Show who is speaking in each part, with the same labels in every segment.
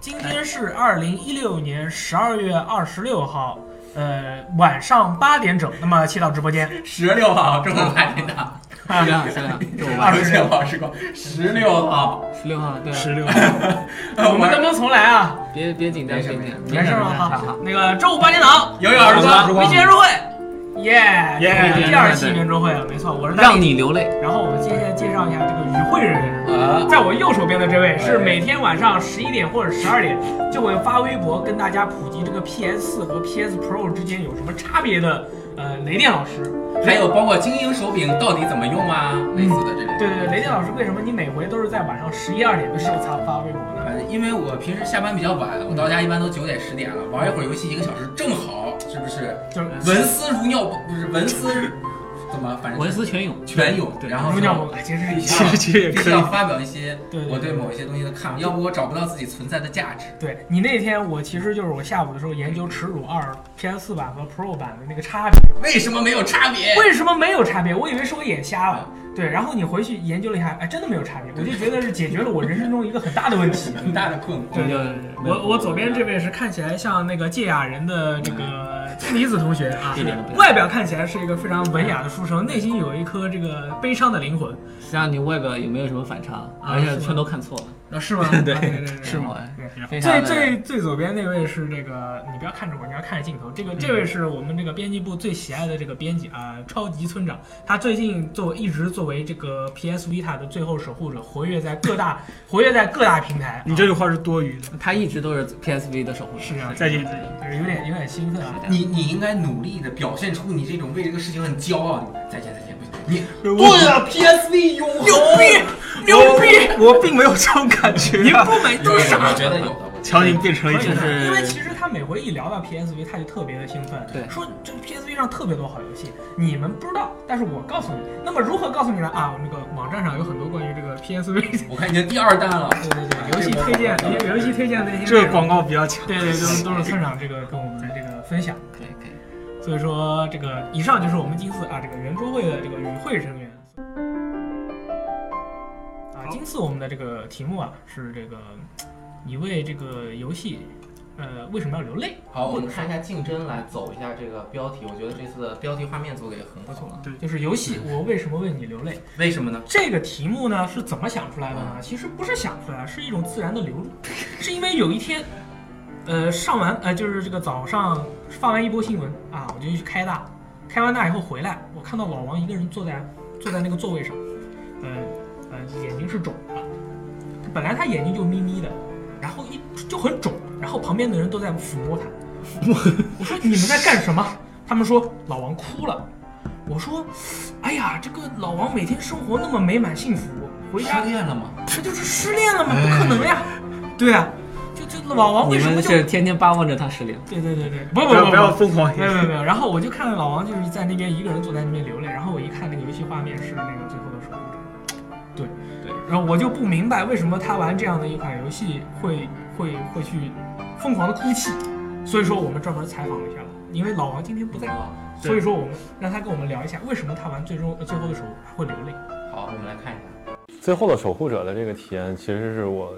Speaker 1: 今天是二零一六年十二月二十六号，呃，晚上八点整。那么切到直播间，
Speaker 2: 十六号中午八点档，
Speaker 1: 啊
Speaker 3: 商量商量，这我
Speaker 1: 二
Speaker 3: 玩
Speaker 1: 十
Speaker 2: 十六号是吧？十六号，
Speaker 3: 十六号，对啊，
Speaker 1: 十六。 我们能不能重来啊？
Speaker 3: 别别紧张，
Speaker 2: 没事
Speaker 3: 别紧张，
Speaker 1: 没事吗？
Speaker 3: 好好好
Speaker 1: 好，，那个周五八点档，
Speaker 2: 游泳二
Speaker 3: 好
Speaker 2: 十
Speaker 3: 吧
Speaker 2: 八，
Speaker 1: 微信圆桌会，耶
Speaker 3: 耶
Speaker 1: 哎第二期圆桌会了，啊没错，我是大
Speaker 3: 让
Speaker 1: 力。
Speaker 3: 你流泪。
Speaker 1: 然后我们接下来介绍一下这个与会人员。
Speaker 2: 啊，
Speaker 1: 呃在我右手边的这
Speaker 3: 哎
Speaker 1: 位是每天晚上十一点或者十二点就会发微博跟大家普及这个 PS 4和 PS Pro 之间有什么差别的呃雷电老师。
Speaker 2: 还有包括精英手柄到底怎么用啊，类似的这类。
Speaker 1: 嗯对对对，雷电老师，为什么你每回都是在晚上十一二点的时候才发微博呢？
Speaker 2: 呃，因为我平时下班比较晚，我到家一般都九点十点了，玩一会儿游戏一个小时正好，是不是？
Speaker 1: 就是
Speaker 2: 文思如尿，不是文思，怎么反正
Speaker 3: 文思泉涌，
Speaker 2: 泉涌，
Speaker 3: 对
Speaker 2: 然后
Speaker 1: 如
Speaker 2: 就
Speaker 1: 尿猛，其实是一
Speaker 2: 其
Speaker 1: 样
Speaker 2: 实
Speaker 1: 的。
Speaker 3: 其实
Speaker 2: 必须要发表一些
Speaker 1: 对对
Speaker 2: 我对某一些东西的看法，要不我找不到自己存在的价值。
Speaker 1: 对你那天，我其实就是我下午的时候研究《耻辱二》PS 4版和 Pro 版的那个差别，
Speaker 2: 为什么没有差别？
Speaker 1: 为什么没有差别？我以为是我眼瞎了。对，然后你回去研究了一下，哎，真的没有差别，我就觉得是解决了我人生中一个很大的问 题。
Speaker 2: 很大的困惑。
Speaker 3: 这就
Speaker 1: 我我左边这位是看起来像那个芥雅人的这个金离子同学 啊
Speaker 3: 一点都不，像
Speaker 1: 外表看起来是一个非常文雅的书生，内心有一颗这个悲伤的灵魂
Speaker 3: 实际上啊你外表也没有什么反差，而且哎全都看错了，
Speaker 1: 啊，是 吗？
Speaker 3: 对
Speaker 1: 啊对对，
Speaker 3: 是吗？哎
Speaker 1: 对
Speaker 3: 非
Speaker 1: 最
Speaker 3: 常的
Speaker 1: 最最左边那位是这个，你不要看着我，你要看着镜头。这个这位是我们这个编辑部最喜爱的这个编辑啊，超级村长。他最近作为一直作为这个 PS Vita 的最后守护者，活跃在各大活跃在各大平台啊。
Speaker 4: 你这句话是多余的，
Speaker 3: 他一直都是 PSV 的守护者。
Speaker 1: 是啊
Speaker 4: 再见再见。
Speaker 1: 就是有点有点兴奋啊。
Speaker 2: 你你应该努力的表现出你这种为这个事情很骄傲。再见再见，不行，你
Speaker 4: 我
Speaker 2: 对啊，PSV 永恒
Speaker 1: 牛逼，牛逼！
Speaker 4: 我我并没有这种感觉
Speaker 1: 您
Speaker 4: 啊。
Speaker 1: 不买都是傻
Speaker 2: 我觉得有的。我觉得
Speaker 4: 乔，你变成了一
Speaker 3: 就
Speaker 4: 件
Speaker 3: 可以
Speaker 4: 事。
Speaker 3: 是
Speaker 1: 因为其实他每回一聊到 PSV，他就特别的兴奋，
Speaker 3: 对
Speaker 1: 说这个 PSV 上特别多好游戏，你们不知道，但是我告诉你。那么如何告诉你呢？啊，那个网站上有很多关于这个 PSV，
Speaker 2: 我看你的第二弹了。
Speaker 1: 对对对，游戏推 荐，游游戏推荐那些
Speaker 4: 这个广告比较强。
Speaker 1: 对对，都都是村长这个跟我们这个分享。
Speaker 3: 可以可以，
Speaker 1: 所以说，这个以上就是我们今次啊这个圆桌会的这个与会成员。啊，今次我们的这个题目啊是这个，你为这个游戏，呃，为什么要流泪？
Speaker 2: 好，我
Speaker 1: 或者
Speaker 2: 们看一下竞争，来走一下这个标题。我觉得这次的标题画面做的也很不错
Speaker 5: 啊
Speaker 2: 了。
Speaker 1: 就是游戏，我为什么为你流泪？
Speaker 2: 嗯为什么呢？
Speaker 1: 这个题目呢是怎么想出来的呢？其实不是想出来，是一种自然的流 露，是因为有一天，呃，上完呃就是这个早上放完一波新闻啊，我就去开大，开完大以后回来，我看到老王一个人坐在坐在那个座位上，呃呃眼睛是肿的，本来他眼睛就眯眯的，然后一就很肿，然后旁边的人都在抚摸他， 我说你们在干什么？他们说老王哭了。我说，哎呀，这个老王每天生活那么美满幸福，回
Speaker 2: 失
Speaker 1: 家
Speaker 2: 恋了吗？哎
Speaker 1: 这就是失恋了吗？不可能呀！对啊，就就老王为
Speaker 3: 你
Speaker 1: 什么
Speaker 3: 们
Speaker 1: 就是
Speaker 3: 天天巴望着他失恋，
Speaker 1: 对对对对，不不
Speaker 4: 不要
Speaker 1: 不
Speaker 4: 不要
Speaker 1: 不。
Speaker 4: 疯狂一
Speaker 1: 没有没
Speaker 4: 点。
Speaker 1: 有没有，然后我就看到老王就是在那边一个人坐在那边流泪，然后我一看那个游戏画面是那个最后的守护者，对
Speaker 3: 对，
Speaker 1: 然后我就不明白为什么他玩这样的一款游戏会会会去疯狂的哭泣，所以说我们专门采访了一下老王，因为老王今天不在，
Speaker 2: 啊，
Speaker 4: 对
Speaker 1: 所以说我们让他跟我们聊一下为什么他玩最终呃最后的守护者会流泪。
Speaker 2: 好，我们来看一下。
Speaker 6: 最后的守护者的这个体验，其实是我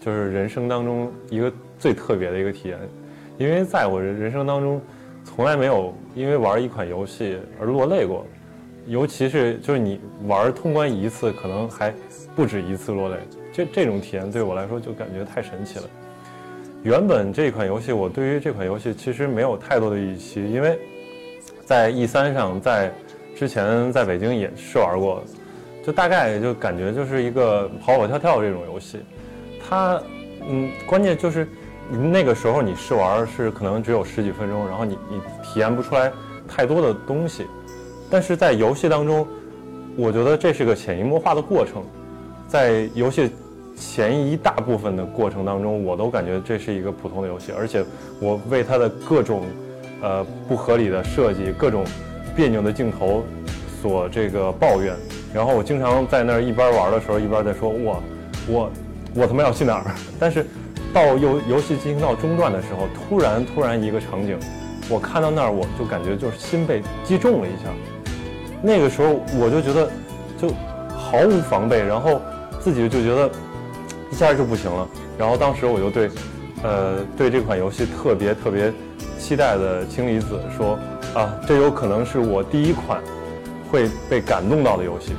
Speaker 6: 就是人生当中一个最特别的一个体验，因为在我人人生当中，从来没有因为玩一款游戏而落泪过，尤其是就是你玩通关一次，可能还不止一次落泪，这这种体验对我来说就感觉太神奇了。原本这款游戏，我对于这款游戏其实没有太多的预期，因为在 E 三上，在之前在北京也试玩过，就大概就感觉就是一个跑跑跳跳这种游戏，它，嗯，关键就是那个时候你试玩是可能只有十几分钟，然后你你体验不出来太多的东西，但是在游戏当中，我觉得这是个潜移默化的过程，在游戏前一大部分的过程当中，我都感觉这是一个普通的游戏，而且我为它的各种，呃，不合理的设计，各种别扭的镜头所这个抱怨。然后我经常在那儿一边玩的时候，一边在说我我我他妈要去哪儿？ 但是到游游戏进行到中段的时候，突然突然一个场景，我看到那儿我就感觉就是心被击中了一下。那个时候我就觉得就毫无防备，然后自己就觉得一下就不行了。然后当时我就对呃对这款游戏特别特别期待的氢离子说啊，这有可能是我第一款会被感动到的游戏，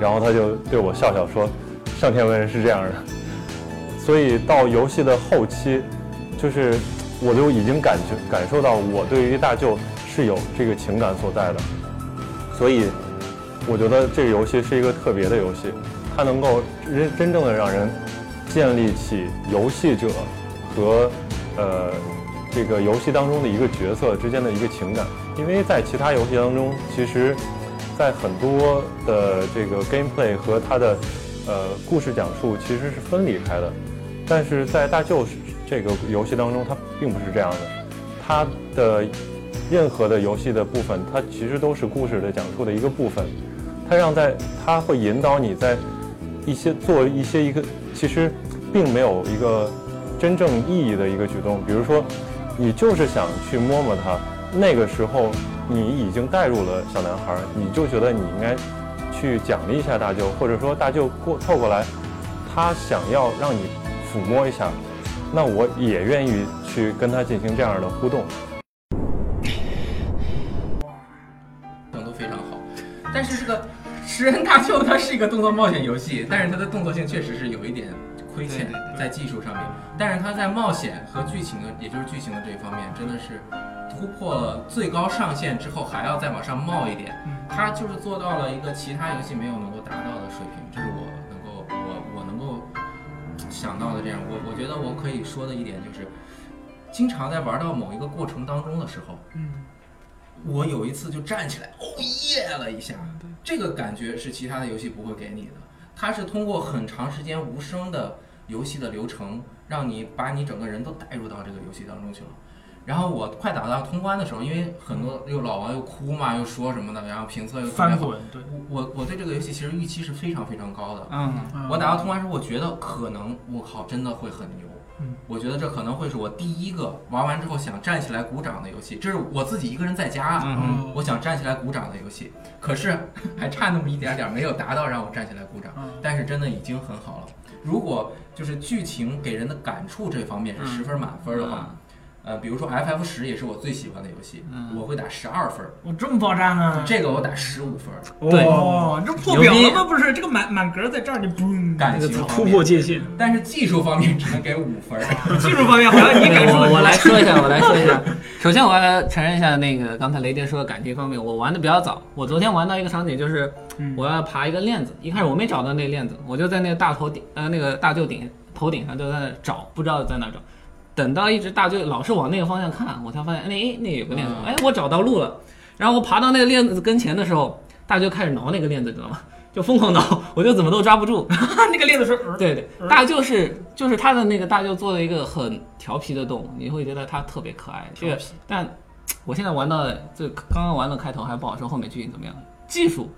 Speaker 6: 然后他就对我笑笑说，上天文人是这样的。所以到游戏的后期，就是我就已经感觉感受到我对于大舅是有这个情感所在的，所以我觉得这个游戏是一个特别的游戏，它能够真真正的让人建立起游戏者和呃这个游戏当中的一个角色之间的一个情感，因为在其他游戏当中，其实，在很多的这个 gameplay 和它的呃故事讲述其实是分离开的，但是在大舅这个游戏当中，它并不是这样的，它的任何的游戏的部分，它其实都是故事的讲述的一个部分，它让在它会引导你在一些做一些一个其实并没有一个真正意义的一个举动，比如说你就是想去摸摸它，那个时候你已经带入了小男孩，你就觉得你应该去奖励一下大舅，或者说大舅过凑过来，他想要让你抚摸一下，那我也愿意去跟他进行这样的互动。
Speaker 5: 动都非常好。但是这个《食人大舅》它是一个动作冒险游戏，但是它的动作性确实是有一点亏欠
Speaker 4: 对对
Speaker 5: 在技术上面。但是它在冒险和剧情的，也就是剧情的这一方面，真的是突破了最高上限之后，还要再往上冒一点
Speaker 1: 嗯。
Speaker 5: 它就是做到了一个其他游戏没有能够达到的水平，这是我能够我我能够想到的这样。我我觉得我可以说的一点就是，经常在玩到某一个过程当中的时候，
Speaker 1: 嗯，
Speaker 5: 我有一次就站起来，哦耶了一下，这个感觉是其他的游戏不会给你的。它是通过很长时间无声的游戏的流程，让你把你整个人都带入到这个游戏当中去了。然后我快打到通关的时候，因为很多又老王又哭嘛，又说什么的，然后评测又特别
Speaker 1: 翻
Speaker 5: 好。
Speaker 1: 滚，对，
Speaker 5: 我我我对这个游戏其实预期是非常非常高的，
Speaker 4: 嗯，
Speaker 1: 嗯
Speaker 5: 我打到通关时，我觉得可能，我靠，真的会很牛。
Speaker 1: 嗯，
Speaker 5: 我觉得这可能会是我第一个玩完之后想站起来鼓掌的游戏。这是我自己一个人在家啊，
Speaker 4: 嗯
Speaker 5: 我想站起来鼓掌的游戏。可是还差那么一点点，没有达到让我站起来鼓掌。
Speaker 4: 嗯
Speaker 5: 但是真的已经很好了。如果就是剧情给人的感触这方面
Speaker 3: 嗯
Speaker 5: 是十分满分的话，呃，比如说 F F 十也是我最喜欢的游戏，
Speaker 3: 嗯
Speaker 5: 我会打十二分儿，
Speaker 1: 我这么爆炸呢？
Speaker 5: 这个我打十五分儿，
Speaker 3: 对
Speaker 4: 哦，
Speaker 1: 嗯哦，这破表
Speaker 3: 牛
Speaker 1: 了
Speaker 3: 逼
Speaker 1: 吗？不是，这个满满格在这儿，你嘣，
Speaker 5: 感
Speaker 4: 那个
Speaker 5: 情
Speaker 4: 突
Speaker 5: 方
Speaker 4: 破
Speaker 5: 面。
Speaker 4: 界限，
Speaker 5: 但是技术方面只能给五分儿。啊
Speaker 1: 技术方面好像你感受
Speaker 3: 我
Speaker 1: 得
Speaker 3: 我
Speaker 1: 出
Speaker 3: 来说一下，我来说一下。首先，我要承认一下那个刚才雷电说的感情方面，我玩的比较早。我昨天玩到一个场景，就是
Speaker 4: 嗯
Speaker 3: 我要爬一个链子，一开始我没找到那个链子，我就在那个大头顶，呃，那个大舅顶头顶上就在那找，不知道在哪找。等到一直大舅老是往那个方向看，我才发现，哎，那有个链子，
Speaker 5: 嗯
Speaker 3: 哎，我找到路了。然后我爬到那个链子跟前的时候，大舅开始挠那个链子，知道吗？ 就疯狂挠， 我就怎么都抓不住。
Speaker 1: 那个链子是，呃
Speaker 3: 对对，大舅是就是他的那个大舅做了一个很调皮的动物，你会觉得他特别可爱。这个，但我现在玩到就刚刚玩到开头还不好说后面剧情怎么样。技术，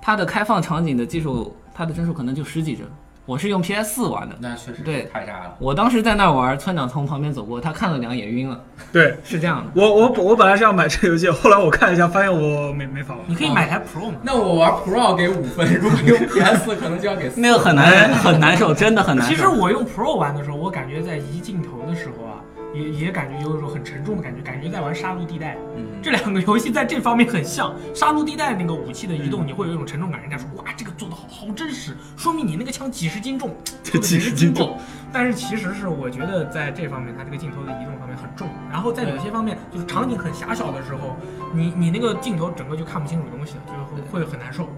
Speaker 3: 它的开放场景的技术，它的帧数可能就十几帧。我是用 PS 4玩的，
Speaker 5: 那确实
Speaker 3: 对
Speaker 5: 是太渣了。
Speaker 3: 我当时在那玩，村长从旁边走过，他看了两眼 晕了，
Speaker 4: 对
Speaker 3: 是这样的。
Speaker 4: 我我我本来是要买这游戏，后来我看了一下，发现我没没法玩。
Speaker 1: 你可以买台 Pro 嘛？
Speaker 5: 那我玩 Pro 给五分，如果用 PS 可能就要给四
Speaker 3: 那个很难很难受，真的很难受。
Speaker 1: 哎其实我用 Pro 玩的时候，我感觉在移镜头的时候啊，也也感觉有一种很沉重的感觉，感觉在玩《杀戮地带》。
Speaker 5: 嗯，
Speaker 1: 这两个游戏在这方面很像，《杀戮地带》那个武器的移
Speaker 5: 嗯
Speaker 1: 动，你会有一种沉重感，人家说哇，这个做的好好真实，说明你那个枪几十斤重，做得
Speaker 4: 几十斤重
Speaker 1: 重。但是其实是我觉得在这方面，它这个镜头的移动方面很重，然后在有些方面就是场景很狭小的时候，你你那个镜头整个就看不清楚东西了，就是会会很难受。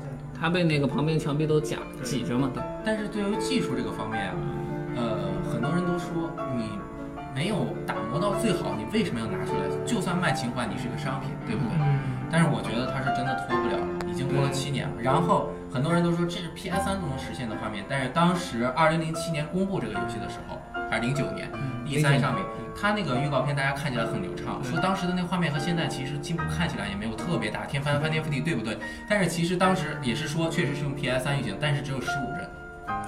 Speaker 3: 他被那个旁边墙壁都夹挤着嘛，都
Speaker 5: 但是对于技术这个方面啊，呃，很多人都说你没有打磨到最好，你为什么要拿出来？就算卖情怀，你是个商品，对不对？
Speaker 1: 嗯，
Speaker 5: 但是我觉得它是真的脱不了了，已经过了七年了。然后很多人都说这是 PS 3都能实现的画面，但是当时二零零七年公布这个游戏的时候，还是零九年，E
Speaker 3: 嗯
Speaker 5: 3上面，它那个预告片大家看起来很流畅，说当时的那画面和现在其实进步看起来也没有特别大，天翻翻天覆地，对不对？但是其实当时也是说确实是用 PS 3运行，但是只有十五帧。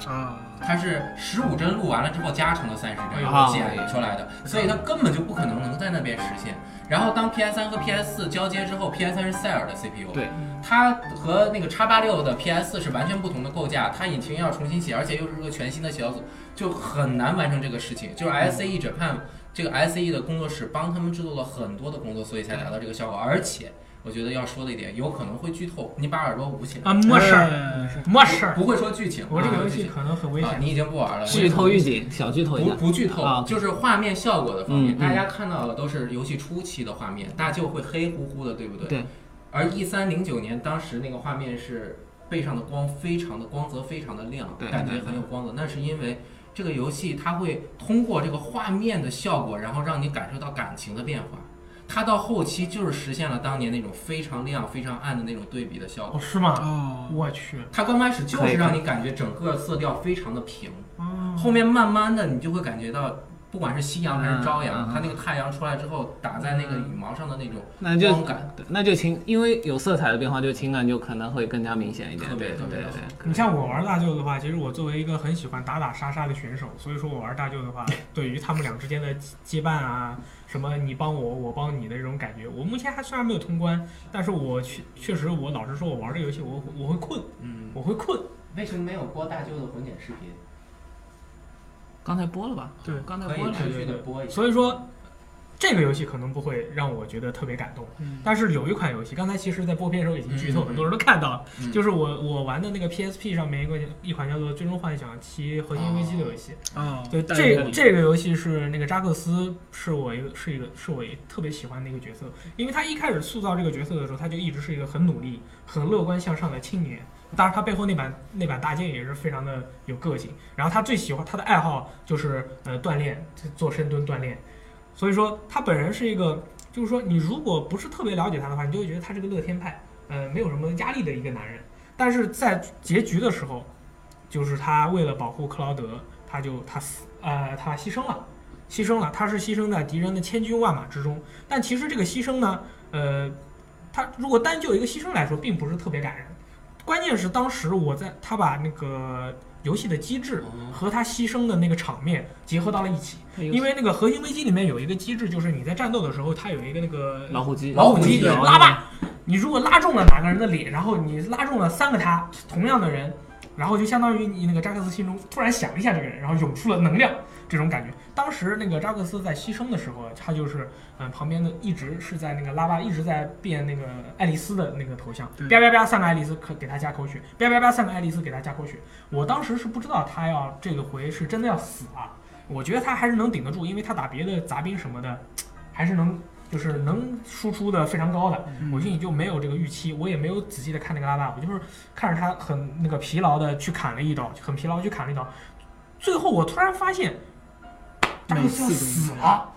Speaker 4: 啊，
Speaker 5: 它是十五帧录完了之后加成了三十帧
Speaker 3: 啊
Speaker 5: 剪出来的，所以它根本就不可能能在那边实现。然后当 PS 3和 PS 4交接之后，PS 3是塞尔的 CPU，
Speaker 3: 对，
Speaker 5: 它和那个 x 八六的 PS 4是完全不同的构架，它引擎要重新写，而且又是个全新的小组，就很难完成这个事情。就是 SE 者看这个 SE 的工作室帮他们制作了很多的工作，所以才达到这个效果。而且我觉得要说的一点，有可能会剧透，你把耳朵捂起来，
Speaker 1: 啊，没事儿，
Speaker 4: 哎
Speaker 1: 没事儿。
Speaker 5: 不会说剧情。
Speaker 1: 我这个
Speaker 5: 不
Speaker 1: 游
Speaker 5: 会说剧
Speaker 1: 戏
Speaker 5: 情
Speaker 1: 可能很危
Speaker 5: 啊，
Speaker 1: 险。
Speaker 5: 你已经不玩了。
Speaker 3: 剧透预警，小剧透一
Speaker 5: 不
Speaker 3: 下。
Speaker 5: 不剧透，
Speaker 3: 啊
Speaker 5: 就是画面效果的方面，
Speaker 3: 嗯嗯
Speaker 5: 大家看到的都是游戏初期的画面，大舅会黑乎乎的，对不对？
Speaker 3: 对。
Speaker 5: 而 E 三零九年当时那个画面是背上的光非常的光泽非常的亮，
Speaker 3: 对
Speaker 5: 感觉
Speaker 3: 对
Speaker 5: 很有光泽，那是因为。这个游戏它会通过这个画面的效果，然后让你感受到感情的变化。它到后期就是实现了当年那种非常亮、非常暗的那种对比的效
Speaker 1: 哦，
Speaker 5: 果。
Speaker 1: 是吗？
Speaker 4: 哦，
Speaker 1: 我去，
Speaker 5: 它刚开始就
Speaker 3: 可以
Speaker 5: 是
Speaker 3: 看
Speaker 5: 让你感觉整个色调非常的平，
Speaker 1: 嗯，
Speaker 5: 后面慢慢的，你就会感觉到，不管是夕阳还是朝
Speaker 3: 嗯
Speaker 5: 阳，
Speaker 3: 嗯嗯
Speaker 5: 它那个太阳出来之后打在那个羽毛上的那种
Speaker 3: 那就
Speaker 5: 光感
Speaker 3: 对那就情，因为有色彩的变化，就情感就可能会更加明显一点。
Speaker 5: 特别
Speaker 3: 对
Speaker 5: 特别
Speaker 3: 对
Speaker 5: 好
Speaker 3: 对，
Speaker 1: 你像我玩大舅的话，其实我作为一个很喜欢打打杀杀的选手，所以说我玩大舅的 话，对于他们俩之间的羁绊啊，什么你帮我我帮你的这种感觉，我目前还虽然没有通关，但是我确确实我老实说，我玩这个游戏我我会困，
Speaker 5: 嗯，
Speaker 1: 我会困。
Speaker 5: 为什么没有播大舅的混剪视频？
Speaker 3: 刚才播了吧？
Speaker 1: 对
Speaker 3: 刚才
Speaker 5: 可
Speaker 3: 播
Speaker 5: 以
Speaker 3: 了。
Speaker 5: 持续的播一下。
Speaker 1: 所以说，这个游戏可能不会让我觉得特别感动，
Speaker 4: 嗯
Speaker 1: 但是有一款游戏，刚才其实在播片的时候已经剧透，
Speaker 5: 嗯
Speaker 1: 很多人都看到了，
Speaker 5: 嗯
Speaker 1: 就是我我玩的那个 PSP 上面一个一款叫做《最终幻想七：合金危机》的游戏。
Speaker 4: 哦，
Speaker 1: 对，
Speaker 4: 带着一
Speaker 1: 这
Speaker 4: 个
Speaker 1: 个
Speaker 4: 礼
Speaker 1: 这个游戏是那个扎克斯，是我一个是一个是我特别喜欢的一个角色，因为他一开始塑造这个角色的时候，他就一直是一个很努力、很乐观向上的青年。当然，他背后那把那把大剑也是非常的有个性。然后他最喜欢他的爱好就是呃锻炼，做深蹲锻炼。所以说他本人是一个，就是说你如果不是特别了解他的话，你就会觉得他是个乐天派，呃，没有什么压力的一个男人。但是在结局的时候，就是他为了保护克劳德，他就他死，呃，他牺牲了，牺牲了，他是牺牲在敌人的千军万马之中。但其实这个牺牲呢，呃，他如果单就一个牺牲来说，并不是特别感人。关键是当时我在他把那个游戏的机制
Speaker 5: 哦
Speaker 1: 和他牺牲的那个场面结合到了一起，因为那个《核心危机》里面有一个机制，就是你在战斗的时候，它有一个那个
Speaker 3: 老虎机，
Speaker 5: 老虎
Speaker 1: 机
Speaker 5: 机
Speaker 1: 对
Speaker 5: 老虎
Speaker 1: 拉霸，你如果拉中了哪个人的脸，然后你拉中了三个他同样的人，然后就相当于你那个扎克斯心中突然想了一下这个人，然后涌出了能量，这种感觉。当时那个扎克斯在牺牲的时候，他就是嗯、呃旁边的一直是在那个拉霸一直在变那个爱丽丝的那个头像，
Speaker 4: 对
Speaker 1: 啪啪啪三个爱丽丝可给他加口血，啪啪啪三个爱丽丝给他加口血。我当时是不知道他要这个回是真的要死啊，我觉得他还是能顶得住，因为他打别的杂兵什么的，还是能就是能输出的非常高的。
Speaker 4: 嗯
Speaker 1: 我心里就没有这个预期，我也没有仔细的看那个拉拉，我就是看着他很那个疲劳的去砍了一刀，很疲劳地去砍了一刀，最后我突然发现，扎克斯要死了，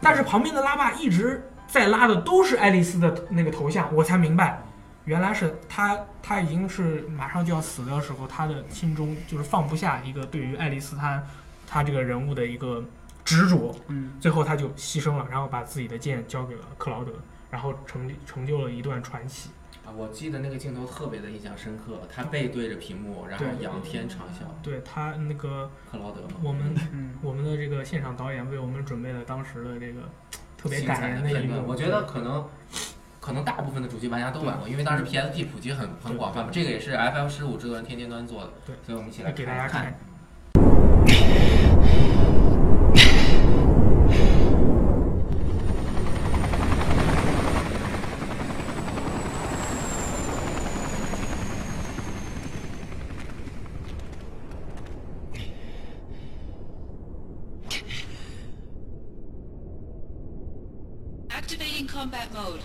Speaker 1: 但是旁边的拉霸一直在拉的都是爱丽丝的那个头像，我才明白。原来是他，他已经是马上就要死的时候，他的心中就是放不下一个对于爱丽丝他他这个人物的一个执着，
Speaker 4: 嗯，
Speaker 1: 最后他就牺牲了，然后把自己的剑交给了克劳德，然后成成就了一段传奇。
Speaker 5: 啊我记得那个镜头特别的印象深刻，他背对着屏幕，然后
Speaker 1: 对
Speaker 5: 仰天长啸，
Speaker 1: 对他那个
Speaker 5: 克劳德嘛。
Speaker 1: 我们
Speaker 4: 嗯
Speaker 1: 我们的这个现场导演为我们准备了当时的这个特别
Speaker 5: 精
Speaker 1: 感
Speaker 5: 彩
Speaker 1: 人
Speaker 5: 的
Speaker 1: 一
Speaker 5: 片
Speaker 1: 个，
Speaker 5: 段，我觉得可能。可能大部分的主机玩家都玩过，因为当时 PSP 普及很很广泛嘛，这个也是 FF 十五制作人天天端做的，
Speaker 1: 对
Speaker 5: 所以我们一起来
Speaker 1: 给
Speaker 5: 看
Speaker 1: 大家
Speaker 5: 一看。
Speaker 1: 看。
Speaker 7: Activating combat mode.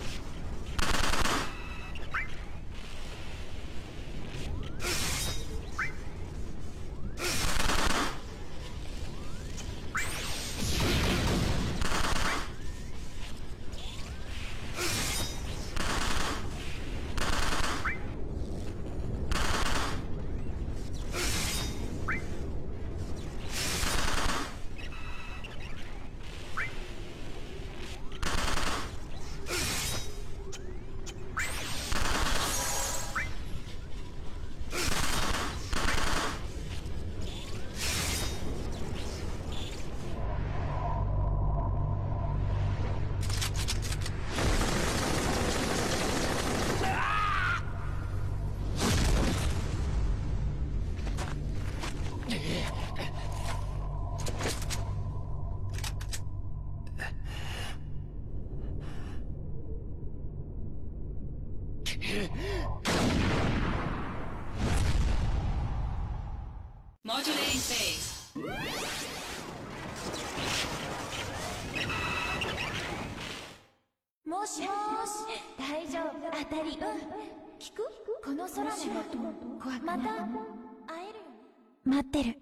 Speaker 8: Modulating phase.
Speaker 9: 「もしもーし大丈夫当たりうん聞くこの空の怖また会えるよね待ってる」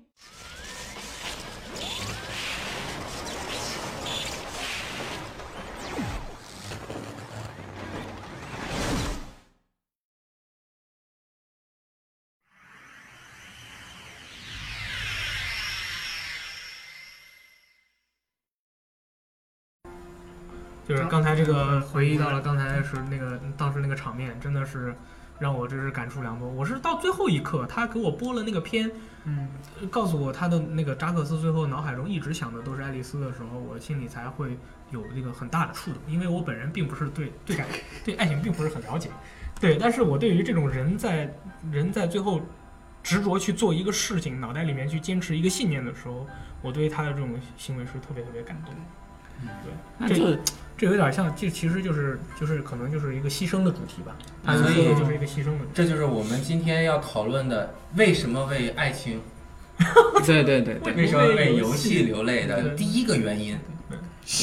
Speaker 1: 就是刚才这个回忆到了刚才是那个当时那个场面，真的是让我真是感触良多。我是到最后一刻，他给我播了那个片，
Speaker 4: 嗯，
Speaker 1: 呃告诉我他的那个扎克斯最后脑海中一直想的都是爱丽丝的时候，我心里才会有那个很大的触动，因为我本人并不是对对感对爱情并不是很了解，对，但是我对于这种人在人在最后执着去做一个事情，脑袋里面去坚持一个信念的时候，我对于他的这种行为是特别特别感动的。
Speaker 3: 那
Speaker 1: 这
Speaker 3: 就
Speaker 1: 这有点像，这其实就是就是可能就是一个牺牲的主题吧，
Speaker 3: 啊
Speaker 1: 所
Speaker 3: 所
Speaker 1: 以
Speaker 3: 以
Speaker 1: 就是一个牺牲的主
Speaker 2: 嗯
Speaker 1: 题。
Speaker 2: 这就是我们今天要讨论的，为什么为爱情，
Speaker 3: 对对对对，
Speaker 2: 为什么为游戏流泪的
Speaker 1: 对
Speaker 2: 第一个原因。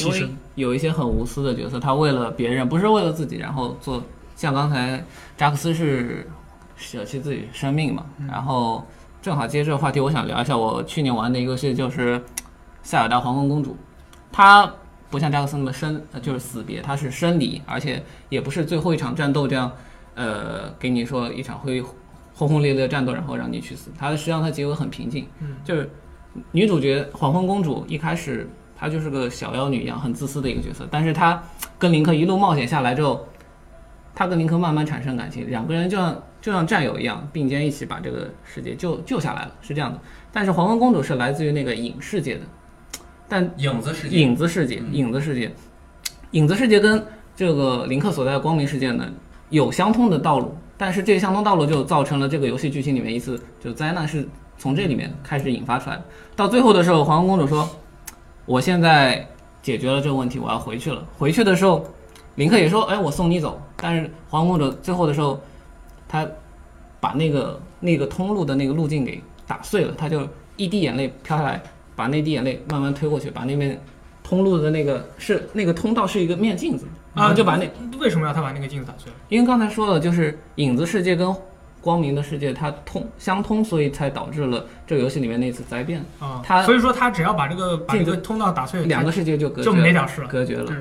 Speaker 3: 因为有一些很无私的角色，他为了别人，不是为了自己，然后做像刚才扎克斯是舍弃自己生命嘛，然后正好接这个话题，我想聊一下我去年玩的一个游戏，就是《塞尔达皇冠公主》，它不像扎克斯那么生，呃就是死别，它是生离，而且也不是最后一场战斗这样，呃，给你说一场会轰轰烈烈的战斗，然后让你去死，它实际上它结尾很平静，就是女主角黄昏公主一开始她就是个小妖女一样很自私的一个角色，但是她跟林克一路冒险下来之后，她跟林克慢慢产生感情，两个人就像就像战友一样并肩一起把这个世界救救下来了，是这样的。但是黄昏公主是来自于那个影世界的，但
Speaker 2: 影子世界，嗯
Speaker 3: 影子世界，影子世界，影子世界跟这个林克所在的光明世界呢有相通的道路，但是这个相通道路就造成了这个游戏剧情里面一次就灾难是从这里面开始引发出来的。到最后的时候，皇后公主说：“我现在解决了这个问题，我要回去了。”回去的时候，林克也说：“哎，我送你走。”但是皇后公主最后的时候，她把那个那个通路的那个路径给打碎了，她就一滴眼泪飘下来，把那滴眼泪慢慢推过去，把那边通路的那个是那个通道是一个面镜子，
Speaker 1: 啊
Speaker 3: 然后就把那
Speaker 1: 为什么要他把那个镜子打碎了？
Speaker 3: 因为刚才说了，就是影子世界跟光明的世界它通相通，所以才导致了这个游戏里面那次灾变，
Speaker 1: 啊、
Speaker 3: 他
Speaker 1: 所以说他只要把这个把这
Speaker 3: 镜
Speaker 1: 个通道打碎，
Speaker 3: 两个世界就隔绝
Speaker 1: 就没点事了
Speaker 3: 隔绝了。
Speaker 1: 对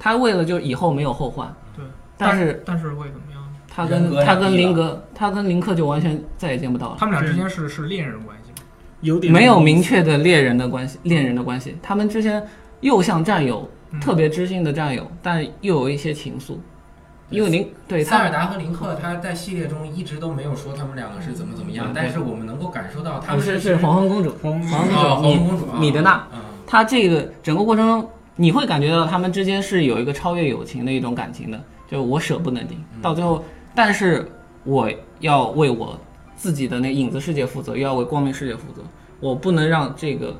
Speaker 3: 他为了就是以后没有后患，
Speaker 1: 对，
Speaker 3: 但
Speaker 1: 是
Speaker 3: 是
Speaker 1: 但是会怎么样？
Speaker 3: 他
Speaker 2: 人
Speaker 3: 跟
Speaker 2: 格
Speaker 3: 他
Speaker 2: 两
Speaker 3: 跟
Speaker 2: 地
Speaker 3: 林
Speaker 2: 了
Speaker 3: 格他跟林克就完全再也见不到了。
Speaker 1: 他们俩之间是是恋人关系吗？
Speaker 4: 有点
Speaker 3: 没有明确的恋人的关系，恋人的关系，他们之间又像战友，
Speaker 1: 嗯
Speaker 3: 特别知心的战友，但又有一些情愫，因为林对
Speaker 2: 塞
Speaker 3: 他
Speaker 2: 尔达和林克他在系列中一直都没有说他们两个是怎么怎么样
Speaker 3: 嗯，
Speaker 2: 但是我们能够感受到他
Speaker 3: 不
Speaker 2: 们
Speaker 3: 是
Speaker 2: 其实
Speaker 3: 是黄昏公主，
Speaker 4: 黄
Speaker 3: 黄
Speaker 2: 哦
Speaker 3: 昏公
Speaker 2: 黄昏
Speaker 3: 主
Speaker 2: 公主啊
Speaker 3: 米米德娜，
Speaker 2: 嗯，
Speaker 3: 他这个整个过程中，你会感觉到他们之间是有一个超越友情的一种感情的，就是我舍不得你，
Speaker 2: 嗯
Speaker 3: 到最后，但是我要为我自己的那影子世界负责，又要为光明世界负责，我不能让这个，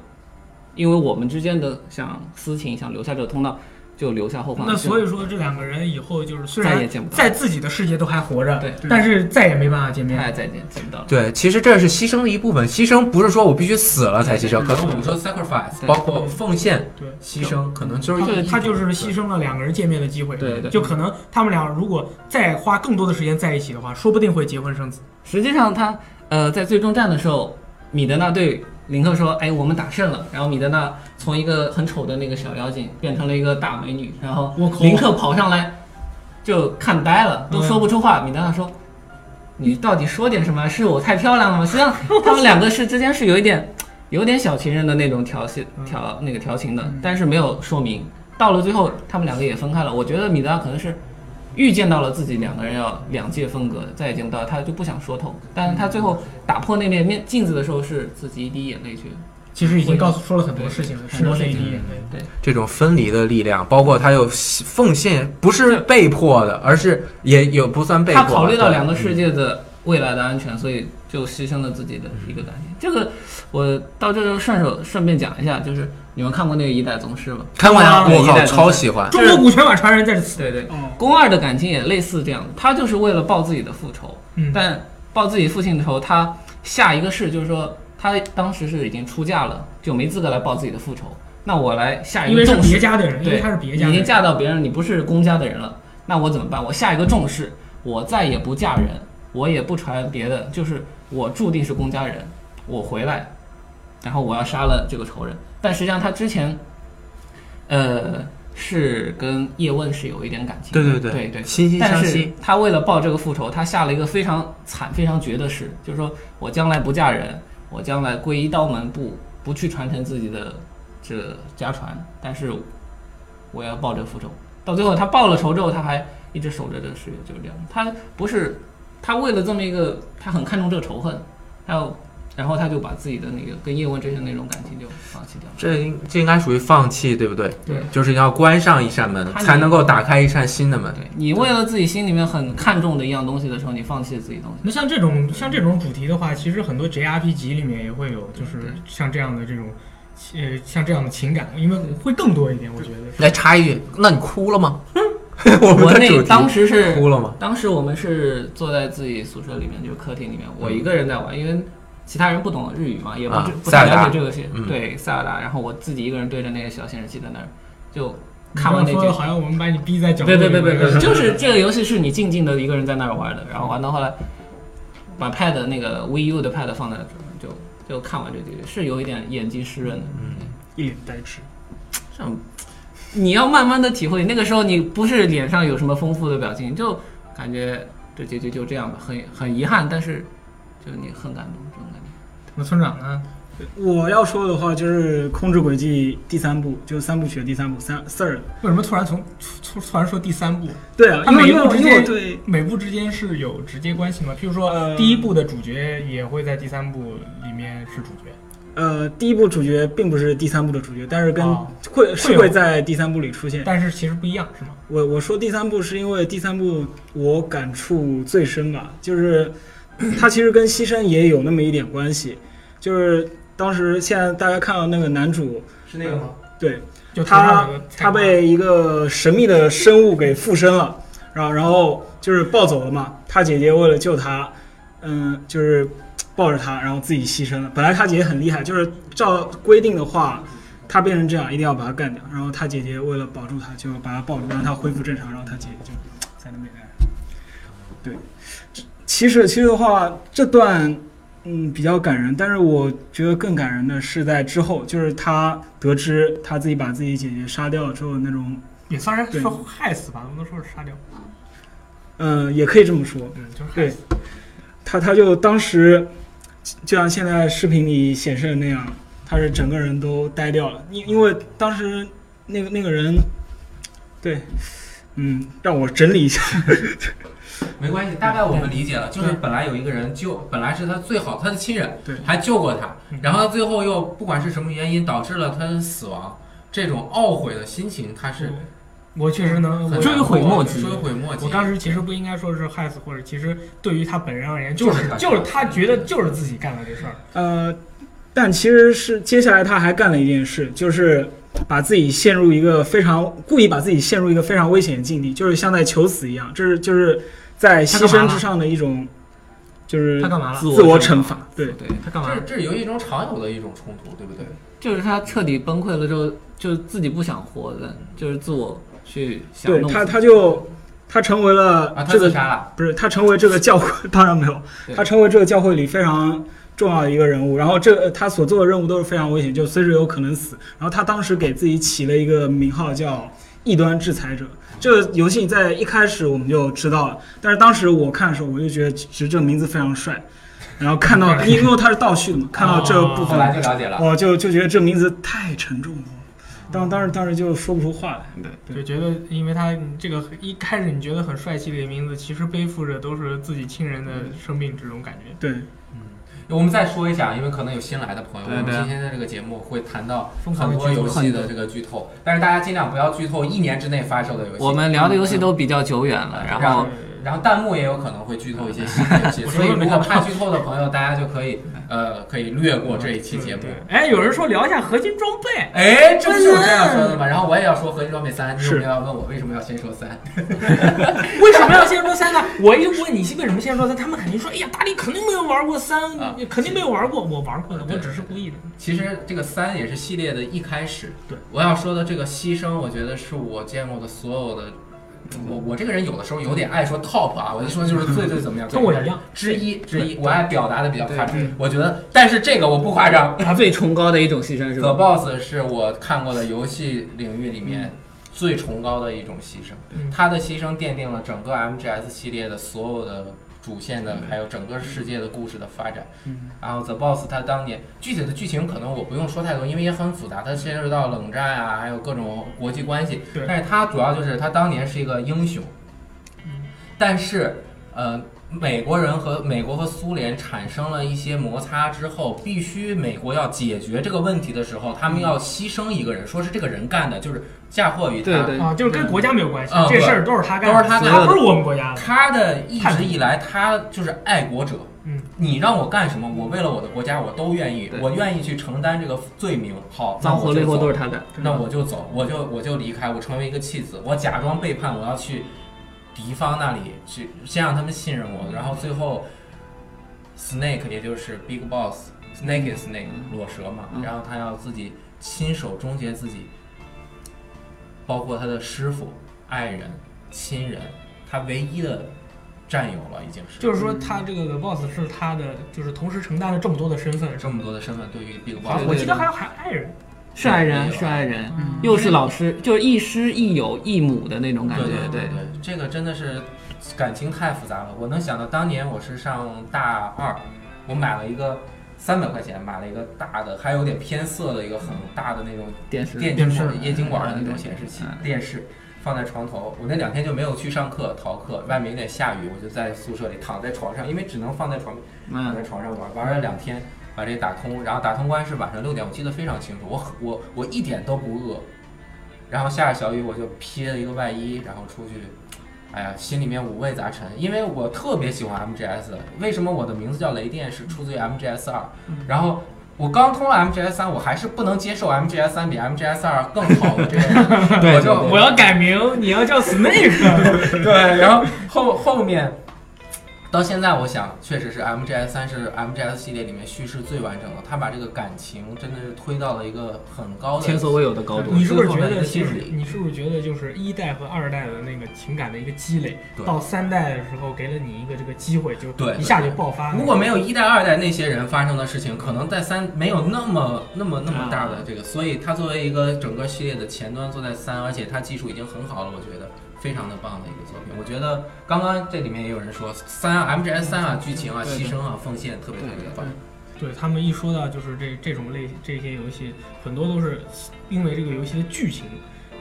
Speaker 3: 因为我们之间的想私情，想留下这个通道，就留下后患。
Speaker 1: 那所
Speaker 3: 就
Speaker 1: 以说这两个人以后就是虽
Speaker 3: 再
Speaker 1: 然
Speaker 3: 也见不到
Speaker 1: 在自己的世界都还活着，
Speaker 3: 对
Speaker 1: 但是再也没办法见面。
Speaker 3: 太再见，见不到了。
Speaker 5: 对，其实这是牺牲的一部分，牺牲不是说我必须死了才牺牲，呃可
Speaker 2: 然后我
Speaker 5: 能
Speaker 2: 们说 sacrifice，
Speaker 3: 对
Speaker 5: 包括奉献、
Speaker 1: 对
Speaker 5: 牺牲，可能就是
Speaker 1: 他
Speaker 5: 一
Speaker 3: 对
Speaker 1: 他就是牺牲了两个人见面的机会，
Speaker 3: 对对
Speaker 1: 就可能他们俩如果再花更多的时间在一起的话，说不定会结婚生子。
Speaker 3: 实际上他呃在最终战的时候，米德纳对林克说：“哎，我们打胜了。”然后米德纳从一个很丑的那个小妖精变成了一个大美女，然后
Speaker 1: 我靠嗯
Speaker 3: 林克跑上来就看呆了，都说不出话。米德纳说：“你到底说点什么？是我太漂亮了吗？”实际 上他们两个是之间是有一点有点小情人的那种调戏调
Speaker 1: 嗯
Speaker 3: 那个调情的，但是没有说明。到了最后，他们两个也分开了。我觉得米德纳可能是预见到了自己两个人要两界分隔，再也见不到，他就不想说透。但是他最后打破那面面镜子的时候，是自己一滴眼泪去。
Speaker 1: 其实已经告诉说了很多事情了，
Speaker 3: 对
Speaker 1: 很多
Speaker 3: 是
Speaker 1: 泪
Speaker 3: 的
Speaker 1: 滴眼泪。
Speaker 5: 这种分离的力量，包括他有奉献，不是被迫的，而是也有不算被迫
Speaker 3: 他
Speaker 5: 的。
Speaker 3: 考虑到两个
Speaker 5: 对
Speaker 3: 世界的未来的安全，所以
Speaker 1: 嗯
Speaker 3: 就牺牲了自己的一个感情。这个我到这儿就顺手顺便讲一下，就是你们看过那个《一代宗师》吗？
Speaker 5: 看过呀，
Speaker 3: 对
Speaker 5: 我
Speaker 3: 一代宗师
Speaker 5: 靠，超喜欢。
Speaker 1: 中国古拳法传人在此。
Speaker 3: 对对，
Speaker 4: 哦
Speaker 3: 宫二的感情也类似这样，他就是为了报自己的复仇，
Speaker 1: 嗯
Speaker 3: 但报自己父亲的仇，他下一个事就是说，他当时是已经出嫁了，就没资格来报自己的复仇。那我来下一
Speaker 1: 因
Speaker 3: 个
Speaker 1: 为是
Speaker 3: 重
Speaker 1: 别
Speaker 3: 视，
Speaker 1: 家的人，因为
Speaker 3: 对，
Speaker 1: 他是别家
Speaker 3: 你已
Speaker 1: 的
Speaker 3: 经
Speaker 1: 人，
Speaker 3: 嫁到别人，你不是公家的人了，那我怎么办？我下一个重视，我再也不嫁人，我也不传别的，就是我注定是公家人，我回来，然后我要杀了这个仇人。但实际上他之前，呃，是跟叶问是有一点感情的，
Speaker 5: 对对
Speaker 3: 对
Speaker 5: 对
Speaker 3: 对对，
Speaker 5: 惺惺
Speaker 3: 但
Speaker 5: 相
Speaker 3: 是
Speaker 5: 惜。
Speaker 3: 他为了报这个复仇，他下了一个非常惨、非常绝的事，就是说我将来不嫁人，我将来皈依刀门不不去传承自己的这个家传，但是我要报这个复仇。到最后，他报了仇之后，他还一直守着这个事业，就是这样。他不是他为了这么一个，他很看重这个仇恨，还有然后他就把自己的那个跟叶问之间的那种感情就放弃掉了。
Speaker 5: 这应这应该属于放弃，对不对？
Speaker 3: 对，
Speaker 5: 就是要关上一扇门，
Speaker 3: 他
Speaker 5: 才能够打开一扇新的门。
Speaker 3: 对你为了自己心里面很看重的一样东西的时候，你放弃了自己东西。
Speaker 1: 那像这种像这种主题的话，其实很多 JRPG 里面也会有，就是像这样的这种，呃，像这样的情感，因为会更多一点，我觉得。
Speaker 5: 来插一句，那你哭 了吗？ 我
Speaker 3: 我
Speaker 5: 们的主
Speaker 3: 那
Speaker 5: 题
Speaker 3: 当时是
Speaker 5: 哭了吗？
Speaker 3: 当时我们是坐在自己宿舍里面，就是客厅里面，我一个人在玩，因为其他人不懂日语嘛，也不
Speaker 5: 嗯啊
Speaker 3: 知不
Speaker 5: 塞
Speaker 3: 太
Speaker 5: 尔达
Speaker 3: 了解这个些，
Speaker 5: 嗯
Speaker 3: 对塞尔达，然后我自己一个人对着那个小显示器在那儿就
Speaker 1: 你
Speaker 3: 看完那
Speaker 1: 刚说的
Speaker 3: 句。
Speaker 1: 好像我们把你逼在角落
Speaker 3: 对
Speaker 1: 里
Speaker 3: 对
Speaker 1: 面。
Speaker 3: 对对 对，就是这个游戏是你静静的一个人在那儿玩的，然后玩到后来，把 pad 那个 VU 的 pad 放在那儿就就看完这局，是有一点眼睛湿润的。
Speaker 4: 一脸呆滞。
Speaker 3: 这样，你要慢慢的体会。那个时候你不是脸上有什么丰富的表情，就感觉这结局就这样吧，很很遗憾，但是就你很感动这种感觉。
Speaker 1: 那村长呢？
Speaker 4: 我要说的话就是《控制轨迹》第三部，就是三部曲的第三部，三 third。
Speaker 1: 为什么突然从突突然说第三部？
Speaker 4: 对啊，
Speaker 1: 它
Speaker 4: 因为
Speaker 1: 每一
Speaker 4: 因为
Speaker 1: 部之
Speaker 4: 我因为我
Speaker 1: 间
Speaker 4: 对
Speaker 1: 每部之间是有直接关系吗？譬如说
Speaker 4: 呃
Speaker 1: 第一部的主角也会在第三部里面是主角。
Speaker 4: 呃第一部主角并不是第三部的主角，但是跟
Speaker 1: 哦
Speaker 4: 会是
Speaker 1: 会
Speaker 4: 会
Speaker 1: 有
Speaker 4: 在第三部里出现。
Speaker 1: 但是其实不一样，是吗？
Speaker 4: 我我说第三部是因为第三部我感触最深吧，就是 它其实跟牺牲也有那么一点关系，就是当时现在大家看到那个男主，
Speaker 2: 是那个吗？
Speaker 4: 对
Speaker 1: 就头上
Speaker 4: 他
Speaker 1: 有个菜
Speaker 4: 他被一个神秘的生物给附身了，然后然后就是抱走了嘛，他姐姐为了救他，嗯，就是抱着他，然后自己牺牲了。本来他姐姐很厉害，就是照规定的话，他变成这样一定要把他干掉，然后他姐姐为了保住他，就把他抱住，让他恢复正常，然后他姐姐就在那边。对，这其实其实的话，这段嗯比较感人，但是我觉得更感人的是在之后，就是他得知他自己把自己姐姐杀掉之后那种，
Speaker 1: 也算是
Speaker 4: 对
Speaker 1: 说害死吧，不能说是杀掉。
Speaker 4: 嗯、也可以这么说，
Speaker 1: 嗯，就是害
Speaker 4: 对
Speaker 1: 死。
Speaker 4: 他他就当时就像现在视频里显示的那样，他是整个人都呆掉了，因因为当时那个那个人，对，嗯，让我整理一下，
Speaker 2: 没关系，大概我们理解
Speaker 3: 嗯
Speaker 2: 了，就是本来有一个人救，本来是他最好他的亲人，
Speaker 4: 对
Speaker 2: 还救过他
Speaker 1: 嗯，
Speaker 2: 然后最后又不管是什么原因导致了他的死亡，这种懊悔的心情，他
Speaker 3: 嗯
Speaker 2: 是
Speaker 1: 我确实能，我
Speaker 2: 很
Speaker 3: 追悔莫及
Speaker 2: 追悔莫及。
Speaker 1: 我当时其实不应该说是害死，或者其实对于他本人而言，
Speaker 2: 就
Speaker 1: 就是是
Speaker 2: 他
Speaker 1: 就是他觉得就是自己干了这事儿。
Speaker 4: 呃，但其实是接下来他还干了一件事，就是把自己陷入一个非常故意把自己陷入一个非常危险的境地，就是像在求死一样，这是就是在牺牲之上的一种，就是
Speaker 1: 他干嘛了？
Speaker 4: 自我惩罚。对，
Speaker 3: 对，
Speaker 1: 他干嘛
Speaker 2: 这
Speaker 1: 了？
Speaker 2: 这有一种常有的一种冲突，对不对？
Speaker 3: 就是他彻底崩溃了之后，就自己不想活的，就是自我去想
Speaker 4: 对
Speaker 3: 弄死
Speaker 4: 他他就他成为
Speaker 2: 啊，
Speaker 4: 了
Speaker 2: 他
Speaker 4: 这个、
Speaker 2: 自杀了，
Speaker 4: 不是他成为这个教会，当然没有，
Speaker 3: 对
Speaker 4: 他成为这个教会里非常重要的一个人物。然后这个他所做的任务都是非常危险，就随时有可能死。然后他当时给自己起了一个名号叫“异端制裁者”。这个游戏在一开始我们就知道了，但是当时我看的时候，我就觉得其实这个名字非常帅。然后看到，因为它是 倒叙的嘛，看到这部
Speaker 2: 哦后
Speaker 4: 分，
Speaker 2: 来就了解了。
Speaker 4: 我就就觉得这名字太沉重了，当当时当时就说不出话来。
Speaker 1: 就觉得，因为他这个一开始你觉得很帅气的名字，其实背负着都是自己亲人的生病这种感觉。
Speaker 4: 对，
Speaker 2: 嗯我们再说一下，因为可能有新来的朋友，
Speaker 3: 对
Speaker 2: 我们
Speaker 3: 对
Speaker 2: 今天的这个节目会谈到
Speaker 1: 疯狂
Speaker 2: 很
Speaker 1: 的
Speaker 2: 多
Speaker 1: 剧透
Speaker 2: 游戏的这个剧透，但是大家尽量不要剧透一年之内发售的游戏。
Speaker 3: 我们聊的游戏都比较久远了，然后
Speaker 1: 呃
Speaker 5: 然后弹幕也有可能会剧透一些细节
Speaker 1: 嗯我
Speaker 5: 所以
Speaker 1: 什么都没
Speaker 5: 如果
Speaker 1: 看
Speaker 5: 怕剧透的朋友，大家就可以呃可以略过这一期节目。
Speaker 1: 对，哎，有人说聊一下合金装备，
Speaker 5: 哎，这不就是我这样说的吗？然后我也要说《合金装备三》，你有没有要问我为什么要先说三？
Speaker 1: 为什么要先说三呢？我一问你为什么先说三，他们肯定说，哎呀，大力肯定没有玩过三，
Speaker 5: 啊
Speaker 1: 你肯定没有玩过。我玩过的，
Speaker 5: 对
Speaker 1: 我只是故意的。
Speaker 5: 其实这个三也是系列的一开始。
Speaker 1: 对，
Speaker 5: 我要说的这个牺牲，我觉得是我见过的所有的。我我这个人有的时候有点爱说 top 啊，我一说就是最最怎么样，
Speaker 1: 跟我一样
Speaker 5: 之一之一，我爱表达的比较夸张
Speaker 1: 对对。
Speaker 5: 我觉得，但是这个我不夸张。
Speaker 3: 他最崇高的一种牺牲是
Speaker 5: The
Speaker 3: 吧？
Speaker 5: Boss 是我看过的游戏领域里面最崇高的一种牺牲，
Speaker 1: 嗯
Speaker 5: 他的牺牲奠定了整个 MGS 系列的所有的主线
Speaker 1: 嗯
Speaker 5: 的，还有整个世界的故事的发展。然后 The Boss 他当年具体的剧情可能我不用说太多，因为也很复杂，它牵涉到冷战啊，还有各种国际关系
Speaker 1: 对。
Speaker 5: 但是他主要就是他当年是一个英雄，但是呃，美国人和美国和苏联产生了一些摩擦之后，必须美国要解决这个问题的时候，他们要牺牲一个人，说是这个人干的，就是嫁祸于他。
Speaker 3: 对对
Speaker 1: 啊，就是跟国家没有关系
Speaker 5: 嗯，
Speaker 1: 这事儿都是他干的，
Speaker 5: 都是他干
Speaker 1: 他
Speaker 5: 的
Speaker 1: 不是我们国家的。
Speaker 5: 他的一直以来，他就是爱国者。
Speaker 1: 嗯，
Speaker 5: 你让我干什么，我为了我的国家，我都愿意，
Speaker 3: 对
Speaker 5: 我愿意去承担这个罪名。好，那
Speaker 3: 脏
Speaker 5: 我
Speaker 3: 活
Speaker 5: 就
Speaker 3: 累活
Speaker 5: 走
Speaker 3: 都是他干。嗯
Speaker 5: 那我就走，我就我就离开，我成为一个弃子，我假装背叛，我要去敌方那里去，先让他们信任我，然后最后 Snake 也就是 Big Boss Snake is Snake
Speaker 3: 嗯
Speaker 5: 裸蛇嘛，然后他要自己亲手终结自己，包括他的师傅、爱人、亲人，他唯一的战友了，已经是。
Speaker 1: 就是说，他这个 boss 是他的，就是同时承担了这么多的身份。
Speaker 5: 这么多的身份，对于 Big
Speaker 1: 啊
Speaker 5: Boss，
Speaker 1: 我记得还有还有爱人，
Speaker 3: 是爱人，是爱人，又是老师，就是亦师亦友亦母的那种感觉。
Speaker 5: 对
Speaker 3: 对
Speaker 5: 对，这个真的是感情太复杂了。我能想到当年我是上大二，我买了一个三百块钱买了一个大的，还有点偏色的一个很大的那种
Speaker 3: 电视
Speaker 5: 电
Speaker 1: 电
Speaker 5: 视
Speaker 1: 视
Speaker 5: 液晶管的那种
Speaker 3: 嗯
Speaker 5: 显示器
Speaker 3: 嗯
Speaker 5: 电视。放在床头，我那两天就没有去上课，逃课。外面有点下雨，我就在宿舍里躺在床上，因为只能放在床躺在
Speaker 3: 嗯，
Speaker 5: 床上玩，玩了两天，把这打通，然后打通关是晚上六点，我记得非常清楚，我很我我一点都不饿，然后下着小雨，我就披了一个外衣，然后出去，哎呀，心里面五味杂陈，因为我特别喜欢 MGS，为什么我的名字叫雷电是出自于 MGS 二，
Speaker 3: 嗯
Speaker 5: 然后。我刚通了 MGS 三，我还是不能接受 MGS 三比 MGS 二更好的这 个，
Speaker 3: 对
Speaker 5: 我就
Speaker 1: 我要改名，你要叫 Snake。
Speaker 5: 对，然后后后面到现在，我想确实是 MGS 三是 MGS 系列里面叙事最完整的，他把这个感情真的是推到了一个很高的
Speaker 3: 前所未有的高度。
Speaker 1: 你是不是觉得，
Speaker 5: 最
Speaker 1: 其
Speaker 5: 后
Speaker 1: 实
Speaker 5: 的一个心理
Speaker 1: 你是不是觉得，就是一代和二代的那个情感的一个积累
Speaker 5: 对，
Speaker 1: 到三代的时候给了你一个这个机会，就
Speaker 5: 对
Speaker 1: 一下就爆发了。
Speaker 5: 如果没有一代、二代那些人发生的事情，可能在三没有那么、那么、那么大
Speaker 1: 啊
Speaker 5: 的这个，所以它作为一个整个系列的前端坐在三，而且它技术已经很好了，我觉得非常的棒的一个作品。我觉得刚刚这里面也有人说三啊 MGS 三啊剧情啊
Speaker 3: 嗯对对
Speaker 5: 牺牲啊奉献特别特别的棒，
Speaker 1: 对他们一说到就是这这种类这些游戏，很多都是因为这个游戏的剧情，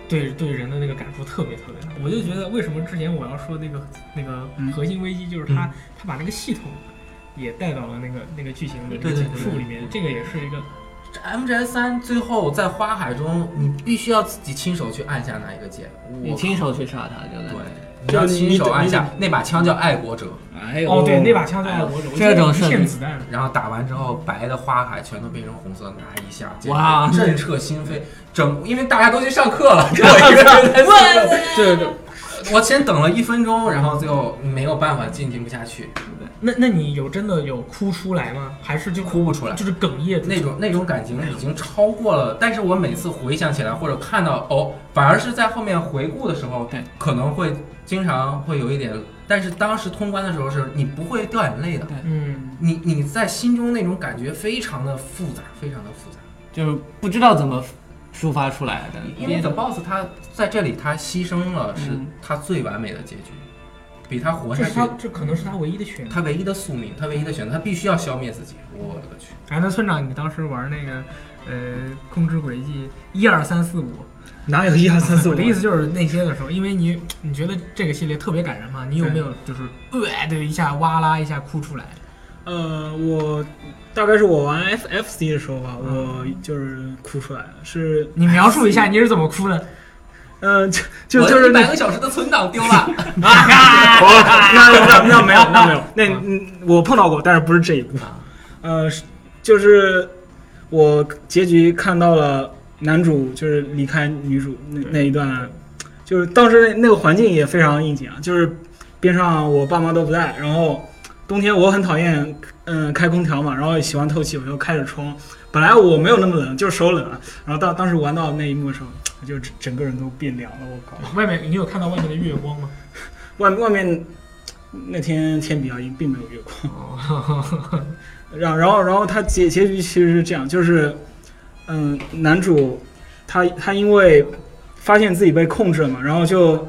Speaker 1: 对对人的那个感触特别特别大。我就觉得为什么之前我要说那个那个
Speaker 4: 嗯
Speaker 1: 核心危机，就是他、他把那个系统也带到了那个那个剧情的这
Speaker 5: 对
Speaker 1: 个
Speaker 5: 对
Speaker 1: 讲述里面，这个也是一个
Speaker 5: 这 MGS 三最后在花海中，你必须要自己亲手去按下那一个键。
Speaker 3: 你
Speaker 5: 我
Speaker 3: 亲手去杀他，就
Speaker 5: 对
Speaker 3: 对。，
Speaker 5: 你要亲手按
Speaker 4: 就
Speaker 5: 下那把枪叫爱国者，
Speaker 3: 哎呦，哎
Speaker 1: 哦对那把枪在我手，
Speaker 3: 这种
Speaker 1: 我记得无限
Speaker 3: 是
Speaker 1: 子弹。
Speaker 5: 然后打完之后，白的花海全都变成红色，拿一下，
Speaker 3: 哇嗯
Speaker 5: 震彻心扉。整，因为大家都去上课 了，就我一个人在宿舍。
Speaker 3: 这个
Speaker 5: 我先等了一分钟，然后最后没有办法进行不下去，
Speaker 1: 那那你有真的有哭出来吗？还是就
Speaker 5: 哭不出来
Speaker 1: 就是哽咽住
Speaker 5: 那种那种感情已经超过了。但是我每次回想起来或者看到哦，反而是在后面回顾的时候，
Speaker 3: 对，
Speaker 5: 可能会经常会有一点。但是当时通关的时候是你不会掉眼泪的
Speaker 3: 对，
Speaker 1: 嗯，
Speaker 5: 你你在心中那种感觉非常的复杂，非常的复杂。
Speaker 3: 就是不知道怎么抒发出来的，
Speaker 5: 因为 The Boss 他在这里他牺牲了，是
Speaker 3: 嗯
Speaker 5: 他最完美的结局，比他活
Speaker 1: 这
Speaker 5: 下
Speaker 1: 是他
Speaker 5: 去，
Speaker 1: 这可能是他唯一的选择。
Speaker 5: 他唯一的宿命，他唯一的选择，他必须要消灭自己。我 勒个去！
Speaker 1: 哎，那村长，你当时玩那个呃控制轨迹一二三四五，
Speaker 4: 哪有一二三四五
Speaker 1: 我
Speaker 4: 啊
Speaker 1: 的意思就是那些的时候，因为你你觉得这个系列特别感人嘛，你有没有就是呃的一下哇啦一下哭出来？
Speaker 4: 呃，我大概是我玩
Speaker 1: 嗯
Speaker 4: FFC 的时候吧，我就是哭出来了，是
Speaker 1: 你描述一下你是怎么哭的？
Speaker 4: 嗯，就就
Speaker 3: 我
Speaker 4: 就
Speaker 3: 一
Speaker 4: 是那
Speaker 3: 百个 小时的存档丢了，
Speaker 4: 哦，那那那没有，那没有，那嗯我碰到过，但是不是这一部。
Speaker 1: 啊
Speaker 4: 呃，是就是我结局看到了男主就是离开女主那那一段，就是当时那那个环境也非常应景啊，就是边上我爸妈都不在，然后冬天我很讨厌嗯、开空调嘛，然后喜欢透气，我就开着窗。本来我没有那么冷，就是手冷啊。然后当当时玩到那一幕的时候，我就整整个人都变凉了，我靠！
Speaker 1: 外面你有看到外面的月光吗？
Speaker 4: 外外面那天天比较阴，并没有月光。然然后然后他结结局其实是这样，就是嗯，男主他他因为发现自己被控制了嘛，然后就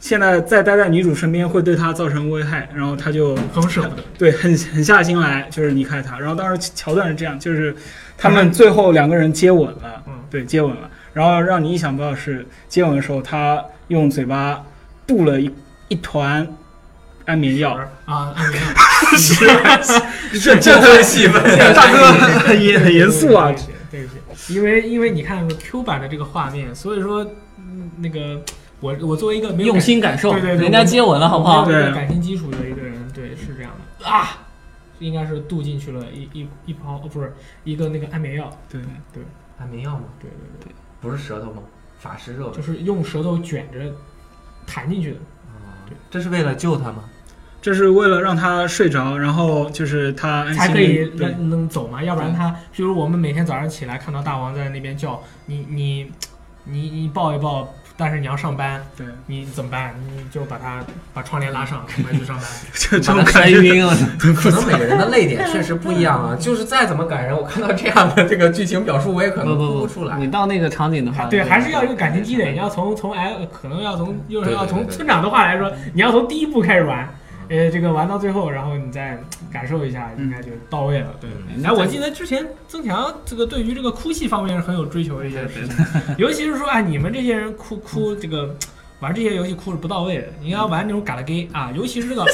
Speaker 4: 现在再待在女主身边会对她造成危害，然后他就
Speaker 1: 很舍不得。
Speaker 4: 对，很很下心来，就是离开他。然后当时桥段是这样，就是他们最后两个人接吻了，
Speaker 1: 嗯
Speaker 4: 对，接吻了。然后让你意想不到的是，接吻的时候他用嘴巴布了一一团安眠药，
Speaker 1: 啊，安眠药
Speaker 4: 这这
Speaker 5: 太细分了，
Speaker 4: 大哥很严很严肃啊
Speaker 1: 对不。起，对不起，因为因为你看 Q 版的这个画面，所以说嗯那个我我作为一个没有
Speaker 3: 用
Speaker 1: 感
Speaker 3: 心感受，
Speaker 1: 对对对
Speaker 3: 人家接吻了，好不好
Speaker 1: 没？有这个
Speaker 4: 对
Speaker 1: 感情基础的一个人，对，是这样的啊，应该是渡进去了一一一泡，哦，不是一个那个安眠药，
Speaker 4: 对，
Speaker 2: 安眠药吗？
Speaker 1: 对对对，
Speaker 2: 不是舌 头吗？法式热
Speaker 1: 就是用舌头卷着弹进去的，
Speaker 2: 这是为了救他吗？
Speaker 4: 这是为了让他睡着，然后就是他安
Speaker 1: 才
Speaker 4: 心
Speaker 1: 可以
Speaker 4: 地对
Speaker 1: 能能走嘛，要不然他，比如我们每天早上起来看到大王在那边叫你你你你抱一抱，但是你要上班，
Speaker 4: 对，
Speaker 1: 你怎么办？你就把他把窗帘拉上，赶快去 上班。
Speaker 4: 就这
Speaker 3: 把
Speaker 4: 种
Speaker 3: 他
Speaker 4: 感
Speaker 3: 摔
Speaker 4: 觉。
Speaker 3: 晕了，啊
Speaker 5: 可能每个人的泪点确实不一样啊。就是再怎么感人，我看到这样的这个剧情表述，我也可
Speaker 3: 不
Speaker 5: 能
Speaker 3: 不
Speaker 5: 哭
Speaker 3: 不
Speaker 5: 不出来。
Speaker 3: 你到那个场景的话，
Speaker 1: 还 对，
Speaker 3: 你就
Speaker 1: 还是要有感情积累，你要从从哎，可能要从又是要
Speaker 5: 对对对
Speaker 1: 从
Speaker 5: 对
Speaker 1: 村长的话来说，你要从第一步开始玩，呃，这个玩到最后，然后你再感受一下，应该就到位了。对，
Speaker 5: 嗯
Speaker 1: 哎，我记得之前曾强这个对于这个哭戏方面是很有追求的一件事情，尤其是说啊，你们这些人哭哭这个玩这些游戏哭是不到位的，你要玩那种嘎啦 gay 啊，尤其是这个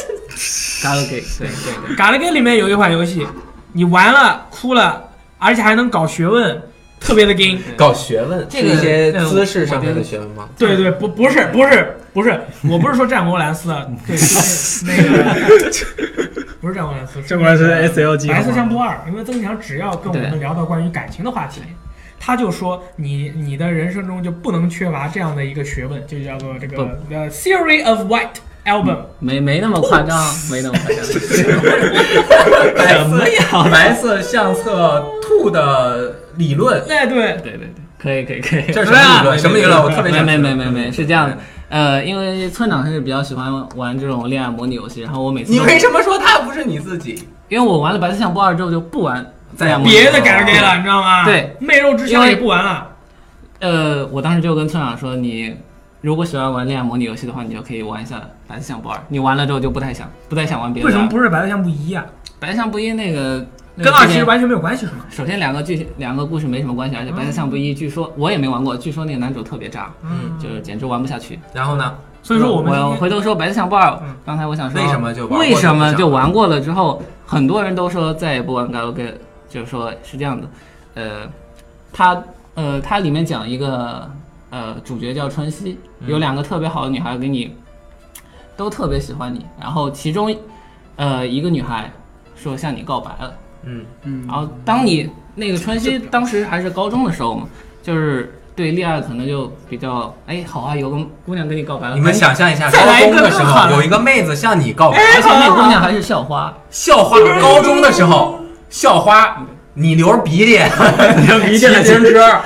Speaker 3: 嘎了给，对对对，
Speaker 1: 嘎啦 gay 里面有一款游戏，你玩了哭了，而且还能搞学问，特别的 gay。
Speaker 5: 嗯搞学问，
Speaker 3: 这个
Speaker 5: 是一些
Speaker 3: 嗯
Speaker 5: 姿势上面的学问吗？
Speaker 1: 对对，不不是不是不是，我不是说战国蓝斯啊，对就是那个不是战国蓝斯，
Speaker 4: 这果然是 S L G，
Speaker 1: 白色相扑二，因为曾强只要跟我们聊到关于感情的话题，他就说你你的人生中就不能缺乏这样的一个学问，就叫做这
Speaker 3: 不
Speaker 1: 个 The Theory of White Album。哦
Speaker 3: 没没那么夸张， 没那么夸张，
Speaker 5: 什么呀？白嗯色相册兔的理论，
Speaker 1: 哎，对，
Speaker 3: 对对对，可以可以可以，啊
Speaker 5: 这是什么理论？什么理论？我特别
Speaker 3: 没
Speaker 5: 想
Speaker 3: 没
Speaker 5: 知道
Speaker 3: 没没没，是这样的。呃，因为村长他是比较喜欢玩这种恋爱模拟游戏，然后我每次
Speaker 5: 你
Speaker 3: 都
Speaker 5: 为什么说他不是你自己？
Speaker 3: 因为我玩了《白色相簿二》之后就不玩再玩模拟游戏
Speaker 1: 别的改了给了，你知道吗？
Speaker 3: 对，
Speaker 1: 媚肉之乡也不玩了。
Speaker 3: 呃，我当时就跟村长说，你如果喜欢玩恋爱模拟游戏的话，你就可以玩一下《白色相簿二》。你玩了之后就不太想，不太想玩别的
Speaker 1: 为
Speaker 3: 了。
Speaker 1: 什么不是白色相扑一啊？
Speaker 3: 白色相簿一那个那个
Speaker 1: 跟二
Speaker 3: 之
Speaker 1: 其
Speaker 3: 前
Speaker 1: 实完全没有关系，是吗？嗯
Speaker 3: 首先两个剧两个故事没什么关系，而且《白色相簿一》据说我也没玩过，据说那个男主特别渣，
Speaker 5: 嗯，
Speaker 3: 就是简直玩不下去。
Speaker 5: 然后呢？
Speaker 1: 所以说我们今天
Speaker 3: 回头说《白色相簿二》
Speaker 1: 嗯
Speaker 3: 刚才我想说
Speaker 5: 为什么就玩过
Speaker 3: 啊为什么
Speaker 5: 就不想玩
Speaker 3: 就玩过了之后，很多人都说再也不玩 g a l g a 就是说是这样的，呃，它呃它里面讲一个呃主角叫春熙，
Speaker 5: 嗯
Speaker 3: 有两个特别好的女孩给你，都特别喜欢你，然后其中呃一个女孩说向你告白了。
Speaker 5: 嗯，
Speaker 3: 然后当你那个川西当时还是高中的时候嘛，就是对恋爱可能就比较哎好啊，有个姑娘跟你告白了，
Speaker 5: 你们想呃象一下，
Speaker 3: 再
Speaker 5: 高
Speaker 3: 来一
Speaker 5: 中
Speaker 3: 个
Speaker 5: 的时
Speaker 3: 更好
Speaker 5: 候
Speaker 3: 的
Speaker 5: 有一个哎妹子向你
Speaker 1: 哎
Speaker 5: 告白，
Speaker 3: 哦而且那姑娘还是校花，
Speaker 5: 校花。高中的时候，校花，你流着鼻涕，嗯 你流鼻涕
Speaker 3: 哎
Speaker 5: 自行车，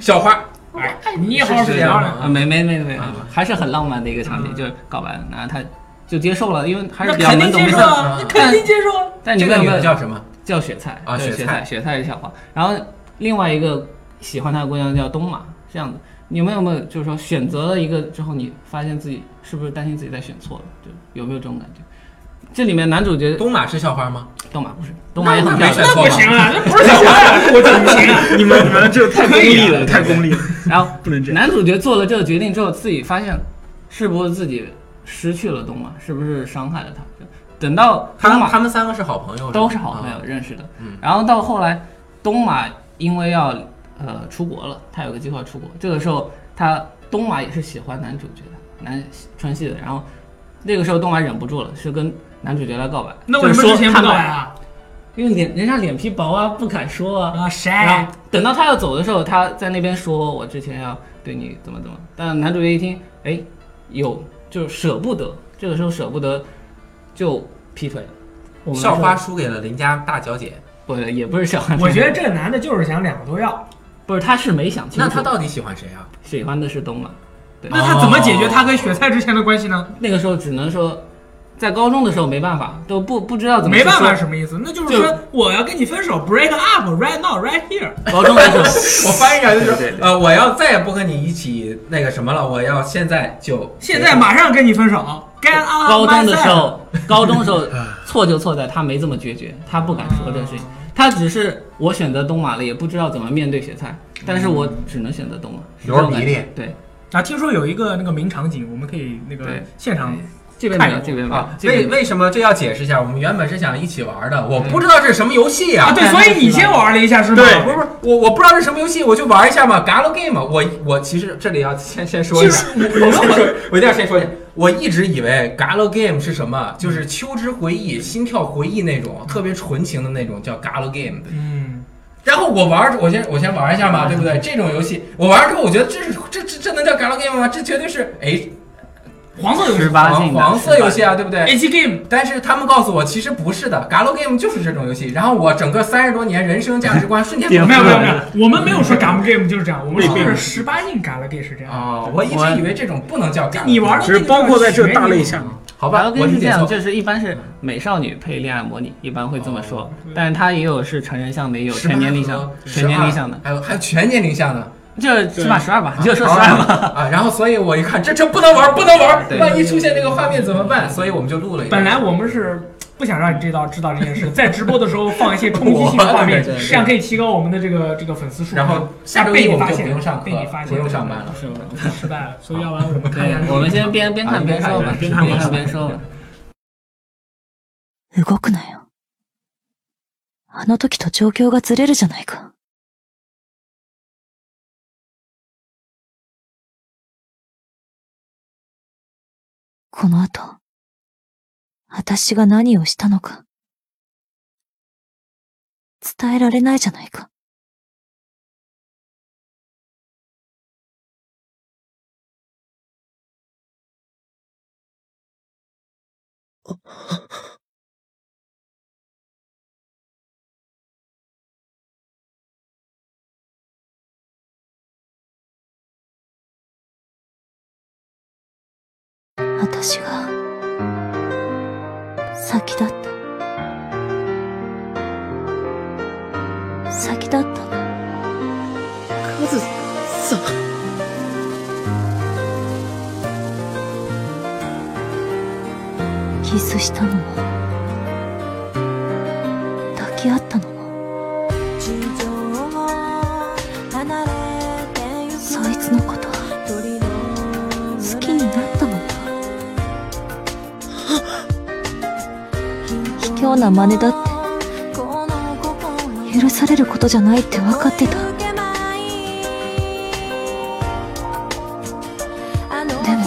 Speaker 5: 校花，
Speaker 1: 哎，你也好好
Speaker 5: 是
Speaker 1: 睡
Speaker 5: 这
Speaker 1: 觉
Speaker 5: 样
Speaker 1: 呢。
Speaker 5: 吗
Speaker 3: 啊，？没没没没
Speaker 5: 啊，
Speaker 3: 还是很浪漫的一个场景，就是告白了，然后她就接受了，因为还是
Speaker 1: 嗯那
Speaker 3: 比较
Speaker 1: 肯
Speaker 3: 懵
Speaker 1: 定
Speaker 3: 懂不
Speaker 1: 接受
Speaker 3: 懂。
Speaker 1: 啊，
Speaker 5: 嗯
Speaker 1: 那肯定接受啊。
Speaker 3: 但你
Speaker 5: 这
Speaker 3: 们
Speaker 5: 个
Speaker 3: 有
Speaker 5: 女
Speaker 3: 没有
Speaker 5: 的叫什么？
Speaker 3: 叫雪菜
Speaker 5: 啊
Speaker 3: 对
Speaker 5: 雪
Speaker 3: 雪
Speaker 5: 菜
Speaker 3: 雪菜是校花。然后另外一个喜欢她的姑娘叫东马，是这样子。你们有没有就是说选择了一个之后，你发现自己是不是担心自己在选错了？就有没有这种感觉？这里面男主角
Speaker 5: 东马是校花吗？
Speaker 3: 东马不是，东马也很漂
Speaker 5: 没选
Speaker 3: 亮。
Speaker 5: 错
Speaker 1: 不
Speaker 5: 吧？
Speaker 1: 行啊，那不是小花呀，我就不行啊。
Speaker 4: 你们你们这太功利了，太功利了。
Speaker 3: 啊然后
Speaker 4: 不能这样
Speaker 3: 男主角做了这个决定之后，自己发现是不是自己失去了东马，是不是伤害了他？等到东
Speaker 5: 他
Speaker 3: 马
Speaker 5: 他们三个是好朋友吧，
Speaker 3: 都是好朋
Speaker 5: 啊
Speaker 3: 友。认识的
Speaker 5: 嗯。
Speaker 3: 然后到后来，东马因为要呃出国了，他有个计划出国，这个时候他东马也是喜欢男主角的，男川系的。然后那个时候东马忍不住了，是跟男主角来告白。
Speaker 1: 那
Speaker 3: 就是
Speaker 1: 为什么
Speaker 3: 说
Speaker 1: 之前不
Speaker 3: 看
Speaker 1: 告
Speaker 3: 吧
Speaker 1: 白？啊？
Speaker 3: 因为脸人家脸皮薄啊，不敢说啊。
Speaker 1: 啊，谁？
Speaker 3: 然后等到他要走的时候，他在那边说：“我之前要对你怎么怎么。”但男主角一听，哎，有就是舍不得，这个时候舍不得就劈腿了。我们
Speaker 5: 校花
Speaker 3: 说
Speaker 5: 输给了邻家大小姐，
Speaker 3: 不也不是校花，
Speaker 1: 我觉得这个男的就是想两个都要，
Speaker 3: 不是，他是没想清楚。
Speaker 5: 那她到底喜欢谁啊？
Speaker 3: 喜欢的是东马，
Speaker 1: 那他怎么解决他跟雪菜之前的关系呢？
Speaker 3: 那个时候只能说，在高中的时候没办法，都不不知道怎么
Speaker 1: 没
Speaker 3: 去说
Speaker 1: 办法是什么意思？那就是说我要跟你分手，break up right now right here。
Speaker 3: 高中的 时候，
Speaker 5: 我翻译一下就是，
Speaker 3: 对对对
Speaker 5: 呃，我要再也不跟你一起那个什么了，我要现在就
Speaker 1: 现在马上跟你分手，get
Speaker 5: 啊
Speaker 1: out
Speaker 3: 高
Speaker 1: of my
Speaker 3: 中的时
Speaker 1: sight
Speaker 3: 候，高中的时 候
Speaker 5: 嗯
Speaker 3: 错就错在他没这么决绝，他不敢说这个事情，他只是我选择东马了，也不知道怎么面对雪菜，但是我只能选择东马，是这
Speaker 5: 有点
Speaker 3: 种感
Speaker 5: 迷
Speaker 3: 觉
Speaker 5: 恋。
Speaker 3: 对，
Speaker 1: 啊，听说有一个那个名场景，我们可以那个
Speaker 3: 对
Speaker 1: 现场
Speaker 3: 这边没有，
Speaker 1: 看过
Speaker 3: 这边没有
Speaker 5: 啊，，
Speaker 3: 这
Speaker 5: 为
Speaker 1: 哎
Speaker 3: 边没嗯有
Speaker 5: 为什么这要解释一下？我们原本是想一起玩的，我不知道这是什么游戏
Speaker 1: 啊，
Speaker 5: 啊。
Speaker 1: 对，所以你先玩了一下是吗？
Speaker 4: 对
Speaker 5: 不是不是，我我不知道这是什么游戏，我就玩一下嘛，Galo Game 嘛。我我其实这里要先先说一下，我 我我一定要先说一下，我一直以为 Galo Game 是什么，就是《秋之回忆》《心跳回忆》那种特别纯情的那种叫 Galo Game。
Speaker 1: 嗯，
Speaker 5: 然后我玩儿，我先我先玩一下嘛，对不对？这种游戏我玩儿之后，我觉得这是这这这能叫 Galo Game 吗？这绝对是哎
Speaker 1: 黄色游
Speaker 3: 十
Speaker 1: 戏
Speaker 3: 八
Speaker 5: 黄
Speaker 3: 禁的
Speaker 5: 黄色游戏啊，对不对？
Speaker 1: A G game，
Speaker 5: 但是他们告诉我，其实不是的，Galo Game 就是这种游戏。然后我整个三十多年人生价值观瞬间
Speaker 4: 颠覆
Speaker 1: 没有没有没
Speaker 4: 对
Speaker 1: 有，我们没有说 gam game 就是这样，我们说
Speaker 4: 对
Speaker 1: 的
Speaker 4: 对
Speaker 1: 是十八禁 gam game 是这样。
Speaker 5: 啊、我一直以为这种不能叫 Galo，
Speaker 1: 你玩的
Speaker 4: 只是包括在这大类下，
Speaker 5: 好
Speaker 3: 然
Speaker 5: 吧？
Speaker 3: 后
Speaker 5: 我
Speaker 3: 跟是这
Speaker 5: 接
Speaker 3: 样，
Speaker 5: 受。
Speaker 3: 就是一般是美少女配恋爱模拟，一般会这么说
Speaker 5: 哦，
Speaker 3: 但是他也有是成人向的，也有全年龄向，全年龄向的，
Speaker 5: 还有还有全年龄向的，
Speaker 3: 就是起码十二吧，你就说十
Speaker 5: 好吧
Speaker 3: 二吧。
Speaker 5: 啊！然后所以我一看，这这不能玩，不能玩，
Speaker 3: 对
Speaker 5: 万一出现那个画面怎么办？所以我们就录了一段。
Speaker 1: 本来我们是不想让你这道知道这件 事，在直播的时候放一些冲击性的画面，
Speaker 5: 我对对对
Speaker 1: 这样可以提高我们的这个这个粉丝数。
Speaker 5: 然后下周
Speaker 1: 被
Speaker 5: 一
Speaker 1: 你
Speaker 5: 我们
Speaker 1: 发
Speaker 5: 就不
Speaker 1: 现
Speaker 5: 用上
Speaker 1: 了，
Speaker 5: 课
Speaker 1: 被你发，现
Speaker 5: 不用上
Speaker 1: 了
Speaker 5: 班了。
Speaker 3: 是吗？
Speaker 1: 失败了，所以要不然我们看一下这个。
Speaker 3: 我们先边边看边说吧，边
Speaker 5: 边看边说
Speaker 3: 看边说吧。
Speaker 10: 動くなよ。あの時と状況がずれるじゃないか。この後、私が何をしたのか、伝えられないじゃないか。私が先だった先だった
Speaker 11: カズさん。
Speaker 10: キスしたのも抱き合ったのもそいつのこと好きになったのも卑怯な真似だって許されることじゃないって分かってたでも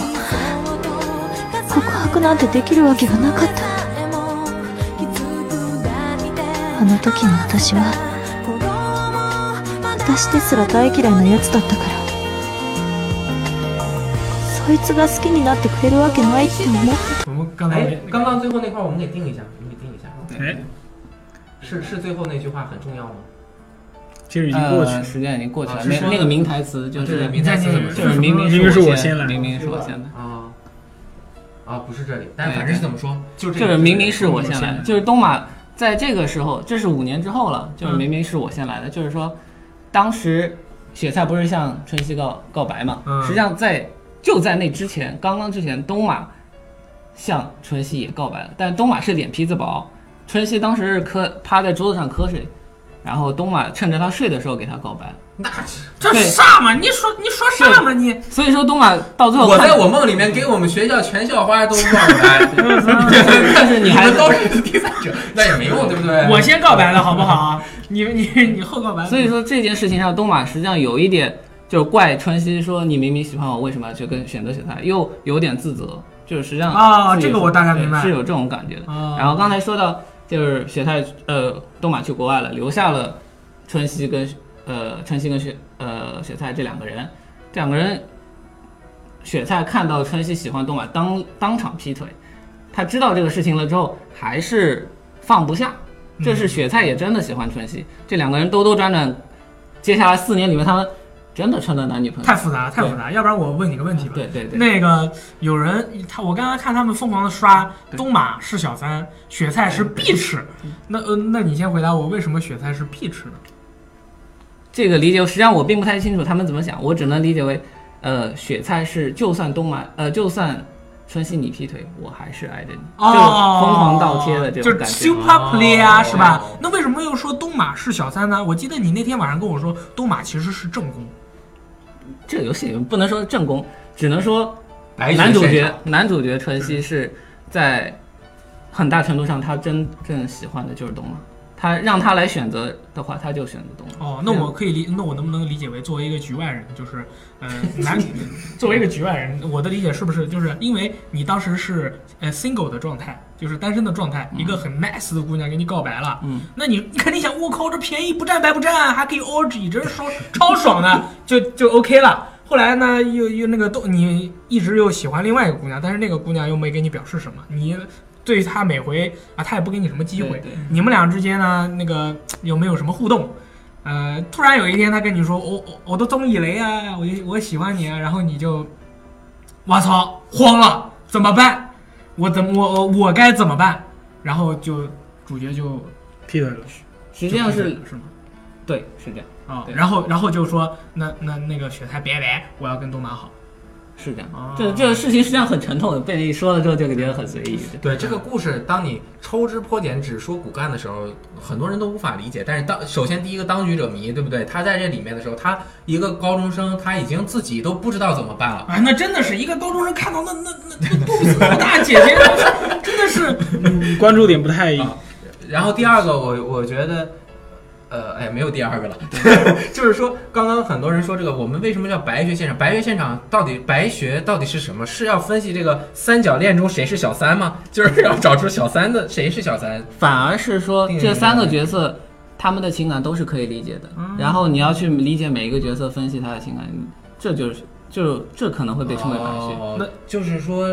Speaker 10: 告白なんてできるわけがなかったあの時の私は私ですら大嫌いなやつだったからそいつが好きになってくれるわけないって思って
Speaker 1: 我们刚才
Speaker 5: 哎，刚刚最后那块儿我们给定一下，我们给定一下。
Speaker 4: 哎，
Speaker 5: 是是最后那句话很重要吗？
Speaker 4: 其实已经过去
Speaker 3: 呃，
Speaker 4: 了。
Speaker 3: 时间已经过去
Speaker 5: 啊
Speaker 3: 了，
Speaker 5: 是
Speaker 3: 那
Speaker 5: 说
Speaker 3: 那个名台词就
Speaker 5: 对
Speaker 3: 是
Speaker 5: 名台词
Speaker 1: 你
Speaker 3: 就
Speaker 1: 在那个
Speaker 3: 是明
Speaker 4: 明明
Speaker 3: 明
Speaker 4: 是我先
Speaker 3: 先
Speaker 4: 来
Speaker 3: 明明是我先来，
Speaker 5: 啊啊，不是这里，
Speaker 3: 对
Speaker 5: 但反正是怎么说，就是
Speaker 3: 就
Speaker 5: 这个
Speaker 3: 是明明是我先来
Speaker 4: 明
Speaker 3: 的，
Speaker 4: 明是我先来
Speaker 3: 就是东马在这个时候，这是五年之后了，就是
Speaker 1: 嗯
Speaker 3: 明明是我先来的，就是说当时雪菜不是向春熙告告白嘛，
Speaker 1: 嗯
Speaker 3: 实际上在就在那之前，刚刚之前，东马向春熙也告白了，但东马是脸皮子薄，春熙当时是磕趴在桌子上瞌睡，然后东马趁着他睡的时候给他告白。
Speaker 5: 那
Speaker 1: 这啥嘛？你说你说啥嘛你？
Speaker 3: 所以说东马到最后
Speaker 5: 我
Speaker 3: 看，
Speaker 5: 在我梦里面给我们学校全校花都告白，
Speaker 3: 但是你还
Speaker 5: 们都是第三者，那也没用，对不对？
Speaker 1: 我先告白了好不好？你你你后告白了。
Speaker 3: 所以说这件事情上，东马实际上有一点就怪川西说你明明喜欢我，为什么要去跟选择选他？又有点自责，就是实际上
Speaker 1: 啊
Speaker 3: 自己
Speaker 1: 这个
Speaker 3: 是
Speaker 1: 我大概
Speaker 3: 对
Speaker 1: 明白
Speaker 3: 是有这种感觉的。
Speaker 1: 啊
Speaker 3: 然后刚才说到就是雪太呃东马去国外了，留下了春熙跟呃春熙跟雪呃雪菜这两个人，这两个人雪菜看到春熙喜欢东马当当场劈腿，他知道这个事情了之后还是放不下，这是雪菜也真的喜欢春熙，这两个人兜兜转转，接下来四年里面他们真的成了男女朋友，
Speaker 1: 太复杂，太复杂。要不然我问你个问题吧。
Speaker 3: 对对对，
Speaker 1: 那个有人他，我刚刚看他们疯狂的刷东马是小三，雪菜是必吃。那呃，那你先回答我，为什么雪菜是必吃呢？
Speaker 3: 这个理解，实际上我并不太清楚他们怎么想，我只能理解为，呃，雪菜是就算东马，呃，就算春熙你劈腿，我还是爱着你，
Speaker 1: 哦
Speaker 3: 就疯狂倒贴的这种
Speaker 1: 就是
Speaker 3: 感觉。哦
Speaker 1: super play 啊，是吧？那为什么又说东马是小三呢？我记得你那天晚上跟我说，东马其实是正宫。
Speaker 3: 这个游戏不能说正宫，只能说
Speaker 1: 白雪
Speaker 3: 男主
Speaker 1: 现
Speaker 3: 角
Speaker 1: 场
Speaker 3: 男主角春熙是在很大程度上他真正喜欢的就是东马，他让他来选择的话，他就选择东马。
Speaker 1: 哦，那我可以理，那我能不能理解为作为一个局外人，就是呃，男， 作为一个局外人，我的理解是不是就是因为你当时是呃 single 的状态，就是单身的状态，一个很 nice 的姑娘给你告白了，
Speaker 3: 嗯，
Speaker 1: 那你你肯定想，我靠，这便宜不占白不占，还可以 orgy，真是爽超爽的，就就 OK 了。后来呢，又又那个都你一直又喜欢另外一个姑娘，但是那个姑娘又没给你表示什么，你对她每回啊，她也不给你什么机会。
Speaker 3: 对对
Speaker 1: 你们俩之间呢，那个有没有什么互动？呃，突然有一天她跟你说，我我我都中意雷啊，我就我喜欢你啊，然后你就，我操，慌了，怎么办？我怎么我我我该怎么办？然后就主角就
Speaker 4: 劈腿了。
Speaker 3: 实际上
Speaker 1: 就是劈腿了是吗？
Speaker 3: 对，是这样
Speaker 1: 啊、
Speaker 3: 对
Speaker 1: 然后然后就说那那那个雪菜别别，我要跟东马好。
Speaker 3: 是这样
Speaker 1: 哦。
Speaker 3: 这这个事情实际上很沉痛的，被你说了之后就觉得很随意。
Speaker 5: 对这个故事，当你抽枝剥茧只说骨干的时候，很多人都无法理解。但是当首先第一个当局者迷，对不对？他在这里面的时候，他一个高中生，他已经自己都不知道怎么办了。
Speaker 1: 啊，那真的是一个高中生看到那那那那肚子那么大姐姐，真的是
Speaker 4: 嗯，关注点不太一样。
Speaker 5: 然后第二个，我我觉得，呃，哎，没有第二个了， 就是说，刚刚很多人说这个，我们为什么叫白学现场？白学现场到底白学到底是什么？是要分析这个三角恋中谁是小三吗？就是要找出小三的谁是小三。
Speaker 3: 反而是说
Speaker 5: 定义
Speaker 3: 这三个角色，他们的情感都是可以理解的。然后你要去理解每一个角色，分析他的情感，这就是就这可能会被称为白学。
Speaker 5: 哦那就是说，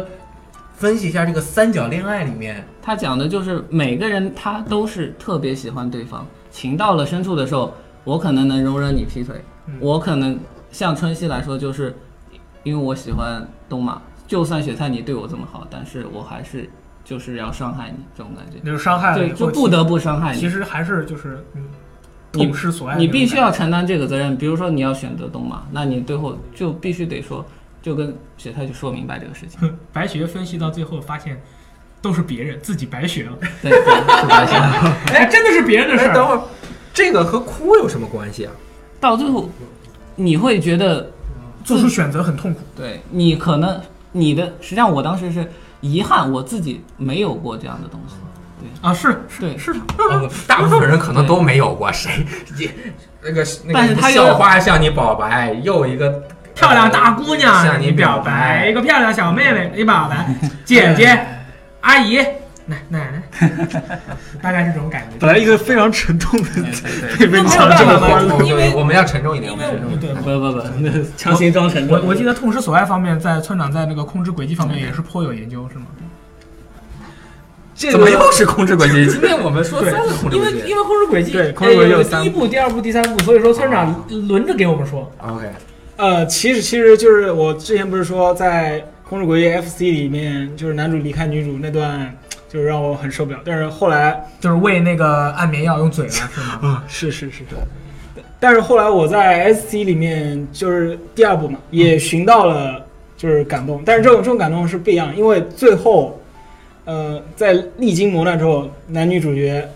Speaker 5: 分析一下这个三角恋爱里面，
Speaker 3: 他讲的就是每个人他都是特别喜欢对方，情到了深处的时候，我可能能容忍你劈腿，
Speaker 1: 嗯
Speaker 3: 我可能像春熙来说，就是因为我喜欢东马，就算雪菜你对我这么好，但是我还是就是要伤害你这种感觉，
Speaker 1: 就是伤害了以
Speaker 3: 对，
Speaker 1: 后
Speaker 3: 就不得不伤害你。
Speaker 1: 其实还是就是嗯，
Speaker 3: 你
Speaker 1: 痛失所爱的那种感觉。
Speaker 3: 你必须要承担这个责任。比如说你要选择东马，那你最后就必须得说，就跟雪菜去说明白这个事情。
Speaker 1: 白学分析到最后发现。都是别人自己白学了，
Speaker 3: 对，对是白雪。
Speaker 1: 哎，真的是别人的事
Speaker 5: 哎，等
Speaker 1: 儿。
Speaker 5: 会儿，这个和哭有什么关系啊？
Speaker 3: 到最后，你会觉得，
Speaker 1: 做出选择 很痛苦，
Speaker 3: 对你可能你的，实际上我当时是遗憾我自己没有过这样的东西。
Speaker 1: 啊，是
Speaker 3: 对
Speaker 1: 是是的，
Speaker 5: 哦大部分人可能都没有过谁，也 那个那个
Speaker 3: 但是他有
Speaker 5: 校花向你表白，又哎一个
Speaker 1: 漂亮大姑娘
Speaker 5: 向你
Speaker 1: 表
Speaker 5: 白
Speaker 1: 一，个漂亮小妹妹你表白，姐 姐、阿姨、奶奶奶， 大概是这种感觉。
Speaker 4: 本来一个非常沉重的，被
Speaker 1: 那
Speaker 4: 被
Speaker 1: 没有
Speaker 4: 强
Speaker 1: 办
Speaker 4: 制
Speaker 1: 法
Speaker 4: 的
Speaker 1: 嘛
Speaker 4: 欢乐。
Speaker 1: 哎因为
Speaker 5: 我们要沉重一点，
Speaker 1: 因
Speaker 5: 我
Speaker 1: 为
Speaker 5: 们沉重一点。
Speaker 1: 对，
Speaker 3: 不不不，那强行装成
Speaker 1: 我我记得痛失所爱方面，在村长在那个控制轨迹方面也是颇有研究，是吗？
Speaker 4: 这
Speaker 5: 怎么
Speaker 4: 个
Speaker 5: 又是控制关系？今天我们说三个控制
Speaker 1: 因为
Speaker 5: 关系
Speaker 1: 因为控制轨迹
Speaker 4: 对
Speaker 1: 呃
Speaker 4: 控制轨迹有
Speaker 1: 有
Speaker 4: 三
Speaker 1: 第一部、第二部、第三部，所以说村长轮着给我们说。
Speaker 5: ，OK，
Speaker 4: 呃，其实其实就是我之前不是说在《空之轨迹 FC》里面，就是男主离开女主那段，就是让我很受不了。但是后来
Speaker 1: 就是喂那个安眠药用嘴了，是吗？
Speaker 4: 啊，是是是是。但是后来我在 SC 里面就是第二部嘛，
Speaker 1: 嗯
Speaker 4: 也寻到了就是感动，但是这种这种感动是不一样，因为最后，呃，在历经磨难之后，男女主角，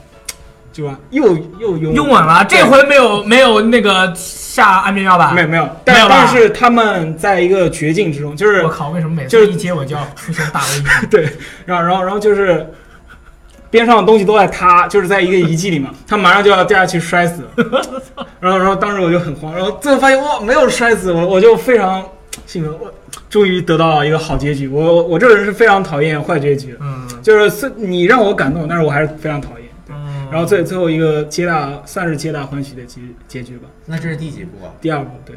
Speaker 4: 对吧？又又拥
Speaker 1: 用稳了，这回没有没有那个下安眠药吧？
Speaker 4: 没有没有，但
Speaker 1: 有吧
Speaker 4: 但是他们在一个绝境之中，就是
Speaker 1: 我靠，为什么每
Speaker 4: 就是
Speaker 1: 次一接我就要出现大危机？
Speaker 4: 对，然后然后然后就是边上的东西都在塌，就是在一个遗 迹里嘛，他马上就要掉下去摔死了。然后，然后当时我就很慌，然后最后发现哇，没有摔死我，我就非常兴奋，我终于得到了一个好结局。我我我这个人是非常讨厌坏结局的，
Speaker 1: 嗯，
Speaker 4: 就是虽你让我感动，但是我还是非常讨厌。对，
Speaker 1: 嗯
Speaker 4: 然后最最后一个皆大算是皆大欢喜的结结局吧。
Speaker 5: 那这是第几部啊？
Speaker 4: 第二部对，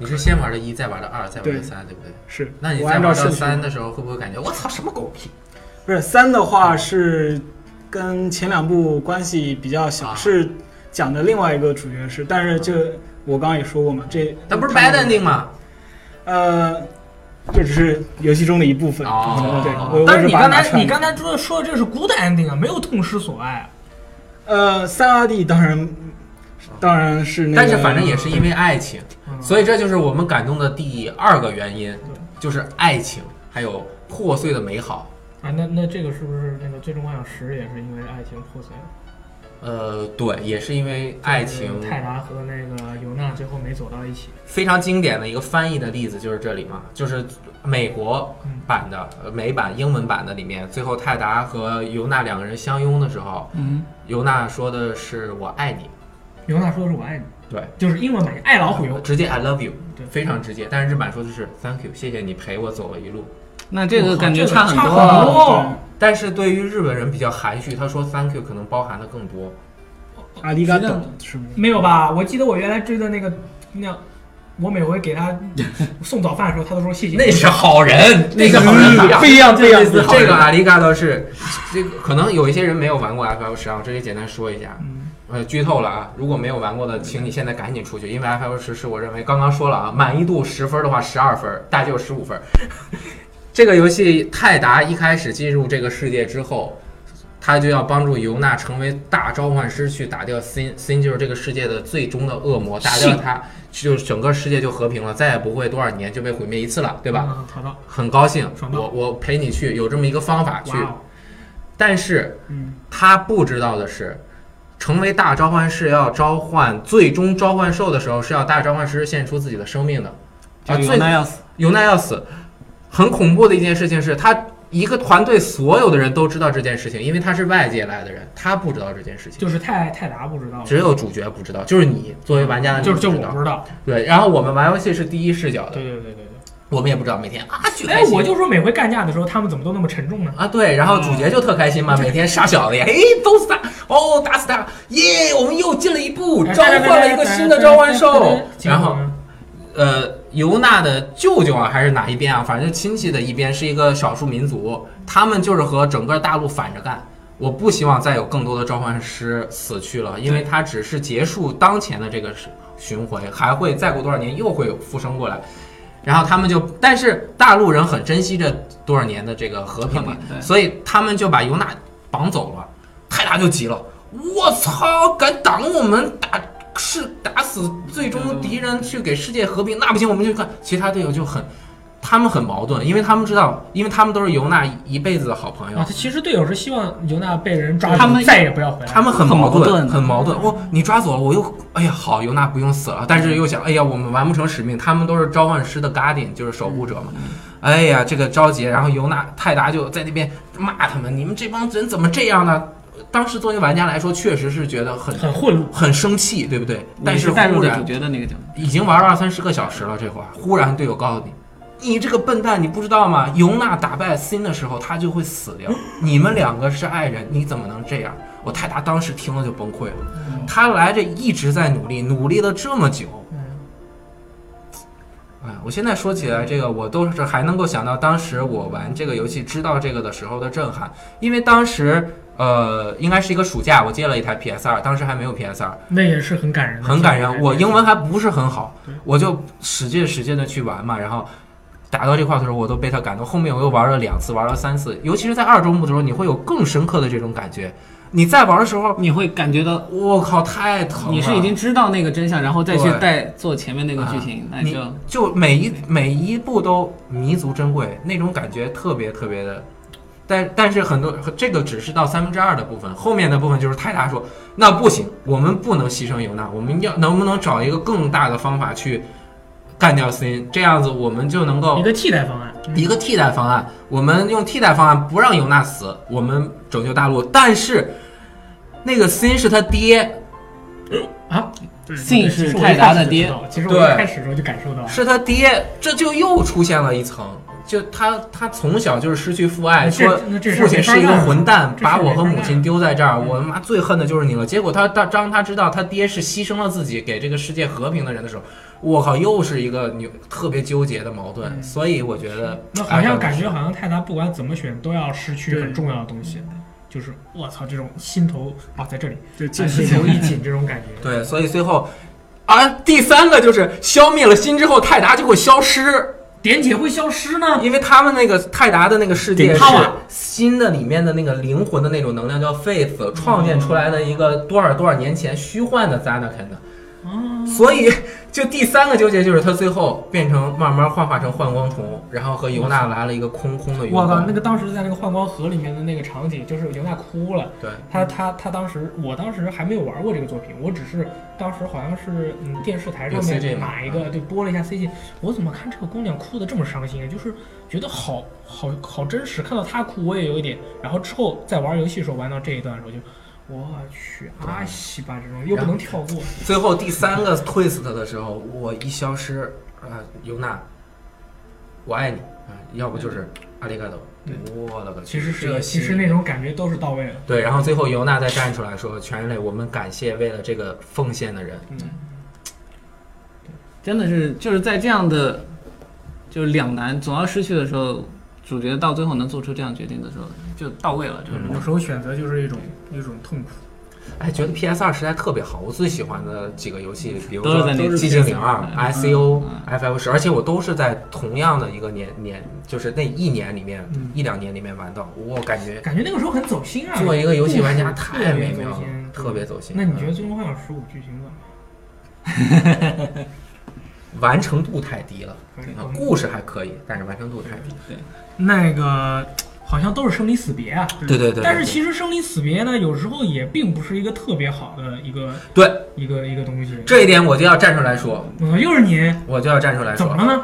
Speaker 5: 你是先玩的一，再玩的二，再玩的
Speaker 4: 对
Speaker 5: 三，对不对？
Speaker 4: 是
Speaker 5: 那你
Speaker 4: 我
Speaker 5: 再
Speaker 4: 按照
Speaker 5: 玩到
Speaker 4: 顺序
Speaker 5: 三的时候，会不会感觉我操什么狗屁？
Speaker 4: 不是三的话是跟前两部关系比较小，
Speaker 5: 啊
Speaker 4: 是讲的另外一个主角是，但是就我刚刚也说过嘛，这
Speaker 5: 那不是 bad ending 吗？
Speaker 4: 呃，这只是游戏中的一部分。
Speaker 5: 哦
Speaker 4: 对，我
Speaker 1: 但是
Speaker 4: 我
Speaker 1: 你
Speaker 4: 把它
Speaker 1: 刚
Speaker 4: 拿出
Speaker 1: 才
Speaker 4: 来
Speaker 1: 你刚才说的说的这是 good ending 啊，没有痛失所爱啊。
Speaker 4: 呃，三阿弟当然当然是那个，嗯
Speaker 5: 但是反正也是因为爱情，所以这就是我们感动的第二个原因，就是爱情，还有破碎的美好。
Speaker 1: 啊，那那这个是不是那个《最终幻想十》也是因为爱情破碎了？
Speaker 5: 呃，对，也是因为爱情。
Speaker 1: 泰达和那个尤娜最后没走到一起。
Speaker 5: 非常经典的一个翻译的例子就是这里嘛，就是美国
Speaker 4: 嗯
Speaker 5: 版的、呃美版、英文版的里面，最后泰达和尤娜两个人相拥的时候，
Speaker 3: 嗯，
Speaker 5: 尤娜说的是“我爱你
Speaker 1: 尤娜说的是我爱你，”，
Speaker 5: 对，
Speaker 1: 就是英文版爱老虎油。
Speaker 5: 直接 “I love you”，
Speaker 1: 对
Speaker 5: 非常直接。但是日版说的是 “Thank you”，谢谢你陪我走了一路。
Speaker 3: 那这
Speaker 1: 我
Speaker 3: 个
Speaker 1: 靠
Speaker 3: 感觉
Speaker 1: 这个
Speaker 3: 差很
Speaker 1: 差
Speaker 3: 多
Speaker 1: 很
Speaker 3: 啊。
Speaker 1: 多。
Speaker 5: 但是对于日本人比较含蓄，他说 “Thank you” 可能包含的更多。
Speaker 4: 阿里嘎
Speaker 3: 实际
Speaker 4: 多
Speaker 3: 上
Speaker 4: 是不是？
Speaker 1: 没有吧？我记得我原来追的那个那，我每回给 他送早饭的时候，他都说谢谢。
Speaker 5: 那是好人，那个好人不一
Speaker 4: 嗯
Speaker 5: 样
Speaker 4: 不。一样，不一样，不一样
Speaker 5: 这个啊阿里嘎多是，这个可能有一些人没有玩过 FF 十啊，我这里简单说一下，呃，剧透了啊，如果没有玩过的，请你现在赶紧出去，因为 FF 十是我认为刚刚说了啊，满意度十分的话十二分，大舅十五分。 这个游戏泰达一开始进入这个世界之后，他就要帮助尤娜成为大召唤师，去打掉辛辛，就是这个世界的最终的恶魔，打掉他，就整个世界就和平了，再也不会多少年就被毁灭一次了，对吧？
Speaker 1: 嗯，淘到，
Speaker 5: 很高兴，
Speaker 1: 爽到
Speaker 5: 我我陪你去，有这么一个方法去。
Speaker 1: 哇哦，
Speaker 5: 但是
Speaker 4: 嗯，
Speaker 5: 他不知道的是，成为大召唤师要召唤最终召唤兽的时候，是要大召唤师献出自己的生命的。啊，
Speaker 3: 就
Speaker 5: 最
Speaker 3: 尤娜要死，
Speaker 5: 尤娜要死，很恐怖的一件事情是他一个团队所有的人都知道这件事情，因为他是外界来的人，他不知道这件事情，
Speaker 1: 就是泰泰达不知道，
Speaker 5: 只有主角不知道，就是你作为玩家的
Speaker 1: 哦
Speaker 5: 你
Speaker 1: 就是就
Speaker 5: 知
Speaker 1: 我
Speaker 5: 道
Speaker 1: 不。知道。
Speaker 5: 对，然后我们玩游戏是第一视角的
Speaker 1: 对，对对对对。
Speaker 5: 我们也不知道每天啊，巨
Speaker 1: 哎
Speaker 5: 开，心
Speaker 1: 我就说每回干架的时候，他们怎么都那么沉重呢？嗯
Speaker 5: 啊，对，然后主角就特开心嘛， 每天傻小子呀，哎，都是他，哦，打死他，耶，我们又进了一步，
Speaker 1: 哎
Speaker 5: 召唤了一个新的召唤兽，然后呃，尤娜的舅舅啊，还是哪一边啊？反正亲戚的一边是一个少数民族，他们就是和整个大陆反着干。我不希望再有更多的召唤师死去了，因为它只是结束当前的这个巡回，还会再过多少年又会复生过来。然后他们就，但是大陆人很珍惜这多少年的这个和平嘛
Speaker 3: 和平，对
Speaker 5: 所以他们就把尤娜绑走了。泰达就急了，我操，敢挡我们打是打死最终敌人去给世界和平，那不行，我们就看其他队友就很，他们很矛盾，因为他们知道，因为他们都是尤娜一辈子的好朋友
Speaker 1: 啊，他，其实队友是希望尤娜被人抓住，
Speaker 3: 他们
Speaker 1: 再也不要回来。
Speaker 5: 他们很
Speaker 3: 很
Speaker 5: 矛
Speaker 3: 矛
Speaker 5: 盾，
Speaker 3: 盾嗯
Speaker 5: 很矛盾。我你抓走了，我又哎呀好，尤娜不用死了，但是又想哎呀我们完不成使命，他们都是召唤师的 guardian，就是守护者
Speaker 3: 嗯
Speaker 5: 嘛。哎呀这个着急，然后尤娜泰达就在那边骂他们，你们这帮人怎么这样呢？当时作为玩家来说，确实是觉得很
Speaker 1: 很混乱，
Speaker 5: 很生气，对不对？但
Speaker 3: 你
Speaker 5: 是
Speaker 3: 是带入
Speaker 5: 忽
Speaker 3: 的
Speaker 5: 然
Speaker 3: 主角的那个角度。
Speaker 5: 已经玩了二三十个小时了，这会儿忽然队友告诉你，你这个笨蛋，你不知道吗？尤娜打败辛的时候，他就会死掉。你们两个是爱人，你怎么能这样？我泰达当时听了就崩溃了。他来这一直在努力，努力了这么久。哎，我现在说起来这个，我都是还能够想到当时我玩这个游戏知道这个的时候的震撼，因为当时呃应该是一个暑假，我借了一台 PS 2当时还没有 PS 2
Speaker 1: 那也是很感人的，
Speaker 5: 很感人。我英文还不是很好，我就使劲使劲的去玩嘛，然后打到这块儿的时候，我都被他感动。后面我又玩了两次，玩了三次，尤其是在二周目的时候，你会有更深刻的这种感觉。你在玩的时候，
Speaker 3: 你会感觉到
Speaker 5: 我靠，太疼了！
Speaker 3: 你是已经知道那个真相，然后再去
Speaker 5: 对
Speaker 3: 带做前面那个剧情，
Speaker 5: 啊
Speaker 3: 那
Speaker 5: 你
Speaker 3: 就
Speaker 5: 就每一每一步都弥足珍贵，那种感觉特别特别的。但但是很多这个只是到三分之二的部分，后面的部分就是泰达说那不行，我们不能牺牲尤娜，我们要能不能找一个更大的方法去干掉 Sin，这样子我们就能够
Speaker 1: 一个替代方案，
Speaker 5: 一个替代方案，我们用替代方案不让尤娜死，我们拯救大陆。但是那个 Sin 是他爹，
Speaker 1: 啊，
Speaker 3: 信是泰达的爹，
Speaker 1: 其实我一开始的时候就感受到了，
Speaker 5: 是他爹，这就又出现了一层。就他，他从小就是失去父爱，
Speaker 1: 那这
Speaker 5: 说
Speaker 1: 那这事儿
Speaker 5: 父亲是一个混蛋，
Speaker 1: 没法
Speaker 5: 把
Speaker 1: 干
Speaker 5: 我和母亲丢在这儿，
Speaker 1: 嗯
Speaker 5: 我他妈最恨的就是你了。结果他，他当他知道他爹是牺牲了自己给这个世界和平的人的时候，我靠，又是一个你特别纠结的矛盾。所以我觉得，
Speaker 1: 嗯那好像
Speaker 5: 哎
Speaker 1: 感觉好像泰达不管怎么选都要失去
Speaker 4: 对
Speaker 1: 很重要的东西，就是我操这种心头啊在这里，
Speaker 4: 对，
Speaker 1: 啊
Speaker 4: 进
Speaker 1: 心
Speaker 4: 行
Speaker 1: 头一紧这种感觉，
Speaker 5: 对，所以最后，啊，第三个就是消灭了心之后，泰达就会消失，
Speaker 1: 点解会消失呢？
Speaker 5: 因为他们那个泰达的那个世界
Speaker 1: 顶
Speaker 5: 是
Speaker 1: 他了
Speaker 5: 新的里面的那个灵魂的那种能量叫 faith 创建出来的一个多少多少年前虚幻的 Zanakan 的，所以就第三个纠结就是他最后变成慢慢幻化成幻光虫，然后和尤娜来了一个空空的
Speaker 1: 我
Speaker 5: 永
Speaker 1: 靠，那
Speaker 5: 恒。
Speaker 1: 个当时在那个幻光河里面的那个场景，就是刘娜哭了。
Speaker 5: 对，
Speaker 1: 他他他当时，我当时还没有玩过这个作品，我只是当时好像是嗯电视台上
Speaker 5: 有 CG
Speaker 1: 面
Speaker 5: 嘛嗯
Speaker 1: 哪一个对播了一下 CG，我怎么看这个姑娘哭的这么伤心啊？就是觉得好好好真实，看到她哭我也有一点。然后之后在玩游戏的时候玩到这一段的时候就，我去阿西吧这种又不能跳过，
Speaker 5: 最后第三个 twist 的时候，我一消失，啊，尤娜，我爱你啊，要不就是阿里嘎多，对我了个去
Speaker 1: 其实
Speaker 5: 这
Speaker 1: 是
Speaker 5: 个
Speaker 1: 其实
Speaker 5: 心
Speaker 1: 那种感觉都是到位了。
Speaker 5: 对，然后最后尤娜再站出来说：“全人类，我们感谢为了这个奉献的
Speaker 1: 嗯
Speaker 5: 人。
Speaker 3: 真的是就是在这样的就是两难总要失去的时候，主角到最后能做出这样决定的时候，就到位了，就是
Speaker 1: 有时候选择就是一种一种痛苦。”
Speaker 5: 哎，觉得 PS 二时代特别好，我最喜欢的几个游戏，比如
Speaker 3: 都是
Speaker 5: 说
Speaker 3: 在那
Speaker 5: 《寂
Speaker 3: PS2
Speaker 5: 静岭二》、
Speaker 3: 嗯
Speaker 5: ICO
Speaker 3: 嗯、
Speaker 5: FF 十，而且我都是在同样的一个年年，就是那一年里面、
Speaker 1: 嗯
Speaker 5: 一两年里面玩到，我感觉
Speaker 1: 感觉那个时候很走心啊。
Speaker 5: 作为一个游戏玩家
Speaker 1: 故事
Speaker 5: 太美妙了
Speaker 1: 特别走心，
Speaker 5: 特别走心。
Speaker 1: 那你觉得《
Speaker 5: 嗯
Speaker 1: 最终幻想十五》剧情怎么样？
Speaker 5: 完成度太低了？
Speaker 1: 嗯
Speaker 5: 啊故事还可以，但是完成度太低。
Speaker 1: 那个好像都是生离死别啊。
Speaker 5: 对对对，
Speaker 1: 但是其实生离死别呢，有时候也并不是一个特别好的一个
Speaker 5: 对
Speaker 1: 一个一个东西。
Speaker 5: 这一点我就要站出来说，
Speaker 1: 嗯，又是你，
Speaker 5: 我就要站出来
Speaker 1: 怎
Speaker 5: 说
Speaker 1: 么，了呢？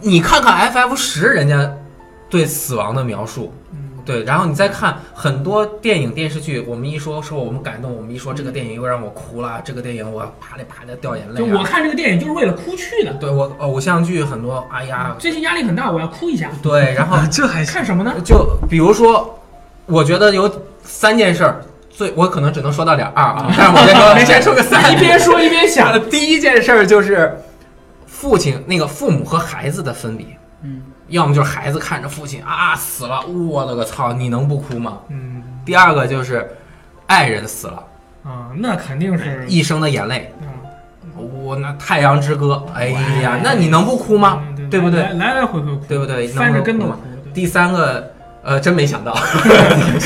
Speaker 5: 你看看 FF 十人家对死亡的描述，
Speaker 1: 嗯
Speaker 5: 对，然后你再看很多电影电视剧，我们一说说我们感动，我们一说这个电影又让我哭了，这个电影我啪啦啪啦掉眼泪、
Speaker 1: 就
Speaker 5: 啊。
Speaker 1: 我看这个电影就是为了哭去的。
Speaker 5: 对我哦偶像剧很多，哎呀，
Speaker 1: 最近压力很大，我要哭一下。
Speaker 5: 对，然后
Speaker 4: 啊， 这还行
Speaker 1: 看什么呢？
Speaker 5: 就比如说，我觉得有三件事儿，最我可能只能说到俩二啊，但是我 先说 先说个三，
Speaker 1: 一边说一边想。
Speaker 5: 第一件事儿就是父亲那个父母和孩子的分别，
Speaker 1: 嗯，
Speaker 5: 要么就是孩子看着父亲啊死了，我勒个操，你能不哭吗？
Speaker 1: 嗯
Speaker 5: 第二个就是爱人死了，
Speaker 1: 啊，那肯定是
Speaker 5: 一生的眼泪，
Speaker 1: 啊，
Speaker 5: 我那太阳之歌，哎呀，那你能不哭吗？
Speaker 1: 嗯
Speaker 5: 对不
Speaker 1: 来
Speaker 5: 对？
Speaker 1: 来来回回哭，
Speaker 5: 对不对？
Speaker 1: 翻着跟头
Speaker 5: 能
Speaker 1: 哭
Speaker 5: 不能哭吗？，第三个，呃，真没想 到，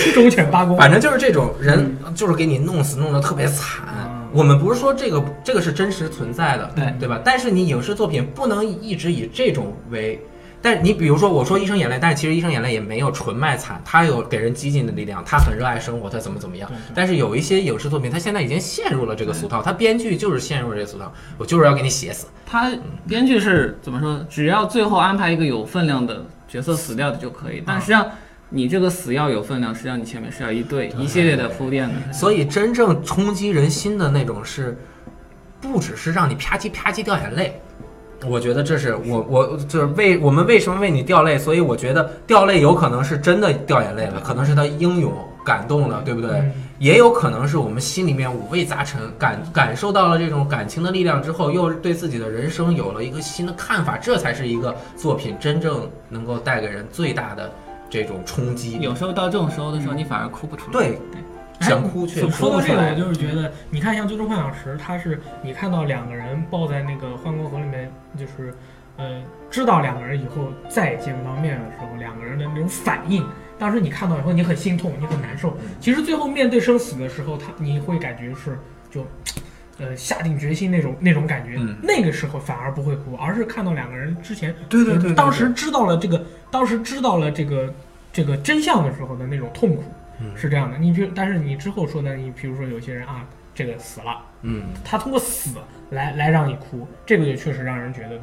Speaker 1: 对忠犬八公。
Speaker 5: 反正就是这种人，就是给你弄死，弄得特别惨。我们不是说这个这个是真实存在的，
Speaker 3: 对
Speaker 5: 对吧？但是你影视作品不能一直以这种为。但你比如说，我说《一生眼泪》，但其实《一生眼泪》也没有纯卖惨，它有给人激进的力量，它很热爱生活，它怎么怎么样。但是有一些影视作品，它现在已经陷入了这个俗套，它编剧就是陷入了这个俗套，我就是要给你写死。
Speaker 3: 他编剧是怎么说？只要最后安排一个有分量的角色死掉的就
Speaker 5: 啊
Speaker 3: 可以，但实际上你这个死要有分量，实际上你前面是要一对一系列的铺垫的。
Speaker 5: 所以真正冲击人心的那种是，不只是让你啪叽啪叽掉眼泪。我觉得这是我我就是为我们为什么为你掉泪，所以我觉得掉泪有可能是真的掉眼泪了，可能是他英勇感
Speaker 3: 嗯
Speaker 5: 动了，对不对？也有可能是我们心里面五味杂陈，感感受到了这种感情的力量之后，又对自己的人生有了一个新的看法，这才是一个作品真正能够带给人最大的这种冲击。
Speaker 3: 有时候到这种时候的时候，你反而哭不出来。
Speaker 5: 对
Speaker 3: 对，
Speaker 5: 想哭却
Speaker 1: 哎说
Speaker 5: 哭
Speaker 1: 到
Speaker 5: 不
Speaker 1: 这
Speaker 5: 出
Speaker 1: 个，我
Speaker 5: 来。
Speaker 1: 就是觉得，你看像《最终幻想十》，它是你看到两个人抱在那个幻光河里面，就是呃，知道两个人以后再也见不到面的时候，两个人的那种反应，当时你看到以后，你很心痛，你很难受。
Speaker 5: 嗯
Speaker 1: 其实最后面对生死的时候，他你会感觉是就。呃，下定决心那种那种感觉，
Speaker 5: 嗯
Speaker 1: 那个时候反而不会哭，而是看到两个人之前，嗯
Speaker 5: 对对对对
Speaker 1: 当时知道了这个，当时知道了这个这个真相的时候的嗯那种痛苦，是这样的。你比如，但是你之后说呢，你比如说有些人啊，这个死了，
Speaker 5: 嗯，
Speaker 1: 他通过死来来让你哭，这个就确实让人觉得，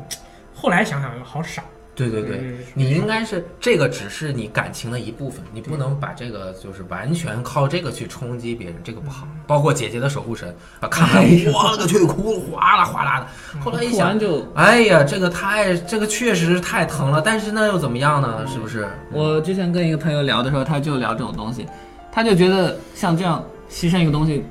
Speaker 1: 后来想想好傻。
Speaker 5: 对对对，你应该是这个只是你感情的一部分，你不能把这个就是完全靠这个去冲击别人，这个不
Speaker 3: 嗯
Speaker 5: 好。包括姐姐的守护神啊，看完我勒个去哭，哗啦哗啦的。后来
Speaker 1: 嗯
Speaker 5: 一
Speaker 3: 哎哭
Speaker 5: 想
Speaker 3: 完就
Speaker 5: 哎呀，这个太这个确实太疼了，但是那又怎么样呢？是不嗯是？
Speaker 3: 我之前跟一个朋友聊的时候，他就聊这种东西，他就觉得像这样牺牲一个东西，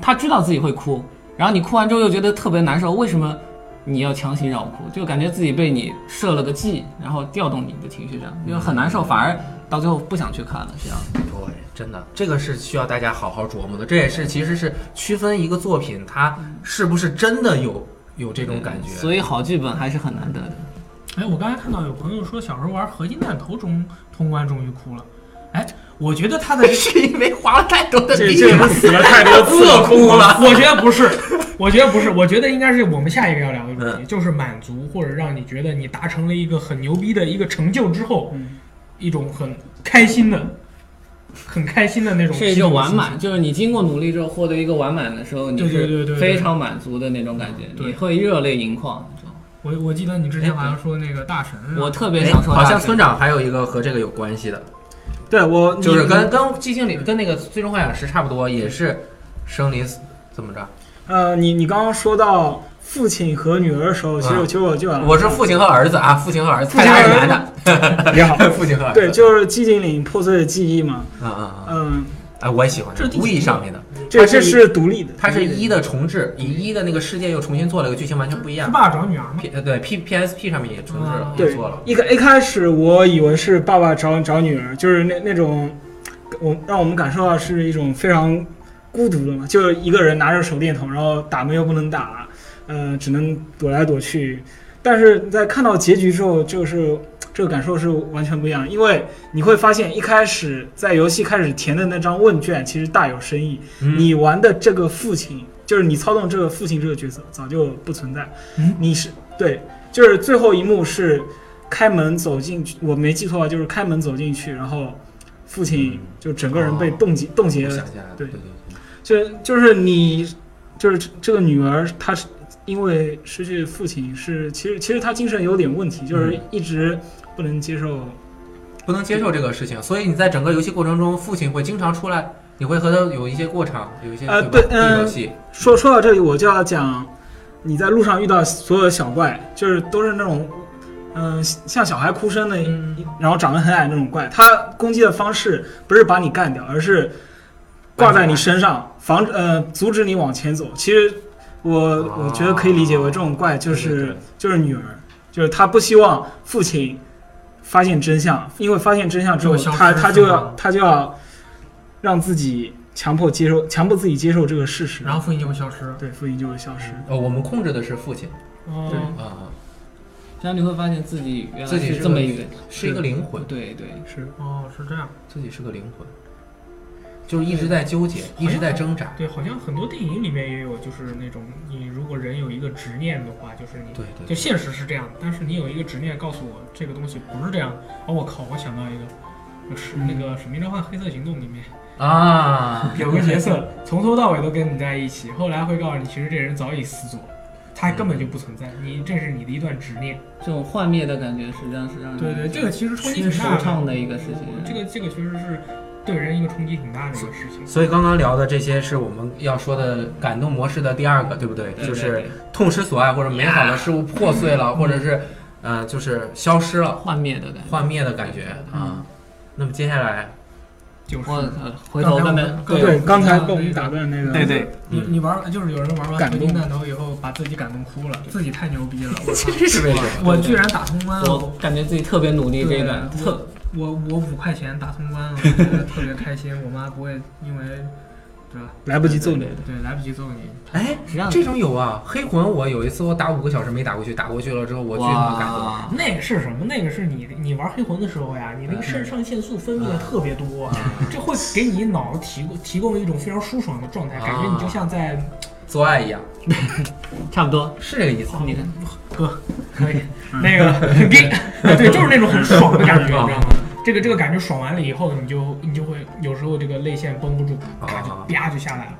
Speaker 3: 他知道自己会哭，然后你哭完之后又觉得特别难受，为什么你要强行让我哭？就感觉自己被你设了个计，然后调动你的情绪，这样就很难受，反而到最后不想去看了，这样。
Speaker 5: 对，真的，这个是需要大家好好琢磨的。这也是其实是区分一个作品它是不是真的有有这种感觉。
Speaker 3: 嗯所以好剧 本还是很难得的。
Speaker 1: 哎，我刚才看到有朋友说小时候玩合金弹头中通关终于哭了，哎，我觉得他 的
Speaker 5: 是因为哎花 了太多的
Speaker 4: 这这人死了太多次了，
Speaker 5: 哭 了。
Speaker 1: 我觉得不 是，我觉得不是，我觉得应该是我们下一个要聊的
Speaker 3: 嗯
Speaker 1: 主题，就是满足或者让你觉得你达成了一个很牛逼的一个成就之后，一种很开心的、很开心的那种，
Speaker 3: 是一个完满，。就是你经过努力之后获得一个完满的时候，你
Speaker 1: 对对对对
Speaker 3: 是
Speaker 1: 对
Speaker 3: 非常满足的那种感觉，
Speaker 1: 对
Speaker 3: 你会热泪盈眶。你知道吗
Speaker 1: 我我记得你之前好像说那个大神啊，
Speaker 3: 哎我特别
Speaker 5: 哎
Speaker 3: 想说
Speaker 5: 好
Speaker 3: 大神，
Speaker 5: 像村长还有一个和这个有关系的，
Speaker 4: 对我
Speaker 5: 就是
Speaker 4: 你
Speaker 5: 跟跟寂静岭跟那个最终幻想十差不多，也是生离死怎么着？
Speaker 4: 呃，你你刚刚说到父亲和女儿的时候，其实
Speaker 5: 啊
Speaker 4: 我其实我就想
Speaker 5: 我是父亲和儿子啊，父亲和儿子，他
Speaker 4: 亲和
Speaker 5: 俩
Speaker 4: 儿
Speaker 5: 是
Speaker 4: 子
Speaker 5: 男的，
Speaker 4: 也好
Speaker 5: 父亲和儿子，
Speaker 4: 对，就是寂静岭破碎的记忆嘛，
Speaker 5: 嗯嗯嗯，
Speaker 4: 嗯，
Speaker 5: 哎，我也喜欢这
Speaker 1: 这是第几
Speaker 5: 个
Speaker 1: 部
Speaker 5: 无意上面的，
Speaker 4: 这
Speaker 5: 它
Speaker 4: 这
Speaker 5: 是
Speaker 4: 是独立的，
Speaker 5: 它是
Speaker 4: 独立的
Speaker 5: 一的重置，以一的那个世界又重新做了一个剧情，完全不一
Speaker 1: 是
Speaker 5: 样。
Speaker 1: 爸爸找女儿嘛，
Speaker 5: P 呃对 P P S P 上面也重置了，也
Speaker 4: 对
Speaker 5: 做了，。
Speaker 4: 一开一开始我以为是爸爸找找女儿，就是那那种，我让我们感受到是一种非常孤独的嘛，就是一个人拿着手电筒，然后打门又不能打，嗯、只能躲来躲去。但是在看到结局之后，就是这个感受是完全不一样的，因为你会发现一开始在游戏开始填的那张问卷其实大有深意，
Speaker 5: 嗯
Speaker 4: 你玩的这个父亲，就是你操纵这个父亲这个角色早就不存在，
Speaker 1: 嗯
Speaker 4: 你是对，就是最后一幕是开门走进去，我没记错啊，就是开门走进去，然后父亲就整个人被
Speaker 5: 嗯哦
Speaker 4: 冻结、冻结
Speaker 5: 我
Speaker 4: 了
Speaker 5: 想起来了，
Speaker 4: 对
Speaker 5: 对对。
Speaker 4: 就就是你，就是这这个女儿，她是因为失去父亲是，其实其实她精神有点问题，就是
Speaker 5: 嗯
Speaker 4: 一直不能接受。
Speaker 5: 不能接受这个事情，所以你在整个游戏过程中，父亲会经常出来，你会和他有一些过场，有一些
Speaker 4: 呃
Speaker 5: 对吧
Speaker 4: 对嗯
Speaker 5: 游戏，
Speaker 4: 说说到这里，我就要讲，你在路上遇到所有的小怪，就是都是那种，嗯、像小孩哭声的，
Speaker 5: 嗯
Speaker 4: 然后长得很矮那种怪，它攻击的方式不是把你干掉，而是挂在你身上，防呃阻止你往前走。其实我我觉得可以理解为这种怪就
Speaker 5: 啊对对
Speaker 4: 是
Speaker 5: 对
Speaker 4: 就是女儿，就是她不希望父亲发现真相，因为发现真相之后，
Speaker 1: 就消失
Speaker 4: 她她就要
Speaker 1: 了
Speaker 4: 她就要让自己强迫接受，强迫自己接受这个事实，
Speaker 1: 然后父亲就会消失。
Speaker 4: 对父亲就会消失。
Speaker 5: 呃，我们控制的是父亲
Speaker 1: 哦
Speaker 4: 对，
Speaker 5: 啊啊，
Speaker 3: 这样你会发现自己原
Speaker 5: 自
Speaker 3: 来
Speaker 5: 己
Speaker 3: 是
Speaker 5: 是
Speaker 3: 这么
Speaker 5: 个
Speaker 3: 一个，
Speaker 5: 是一个灵魂，
Speaker 3: 对对，
Speaker 4: 是
Speaker 1: 哦，是这样。
Speaker 5: 自己是个灵魂，就是一直在纠结，一直在挣扎。
Speaker 1: 对，好像很多电影里面也有，就是那种你如果人有一个执念的话，就是你
Speaker 5: 对对
Speaker 1: 就现实是这样的，但是你有一个执念告诉我这个东西不是这样的。哦，我靠，我想到一个，就是那个《使命召唤：黑色行动》里面
Speaker 5: 嗯 啊，
Speaker 1: 有个角色从头到尾都跟你在一起，后来会告诉你，其实这人早已死左，他根本就不存在，你这是你的一段执念。
Speaker 3: 这种幻灭的感觉实际上是让人
Speaker 1: 嗯对对，这个其实冲击
Speaker 3: 挺
Speaker 1: 挺
Speaker 3: 舒
Speaker 1: 大
Speaker 3: 畅
Speaker 1: 的，
Speaker 3: 的一个事情。
Speaker 1: 这个这个其实是对人一个冲击挺大的一个事情。
Speaker 5: 所以刚刚聊的这些是我们要说的感动模式的第二个，对不对？
Speaker 3: 对
Speaker 5: 就是
Speaker 3: 对
Speaker 5: 痛失所爱，或者美好的事物破碎了，或者是呃，就是消失了、
Speaker 3: 嗯幻灭的感觉。嗯
Speaker 5: 幻灭的感觉啊。那么接下来
Speaker 1: 就是
Speaker 3: 我呃回头外面
Speaker 1: 对
Speaker 4: 对，刚才
Speaker 1: 刚才嗯
Speaker 4: 被我
Speaker 1: 那
Speaker 4: 们
Speaker 1: 个
Speaker 4: 打断那个，
Speaker 3: 对对，
Speaker 1: 你你玩就是有人玩完
Speaker 4: 感
Speaker 1: 合
Speaker 4: 动
Speaker 1: 金弹头以后，把自己感动哭了，自己太牛逼了，我操！
Speaker 5: 这是为什么？
Speaker 1: 我居然打通关了，
Speaker 3: 我
Speaker 1: 我
Speaker 3: 感觉自己特别努力这一段，
Speaker 1: 对
Speaker 3: 特
Speaker 1: 我我五块钱打通 关了，我觉得特别开心。我妈不会因为对吧？
Speaker 4: 来不及揍你
Speaker 3: 对。对
Speaker 1: 对，来不及揍你，
Speaker 5: 哎
Speaker 3: 实际上，
Speaker 5: 这种有啊，黑魂我有一次我打五个小时没打过去，打过去了之后我巨他妈感动。
Speaker 3: 哇，
Speaker 1: 那个是什么？那个是你你玩黑魂的时候呀，你那个肾上腺素分泌的特别多，啊
Speaker 5: 嗯
Speaker 1: 这会给你脑子提供提供一种非常舒爽的状态，
Speaker 5: 啊
Speaker 1: 感觉你就像 在
Speaker 5: 做爱一 样，
Speaker 3: 差不多。
Speaker 5: 是这个意思。
Speaker 3: 你看，
Speaker 1: 哥哦可以那 个给， 对，就是那种很爽的感觉，你知道吗？
Speaker 5: 嗯
Speaker 1: 这个这个感觉爽完了以后，你就你就会有时候这个泪腺绷不住，咔就
Speaker 5: 啊
Speaker 1: 啪就下来了。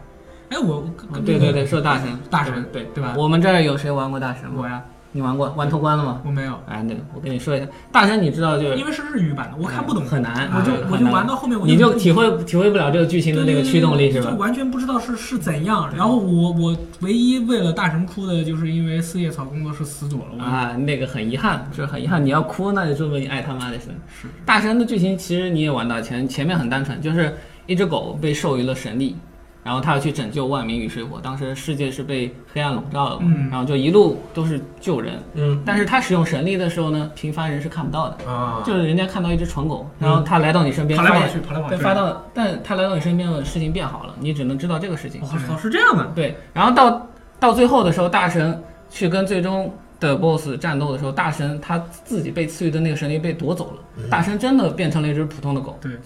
Speaker 1: 哎，我跟
Speaker 3: 嗯对对对，说大神，
Speaker 1: 大神
Speaker 3: 对
Speaker 1: 对吧
Speaker 3: 我们这儿有谁玩过大神吗？
Speaker 1: 我呀，
Speaker 3: 你玩过玩通关了吗？
Speaker 1: 我没有。
Speaker 3: 哎，对，我跟你说一下，大神你知道就是
Speaker 1: 因为是日语版的，我看不懂，
Speaker 3: 很难，
Speaker 1: 我就
Speaker 3: 很
Speaker 1: 我就
Speaker 3: 难
Speaker 1: 玩到后面我
Speaker 3: 你就
Speaker 1: 就
Speaker 3: 体会体会不了这个剧情的那个驱动力是吧
Speaker 1: 就？完全不知道是是怎样。然后我我唯一为了大神哭的，就是因为四叶草工作室死左了。我
Speaker 3: 啊，那个很遗憾，就是很遗憾。你要哭，那就说明你爱他妈的神。是大神的剧情其实你也玩到前前面很单纯，就是一只狗被授予了神力，然后它要去拯救万民于水火。当时世界是被黑暗笼罩了嘛，
Speaker 1: 嗯
Speaker 3: 然后就一路都是救人。
Speaker 5: 嗯
Speaker 3: 但是它使用神力的时候呢，平凡人是看不到的。
Speaker 5: 啊，
Speaker 3: 就是人家看到一只蠢狗，然后它来到你身边，
Speaker 1: 跑来嗯跑
Speaker 3: 发现
Speaker 1: 去跑来跑
Speaker 3: 对
Speaker 1: 去
Speaker 3: 发到，但它来到你身边了，事情变好了，你只能知道这个事情。
Speaker 1: 我哦操，是这样啊的，
Speaker 3: 对，然后到到最后的时候，大神去跟最终的 BOSS 战斗的时候，大神他自己被赐予的那个神力被夺走了，大神真的变成了一只普通的狗。
Speaker 1: 嗯对，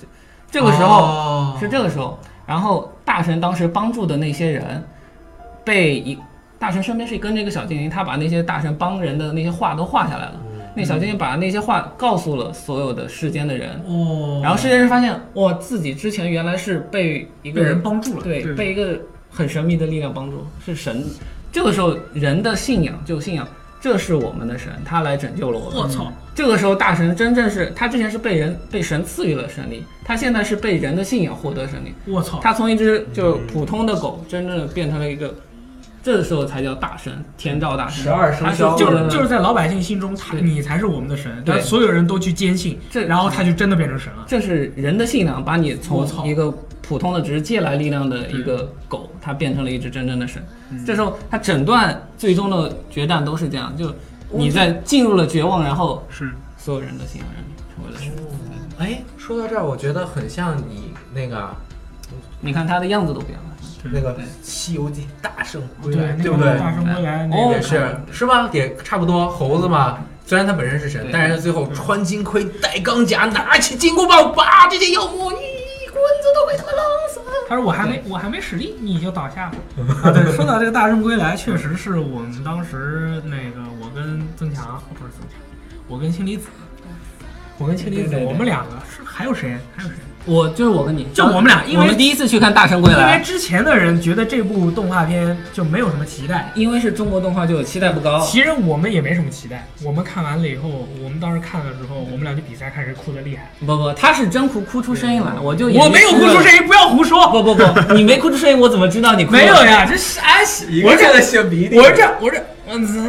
Speaker 3: 这个时候
Speaker 5: 哦
Speaker 3: 是这个时候，然后大神当时帮助的那些人，被一大神身边是跟着一个小精灵，他把那些大神帮人的那些话都画下来了。那小精灵把那些话告诉了所有的世间的人，
Speaker 1: 哦，
Speaker 3: 然后世界人发现，哇，自己之前原来是被一个
Speaker 1: 被人帮助了
Speaker 3: 对，
Speaker 1: 对
Speaker 3: 被一个很神秘的力量帮助，是神。这个时候，人的信仰就信仰，这是我们的神，他来拯救了我们。
Speaker 1: 我操，
Speaker 3: 这个时候，大神真正是他之前是被人被神赐予了神力，他现在是被人的信仰获得神力。
Speaker 1: 我操，
Speaker 3: 他从一只就是普通的狗，真正的变成了一个，这时候才叫大神，天照大神。
Speaker 5: 12生
Speaker 3: 他是
Speaker 5: 肖
Speaker 1: 就
Speaker 3: 获得
Speaker 1: 是
Speaker 3: 了
Speaker 1: 就是在老百姓心中，他
Speaker 3: 对
Speaker 1: 你才是我们的神，
Speaker 3: 对
Speaker 1: 然后所有人都去坚信，
Speaker 3: 这
Speaker 1: 然后他就真的变成神了。
Speaker 3: 这是人的信仰，把你
Speaker 1: 我
Speaker 3: 从
Speaker 1: 操嗯
Speaker 3: 一个普通的只是借来力量的一个狗，它变成了一只真正的神。这时候，它整段最终的决战都是这样，就你在进入了绝望，然后
Speaker 4: 是
Speaker 3: 所有人的信仰让你成为了神。
Speaker 5: 哎， 说到这儿，我觉得很像你那个
Speaker 3: 你看它的样子都不一样了。
Speaker 5: 那个《西游记》大圣归来，
Speaker 1: 那
Speaker 5: 对
Speaker 1: 个
Speaker 5: 不对？
Speaker 1: 大圣归来那
Speaker 3: 哦
Speaker 1: 个
Speaker 5: 也是是吧？也差不多，猴子嘛。虽然他本身是神，
Speaker 3: 对
Speaker 5: 但是他最后穿金盔、戴钢甲，拿起金箍棒，把这些妖魔一棍子都给他们弄死。
Speaker 1: 他说我还没我还没使力，你就 倒下了。啊，对，说到这个《大圣归来》，确实是我们当时那个我跟曾强不是曾强，我跟氢离子，我跟氢离
Speaker 3: 对
Speaker 1: 子
Speaker 3: 对，对
Speaker 1: 我们两个是还有谁？还有谁？
Speaker 3: 我就是我跟你，
Speaker 1: 就我们俩因为
Speaker 3: 我们第一次去看《大圣归
Speaker 1: 因为
Speaker 3: 来》，
Speaker 1: 之前的人觉得这部动画片就没有什么期待，
Speaker 3: 因为是中国动画，就有期待不高。
Speaker 1: 其实我们也没什么期待。我们看完了以后，我们当时看的时候，我们俩就比赛看谁哭的厉害。
Speaker 3: 不不，他是真哭哭出声音来，我就
Speaker 1: 我没有哭出声
Speaker 3: 音。
Speaker 1: 音，不要胡说。
Speaker 3: 不不不，你没哭出声音，我怎么知道你哭了？
Speaker 1: 没有呀，这是哎，我
Speaker 5: 这
Speaker 1: 这
Speaker 5: 个小鼻涕
Speaker 1: 我这我这嗯。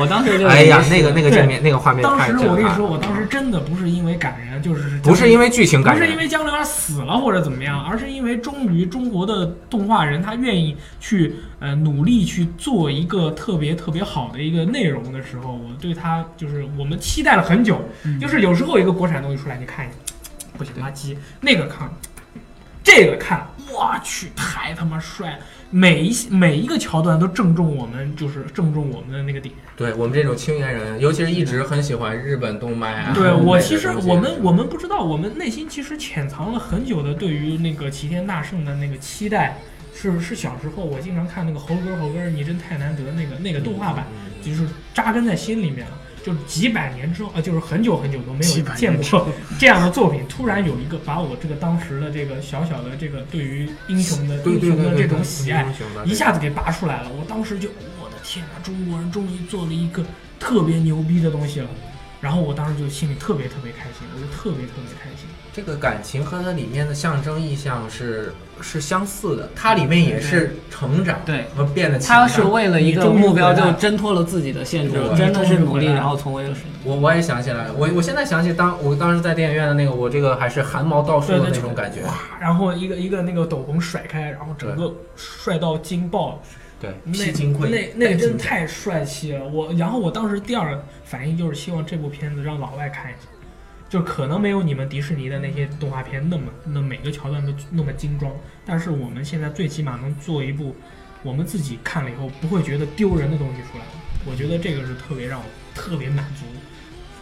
Speaker 3: 我当时就
Speaker 5: 哎呀，那个那个正面那个画面
Speaker 1: 当
Speaker 5: 太
Speaker 1: 时
Speaker 5: 震
Speaker 1: 我
Speaker 5: 撼
Speaker 1: 跟你
Speaker 5: 了啊
Speaker 1: 说，，我当时真的不是因为感人，啊就是
Speaker 5: 不是因为剧情感
Speaker 1: 不
Speaker 5: 人，
Speaker 1: 是因为江流儿死了或者怎么样，而是因为终于中国的动画人他愿意去呃努力去做一个特别特别好的一个内容的时候，我对他就是我们期待了很久，就是有时候有一个国产东西出来，你看一眼，不行垃圾，那个看，这个看，我去太他妈帅了，每一每一个桥段都正中我们就是正中我们的那个点。
Speaker 5: 对我们这种青年人，尤其是一直很喜欢日本动漫啊。
Speaker 1: 对
Speaker 5: 欧美
Speaker 1: 我
Speaker 5: 的
Speaker 1: 其实
Speaker 5: 东西
Speaker 1: 我们我们不知道，我们内心其实潜藏了很久的对于那个齐天大圣的那个期待，是是小时候我经常看那个猴哥猴哥你真太难得那个那个动画版，就是扎根在心里面了。就是几百年之后，呃，就是很久很久都没有见过这样的作品，突然有一个把我这个当时的这个小小的这个对于英雄的
Speaker 5: 对
Speaker 1: 英
Speaker 5: 对
Speaker 1: 雄
Speaker 5: 对
Speaker 1: 的
Speaker 5: 对
Speaker 1: 这
Speaker 5: 对
Speaker 1: 种
Speaker 5: 对
Speaker 1: 喜爱
Speaker 5: 英雄的，这
Speaker 1: 一下子给拔出来了。我当时就，我的天哪，中国人终于做了一个特别牛逼的东西了。然后我当时就心里特别特别开心，我就特别特别开心。
Speaker 5: 这个感情和它里面的象征意象是是相似的，它里面也是成长，
Speaker 3: 对
Speaker 5: 和变得强大。
Speaker 3: 他是为了一个目标就挣脱了自己的限制
Speaker 5: 对，
Speaker 3: 真的是努力，
Speaker 1: 对
Speaker 3: 然后成为了神。
Speaker 5: 我我也想起来了，我我现在想起当我当时在电影院的那个，我这个还是汗毛倒竖
Speaker 1: 对
Speaker 5: 的
Speaker 1: 对
Speaker 5: 那种感觉。
Speaker 1: 然后一个一个那个斗篷甩开，然后整个帅到惊爆，
Speaker 5: 对，
Speaker 1: 那
Speaker 5: 披金盔，
Speaker 1: 那那
Speaker 5: 戴
Speaker 1: 个真
Speaker 5: 金
Speaker 1: 的太帅气了。我然后我当时第二反应就是希望这部片子让老外看一下，就可能没有你们迪士尼的那些动画片那么那每个桥段都那么精装，但是我们现在最起码能做一部我们自己看了以后不会觉得丢人的东西出来。我觉得这个是特别让我特别满足，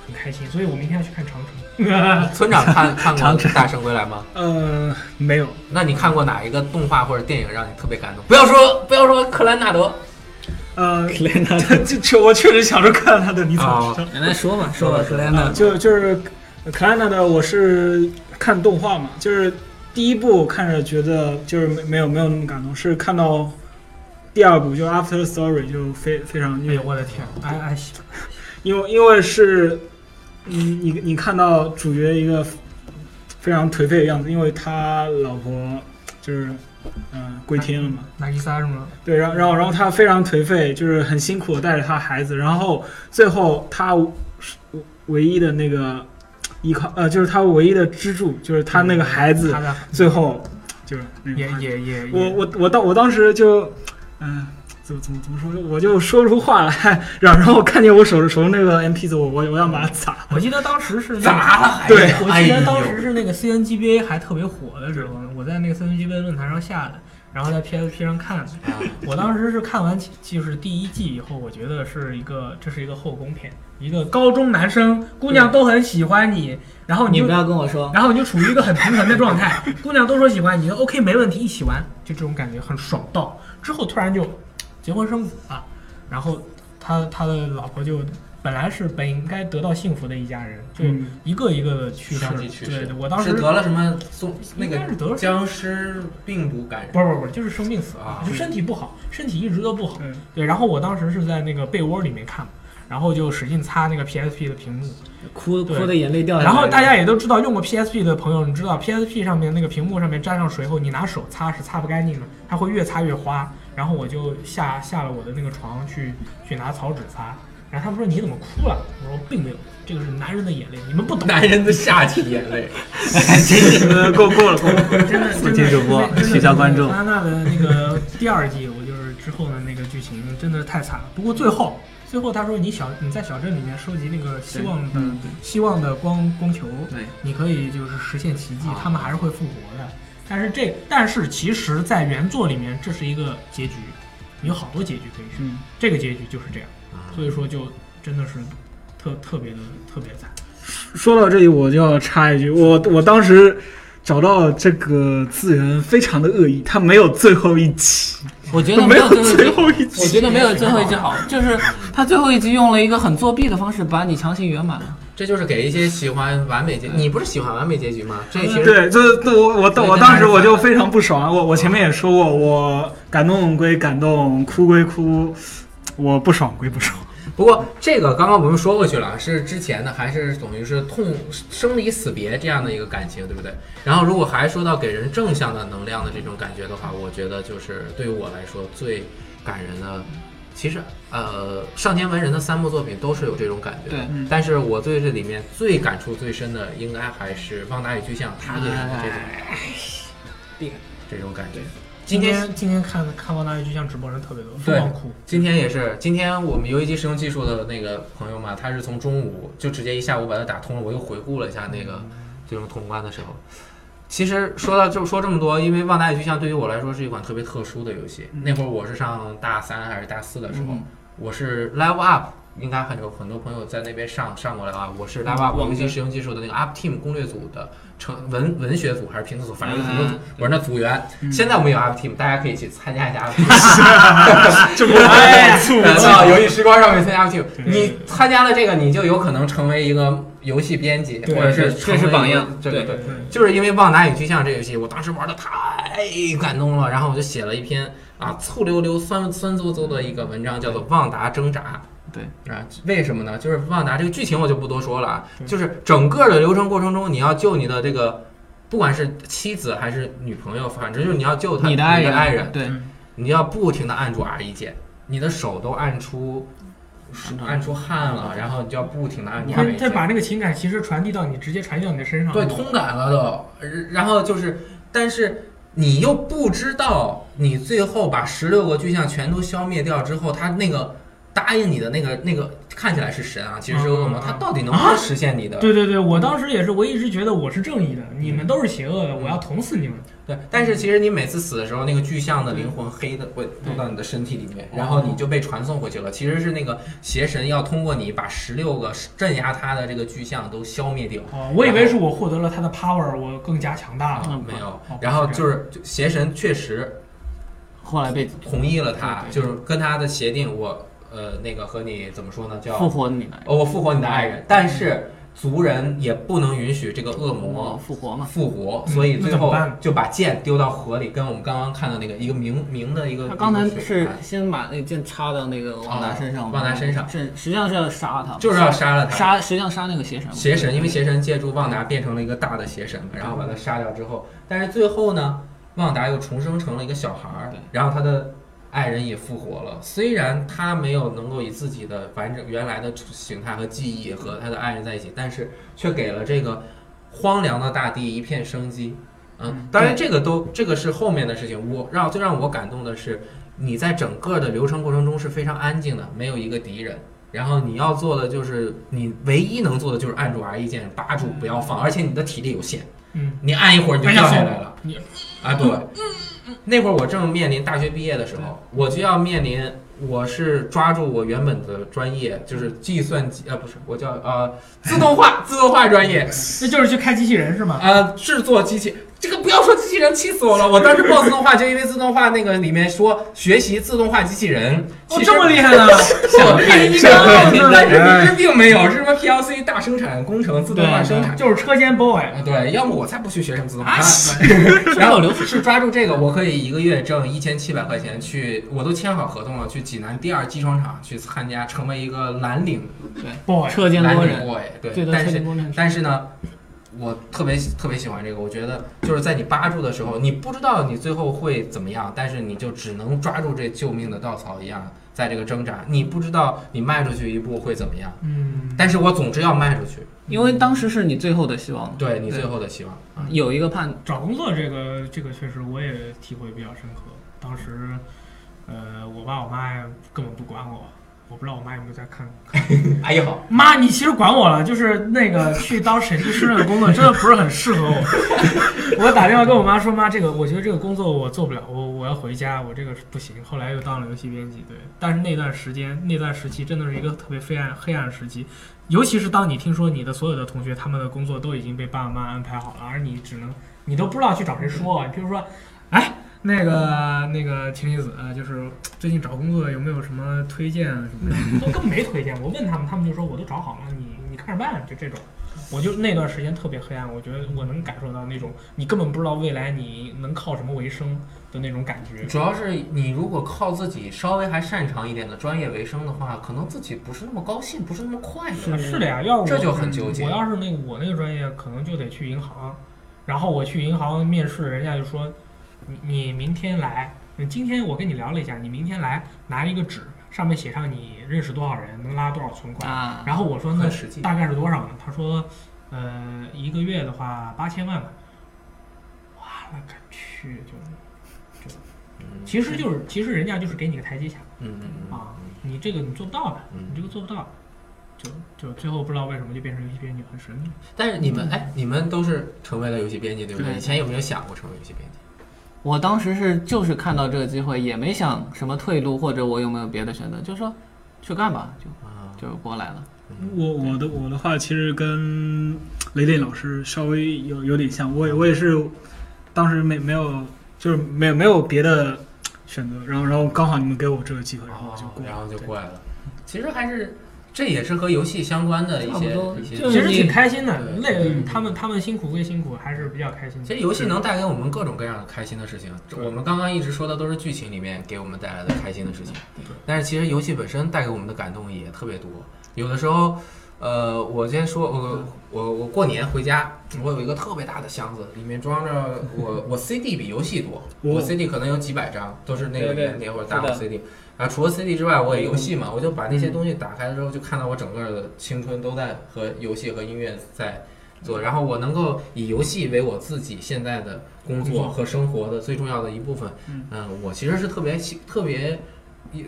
Speaker 1: 很开心。所以我明天要去看长城。
Speaker 5: 盔。村长 看看过《大圣归来》吗？
Speaker 4: 呃，没有，
Speaker 5: 那你看过哪一个动画或者电影让你特别感动？不要说不要说克兰纳德，
Speaker 4: 呃， 就就我确实想说看他的，
Speaker 5: 啊
Speaker 4: 你怎 呃么知道？
Speaker 3: 来说吧，
Speaker 4: 啊
Speaker 3: 说吧，说吧。
Speaker 4: 就就是克莱纳的，我是看动画嘛，就是第一部看着觉得就是没没有没有那么感动，是看到第二部就 After Story 就非非常，哎
Speaker 1: 呦我的天，哎哎，
Speaker 4: 因为因为是，嗯，你你看到主角一个非常颓废的样子，因为他老婆就是嗯、呃归天了嘛，
Speaker 1: 拿一三是吗？
Speaker 4: 对，然后然后然后他非常颓废，就是很辛苦的带着他孩子，然后最后他唯一的那个依靠，呃，就是他唯一的支柱，就是他那个孩
Speaker 3: 嗯
Speaker 4: 子，
Speaker 1: 他的
Speaker 4: 最后就是那个
Speaker 1: 也也也
Speaker 4: 我
Speaker 1: 也，
Speaker 4: 我我当我当时就，嗯、怎么怎么怎么说，我就说不出话来，然后然后看见我手手中那个 M P 四，我我我要把它砸了。
Speaker 1: 我记得当时是
Speaker 2: 砸了还
Speaker 4: 对
Speaker 1: 我
Speaker 2: 哎
Speaker 1: 记
Speaker 2: 呦
Speaker 1: 得当时是那个 CNGBA 还特别火的时候，我在那个 CNGBA 论坛上下的，然后在 PSP 上看的。
Speaker 3: 啊
Speaker 1: 我当时是看完其就是第一季以后，我觉得是一个这是一个后宫片，一个高中男生姑娘都很喜欢你，然后你
Speaker 3: 你
Speaker 1: 就
Speaker 3: 不要跟我说，
Speaker 1: 然后你就处于一个很平衡的状态，姑娘都说喜欢你，OK 没问题，一起玩，就这种感觉很爽到。之后突然就结婚生子了，然后他他的老婆就本来是本应该得到幸福的一家人，就
Speaker 4: 嗯
Speaker 1: 一个一个的去世。
Speaker 2: 相继去世
Speaker 1: 对，我当时
Speaker 2: 是得了什么松那
Speaker 1: 应该是得
Speaker 2: 个
Speaker 1: 了
Speaker 2: 僵尸病毒感染
Speaker 1: 不是不是不是，就是生病死
Speaker 2: 啊
Speaker 1: 就身体不好，身体一直都不好。
Speaker 4: 对
Speaker 1: 对，然后我当时是在那个被窝里面看，然后就使劲擦那个 PSP 的屏幕，
Speaker 3: 哭
Speaker 1: 对
Speaker 3: 哭的眼泪掉下来。
Speaker 1: 然后大家也都知道，用过 PSP 的朋友，你知道 PSP 上面那个屏幕上面沾上水后，你拿手擦是擦不干净的，它会越擦越花。然后我就下下了我的那个床去去拿草纸擦，然后他们说你怎么哭了？我说并没有，这个是男人的眼泪，你们不懂。
Speaker 5: 男人的下体眼泪，
Speaker 4: 呃，够够了够了，
Speaker 1: 真的，
Speaker 3: 不听主播
Speaker 1: 真的
Speaker 3: 取消关注
Speaker 1: 真的安娜的那个第二季，我就是之后的那个剧情真的太惨了。不过最后，最后他说你小你在小镇里面收集那个希望的希望的光光球，
Speaker 5: 对，啊
Speaker 1: 你可以就是实现奇迹，他们还是会复活的。但是这但是其实，在原作里面这是一个结局，你有好多结局可以选，
Speaker 4: 嗯
Speaker 1: 这个结局就是这样，
Speaker 5: 啊
Speaker 1: 所以说就真的是特特别的特别惨。
Speaker 4: 说到这里，我就要插一句，我我当时找到这个资源非常的恶意，它没有最后一集，
Speaker 3: 我觉得
Speaker 4: 没
Speaker 3: 没
Speaker 4: 有
Speaker 3: 有最后一集，
Speaker 4: 最后一
Speaker 3: 我
Speaker 4: 集。
Speaker 3: 觉得没有最后一集好，就是他最后一集用了一个很作弊的方式把你强行圆满了。
Speaker 5: 这就是给一些喜欢完美结，你不是喜欢完美结局吗？这其实
Speaker 4: 对，这这我我
Speaker 5: 对
Speaker 4: 我
Speaker 5: 那
Speaker 4: 当
Speaker 5: 还
Speaker 4: 时
Speaker 5: 是
Speaker 4: 我
Speaker 5: 反
Speaker 4: 就
Speaker 5: 的
Speaker 4: 非常不爽，啊我我前面也说过，我感动归感动，哭归哭，我不爽归不爽。
Speaker 5: 不过这个刚刚我们说过去了，是之前的还是等于是痛生离死别这样的一个感情，对不对？然后如果还说到给人正向的能量的这种感觉的话，我觉得就是对于我来说最感人的，其实呃上天文人的三部作品都是有这种感觉的。
Speaker 3: 对
Speaker 5: 但是我对这里面最感触最深的，应该还是《旺达与巨像》他给人的这种、这种感觉。
Speaker 1: 今
Speaker 5: 今天
Speaker 1: 天今天看看《旺达与巨像》直播人特别多，疯
Speaker 5: 对
Speaker 1: 狂哭。，
Speaker 5: 今天也是，今天我们游戏机使用技术的那个朋友嘛，他是从中午就直接一下午把它打通了。我又回顾了一下那
Speaker 1: 嗯
Speaker 5: 个最终通关的时候，其实说到就说这么多，因为《旺达与巨像》对于我来说是一款特别特殊的游
Speaker 1: 嗯
Speaker 5: 戏。那会儿我是上大三还是大四的时候，我是 Live Up，应该很有很多朋友在那边上上过来啊。
Speaker 1: 嗯
Speaker 5: 我是 Live Up 游戏机使用技术的那个 Up Team 攻略组的成文文学组还是评测组，反正有很多组
Speaker 3: 嗯，
Speaker 5: 我是那组员。
Speaker 1: 嗯
Speaker 5: 现在我们有 Up Team，大家可以去参加一 下 Up Team。
Speaker 4: 这不
Speaker 5: 哎，
Speaker 4: 醋
Speaker 5: 来到游戏时光上面参加 Q，你参加了这个，你就有可能成为一个游戏编辑，或者是
Speaker 3: 这是榜样
Speaker 5: 成为一个
Speaker 3: 对
Speaker 5: 对对，就是因为《旺达与巨像》这游戏，我当时玩的太感动了，然后我就写了一篇啊醋溜溜、酸酸邹邹的一个文章，叫做《旺达挣扎》。
Speaker 3: 对
Speaker 5: 啊，为什么呢？就是旺达这个剧情我就不多说了啊，就是整个的流程过程中，你要救你的这个，不管是妻子还是女朋友，反正就是你要救他
Speaker 3: 你的
Speaker 5: 爱
Speaker 3: 爱人，
Speaker 5: 爱人，
Speaker 3: 对，
Speaker 5: 你要不停的按住 R 一键，你的手都按出按出汗了，然后你就要不停的按住
Speaker 1: 你
Speaker 5: R
Speaker 1: 看，
Speaker 5: 一
Speaker 1: 再把
Speaker 5: 键，
Speaker 1: 那个情感其实传递到你，直接传递到你的身上。
Speaker 5: 对，通感了都。然后就是，但是你又不知道，你最后把十六个巨像全都消灭掉之后，他那个答应你的那个那个看起来是神啊，其实是恶魔，
Speaker 1: 嗯
Speaker 5: 他到底能不能实现你的？
Speaker 1: 对对对，
Speaker 5: 嗯
Speaker 1: 我当时也是，我一直觉得我是正义的，你们都是邪恶的，我要捅死你们。
Speaker 5: 对，但是其实你每次死的时候，那个巨像的灵魂黑的会
Speaker 1: 嗯
Speaker 5: 落到你的身体里面，然后你就被传送回去了。其实是那个邪神要通过你把十六个镇压他的这个巨像都消灭掉。
Speaker 1: 哦，我以为是我获得了
Speaker 5: 嗯
Speaker 1: 他的 power，我更加强大了。
Speaker 5: 啊，没有
Speaker 1: 哦。
Speaker 5: 然后就是就邪神确实
Speaker 3: 后来被
Speaker 5: 同意了他，就是跟他的协定，我呃那个和你怎么说呢，叫
Speaker 3: 复活你的。嗯
Speaker 5: 哦，我复活你的爱人，但是族人也不能允许这个恶魔
Speaker 3: 复活嘛，
Speaker 5: 复活，所以
Speaker 1: 嗯
Speaker 5: 最
Speaker 1: 那怎么
Speaker 5: 后
Speaker 1: 办
Speaker 5: 就把剑丢到河里，跟我们刚刚看到那个一个明明的一个。
Speaker 3: 他刚才
Speaker 5: 一个水
Speaker 3: 是
Speaker 5: 潭
Speaker 3: 先把那剑插到那个旺达身上，
Speaker 5: 哦旺达身上
Speaker 3: 是实际上是要杀他，
Speaker 5: 就是要杀了他
Speaker 3: 杀实际上杀那个邪神嘛，
Speaker 5: 邪神，因为邪神借助旺达变成了一个大的邪神嘛，然后把他杀掉之后，但是最后呢，旺达又重生成了一个小孩儿
Speaker 3: 对，
Speaker 5: 然后他的爱人也复活了。虽然他没有能够以自己的完整原来的形态和记忆和他的爱人在一起，但是却给了这个荒凉的大地一片生机。嗯，当然这个都这个是后面的事情。我让最让我感动的是，你在整个的流程过程中是非常安静的，没有一个敌人。然后你要做的就是，你唯一能做的就是按住 R 一键，扒住不要放，而且你的体力有限，
Speaker 1: 嗯，
Speaker 5: 你按一会儿你就
Speaker 1: 按
Speaker 5: 掉
Speaker 1: 下
Speaker 5: 下
Speaker 1: 松
Speaker 5: 来了。
Speaker 1: 你
Speaker 5: 啊，对，那会儿我正面临大学毕业的时候，我就要面临，我是抓住我原本的专业，就是计算机，呃，不是，我叫呃自动化，自动化专业，
Speaker 1: 那就是去开机器人是吗？
Speaker 5: 呃，制作机器，这个不要说机器人，气死我了！我当时报自动化，就因为自动化那个里面说学习自动化机器人，
Speaker 1: 哦
Speaker 5: 其，实
Speaker 1: 这么厉害 呢！
Speaker 5: 啊我看一下
Speaker 1: 这么厉害
Speaker 5: 但是其实并没有，是什么 PLC 大生产工程自动化生产。
Speaker 1: 就是车间哎 boy，
Speaker 5: 啊，对，要么我才不去学什么自动化。
Speaker 1: 啊
Speaker 5: 然后是抓住这个，我可以一个月挣一千七百块钱去，我都签好合同了，去济南第二机床厂去参加，成为一个蓝领
Speaker 1: boy，
Speaker 3: 车间
Speaker 5: 蓝
Speaker 3: 工
Speaker 5: 领
Speaker 3: 人，
Speaker 5: boy。
Speaker 3: 对
Speaker 5: 对，
Speaker 3: 的，
Speaker 5: 但
Speaker 3: 车
Speaker 5: 是
Speaker 3: 间工人，
Speaker 5: 但是呢，我特别特别喜欢这个，我觉得就是在你扒住的时候，你不知道你最后会怎么样，但是你就只能抓住这救命的稻草一样，在这个挣扎，你不知道你迈出去一步会怎么样，
Speaker 1: 嗯，
Speaker 5: 但是我总之要迈出去，
Speaker 3: 因为当时是你最后的希望嘛，
Speaker 5: 对你最后的希望。
Speaker 1: 嗯
Speaker 5: 啊
Speaker 3: 有一个判
Speaker 1: 找工作这个这个确实我也体会比较深刻。当时，呃，我爸我妈根本不管我，我不知道我妈有没有在 看。
Speaker 5: 哎呀好，
Speaker 1: 妈，你其实管我了，就是那个去当审计师那个工作真的不是很适合我。 我打电话跟我妈说，妈，这个我觉得这个工作我做不了，我我要回家，我这个是不行。后来又当了游戏编辑，对，但是那段时间那段时期真的是一个特别黑暗黑暗的时期，尤其是当你听说你的所有的同学他们的工作都已经被爸爸妈妈安排好了，而你只能你都不知道去找谁说，啊你比如说，哎。那个那个晴离子，呃，就是最近找工作有没有什么推荐啊什么的？ 都根本没推荐。我问他们，他们就说我都找好了，你你看着办，就这种。我就那段时间特别黑暗，我觉得我能感受到那种你根本不知道未来你能靠什么为生的那种感觉。
Speaker 5: 主要是你如果靠自己稍微还擅长一点的专业为生的话，可能自己不是那么高兴，不是那么快乐。
Speaker 1: 啊
Speaker 5: 嗯
Speaker 1: 是的呀，要是我嗯
Speaker 5: 这就很纠结
Speaker 1: 我要是那个我那个专业，可能就得去银行，然后我去银行面试，人家就说你你明天来，你今天我跟你聊了一下，你明天来拿一个纸，上面写上你认识多少人，能拉多少存款。
Speaker 3: 啊，
Speaker 1: 然后我说那
Speaker 5: 很实际
Speaker 1: 大概是多少呢？他说，呃，一个月的话八千万吧。哇，那个去就，
Speaker 5: 嗯
Speaker 1: 其实就是其实人家就是给你个台阶下
Speaker 5: 嗯嗯嗯
Speaker 1: 啊，你这个你做不到的，
Speaker 5: 嗯
Speaker 1: 你这个做不到的，就就最后不知道为什么就变成游戏编辑很神秘。
Speaker 5: 但是你
Speaker 1: 嗯
Speaker 5: 们哎，你们都是成为了游戏编辑，对不对？
Speaker 3: 对
Speaker 5: 以前有没有想过成为游戏编辑？
Speaker 3: 我当时是就是看到这个机会，也没想什么退路或者我有没有别的选择，就说去干吧，就
Speaker 5: 啊，
Speaker 3: 就过来了。
Speaker 4: 我我的我的话其实跟雷电老师稍微有有点像，我也我也是当时没没有就是没有没有别的选择，然后然后刚好你们给我这个机会，然后我就过来
Speaker 5: 哦然
Speaker 4: 了。
Speaker 5: 后就过来了。其实还是这也是和游戏相关的一
Speaker 3: 差不
Speaker 5: 些
Speaker 3: 多
Speaker 5: 一些
Speaker 3: 就
Speaker 1: 其
Speaker 3: 是
Speaker 1: 实
Speaker 3: 你
Speaker 1: 挺开心的，
Speaker 5: 对嗯
Speaker 1: 累，他们他们辛苦归辛苦，还是比较开心的。
Speaker 5: 其实游戏能带给我们各种各样的开心的事情。这我们刚刚一直说的都是剧情里面给我们带来的开心的事情，但是其实游戏本身带给我们的感动也特别多。有的时候，呃，我先说，我我我过年回家，我有一个特别大的箱子，里面装着我我 CD 比游戏多，我 CD 可能有几百张，都是那个
Speaker 3: 哦对对
Speaker 5: 年那会儿
Speaker 3: 是
Speaker 5: 大的
Speaker 3: 的
Speaker 5: CD。啊，除了 CD 之外，我也游戏嘛，我就把那些东西打开了之后，就看到我整个的青春都在和游戏和音乐在做，然后我能够以游戏为我自己现在的工作和生活的最重要的一部分，嗯、我其实是特别喜特别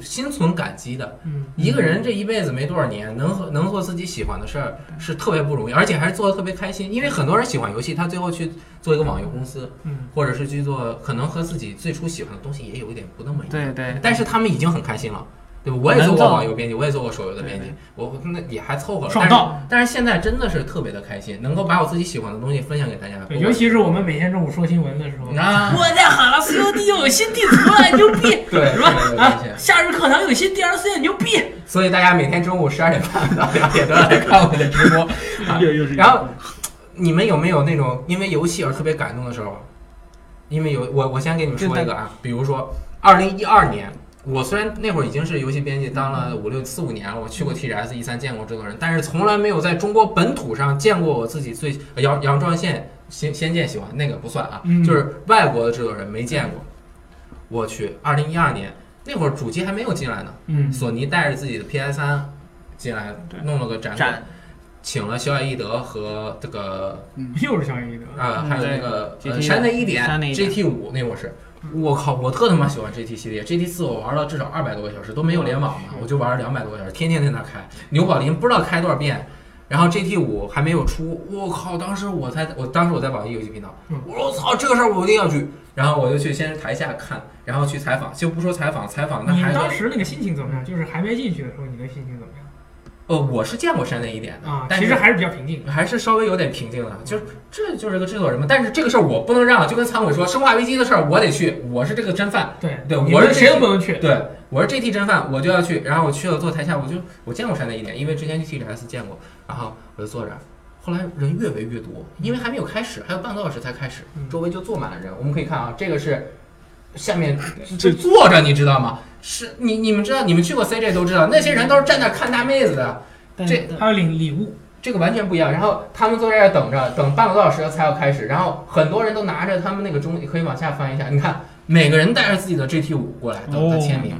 Speaker 5: 心存感激的。
Speaker 1: 嗯，
Speaker 5: 一个人这一辈子没多少年，能和能做自己喜欢的事儿是特别不容易，而且还是做的特别开心。因为很多人喜欢游戏，他最后去做一个网游公司，
Speaker 1: 嗯，
Speaker 5: 或者是去做可能和自己最初喜欢的东西也有一点不那么一
Speaker 3: 对
Speaker 5: 样。
Speaker 3: 对，
Speaker 5: 但是他们已经很开心了。对吧？我也做过网游编辑，我也做过手游的编辑，我那也还凑合了。
Speaker 1: 爽到
Speaker 5: 但是但是现在真的是特别的开心，能够把我自己喜欢的东西分享给大家。
Speaker 1: 对，尤其是我们每天中午说新闻的时候，
Speaker 5: 啊
Speaker 1: 我在海拉斯 UD 有新地图了，牛逼！
Speaker 5: 对
Speaker 1: 是吧
Speaker 5: 对对？对
Speaker 1: 啊
Speaker 5: 对，
Speaker 1: 夏日课堂有新 DLC，牛逼！
Speaker 5: 所以大家每天中午十二点半到两 点都要来看我的直播。啊
Speaker 4: 又又是一个
Speaker 5: 然后你们有没有那种因为游戏而特别感动的时候？因为有我，我先给你们说一个啊，比如说二零一二年，我虽然那会儿已经是游戏编辑，当了五六四五年了，我去过 TGS 一三见过制作人，但是从来没有在中国本土上见过我自己最呃杨杨庄县仙仙剑喜欢那个不算啊，
Speaker 1: 嗯
Speaker 5: 就是外国的制作人没见过。我去，二零一二年那会儿主机还没有进来呢，
Speaker 1: 嗯，
Speaker 5: 索尼带着自己的 PS 三进来
Speaker 3: 对
Speaker 5: 弄了个展
Speaker 3: 展
Speaker 5: 馆，请了小野义德和这个
Speaker 3: 嗯
Speaker 1: 又是小一德，
Speaker 5: 啊，还有那个
Speaker 3: 对
Speaker 5: 呃
Speaker 3: GT
Speaker 5: 山内一
Speaker 3: 山
Speaker 5: 点
Speaker 3: 内一点嗯
Speaker 5: GT 五那会儿是，我靠，我特他妈喜欢 GT 系列，GT 四我玩了至少二百多个小时都没有联网嘛，我就玩了两百多个小时，天天在那开，牛宝林不知道开多少遍。然后 GT 五还没有出，我靠！当时我才，我当时我在网易游戏频道，
Speaker 3: 嗯
Speaker 5: 我说我操，这个事儿我一定要去。然后我就去先是台下看，然后去采访，就不说采访，采访那
Speaker 1: 你
Speaker 5: 还
Speaker 1: 当时那个心情怎么样？就是还没进去的时候，你的心情怎么样？
Speaker 5: 呃，我是见过山内一点的
Speaker 1: 啊，
Speaker 5: 但
Speaker 1: 其
Speaker 5: 是
Speaker 1: 实还是比较平静。
Speaker 5: 还是稍微有点平静的，就是这就是个制作人嘛。但是这个事儿我不能让，就跟仓鬼说《生化危机》的事儿我得去，我是这个真犯，
Speaker 1: 对
Speaker 5: 对
Speaker 1: 你
Speaker 5: 我
Speaker 1: 们
Speaker 5: 是
Speaker 1: 谁
Speaker 5: 这
Speaker 1: 都不能去。
Speaker 5: 对我是 GT 真犯，我就要去。然后我去了坐台下，我就我见过山的一点，因为之前去 TGS 见过，然后我就坐这儿。后来人越围越多，因为还没有开始，还有半个多小时才开始，
Speaker 1: 嗯
Speaker 5: 周围就坐满了人。我们可以看啊，这个是下面就坐着，你知道吗？是你你们知道，你们去过 CJ 都知道，那些人都是站那儿看大妹子的。这
Speaker 1: 还有领礼物，
Speaker 5: 这个完全不一样。然后他们坐在这儿等着，等半个多小时才要开始。然后很多人都拿着他们那个钟，可以往下翻一下，你看每个人带着自己的 GT 五过来等他签名。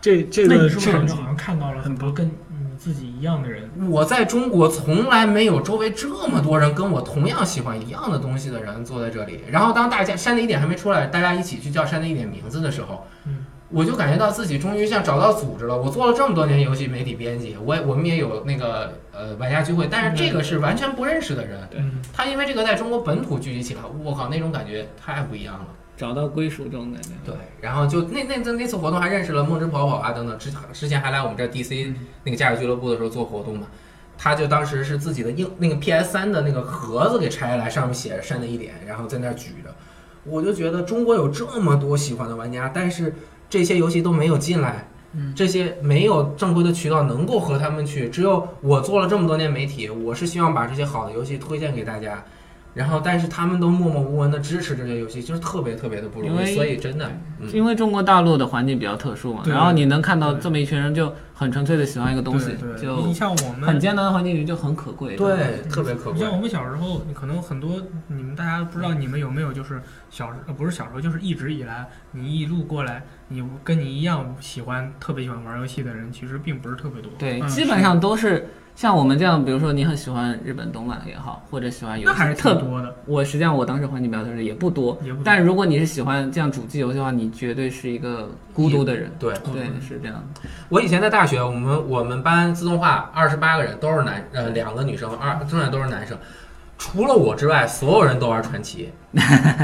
Speaker 4: 这这
Speaker 1: 哦那你
Speaker 4: 个
Speaker 1: 是不
Speaker 4: 这
Speaker 1: 是
Speaker 4: 个
Speaker 1: 感觉好像看到了很多跟你自己一样的人？
Speaker 5: 我在中国从来没有周围这么多人跟我同样喜欢一样的东西的人坐在这里。然后当大家山的一点还没出来，大家一起去叫山的一点名字的时候，
Speaker 1: 嗯
Speaker 5: 我就感觉到自己终于像找到组织了。我做了这么多年游戏媒体编辑，我也我们也有那个呃玩家聚会，但是这个是完全不认识的人，
Speaker 1: 嗯，
Speaker 5: 他因为这个在中国本土聚集起来，我靠，那种感觉太不一样了。
Speaker 3: 找到归属这种感觉。
Speaker 5: 对，然后就那那那那次活动还认识了梦之跑跑啊等等，之之前还来我们这儿
Speaker 3: 嗯
Speaker 5: DC 那个驾驶俱乐部的时候做活动嘛，他就当时是自己的硬那个 PS 三的那个盒子给拆来，上面写着山的一点，然后在那儿举着，我就觉得中国有这么多喜欢的玩家，但是这些游戏都没有进来。这些没有正规的渠道能够和他们去，只有我做了这么多年媒体，我是希望把这些好的游戏推荐给大家，然后但是他们都默默无闻的支持这些游戏，就是特别特别的不容
Speaker 3: 因
Speaker 5: 易，
Speaker 3: 为
Speaker 5: 所以真的，嗯。
Speaker 3: 因为中国大陆的环境比较特殊嘛，
Speaker 1: 对
Speaker 3: 然后你能看到这么一群人就很纯粹的喜欢一个东西
Speaker 1: 对，对
Speaker 3: 就
Speaker 1: 你像我们
Speaker 3: 很艰难的环境里就很可贵。
Speaker 5: 对，特别可
Speaker 1: 嗯你
Speaker 5: 贵
Speaker 1: 像。我们小时候，可能很多你们大家不知道，你们有没有就是小时呃不是小时候，就是一直以来你一路过来，你跟你一样喜欢特别喜欢玩游戏的人，其实并不是特别多。
Speaker 3: 对，
Speaker 1: 嗯
Speaker 3: 基本上都是像我们这样，比如说你很喜欢日本动漫也好，或者喜欢游
Speaker 1: 那
Speaker 3: 戏，
Speaker 1: 还是
Speaker 3: 特
Speaker 1: 特
Speaker 3: 别
Speaker 1: 多的。
Speaker 3: 我实际上我当时环境比较特殊，也不多
Speaker 1: 也不多。
Speaker 3: 但如果你是喜欢这样主机游戏的话，你绝对是一个孤独的人。
Speaker 5: 对
Speaker 3: 对，
Speaker 1: 嗯
Speaker 3: 是这样的。
Speaker 5: 我以前在大学，我们我们班自动化二十八个人都是男，呃，两个女生，二剩下都是男生，除了我之外，所有人都玩传 奇。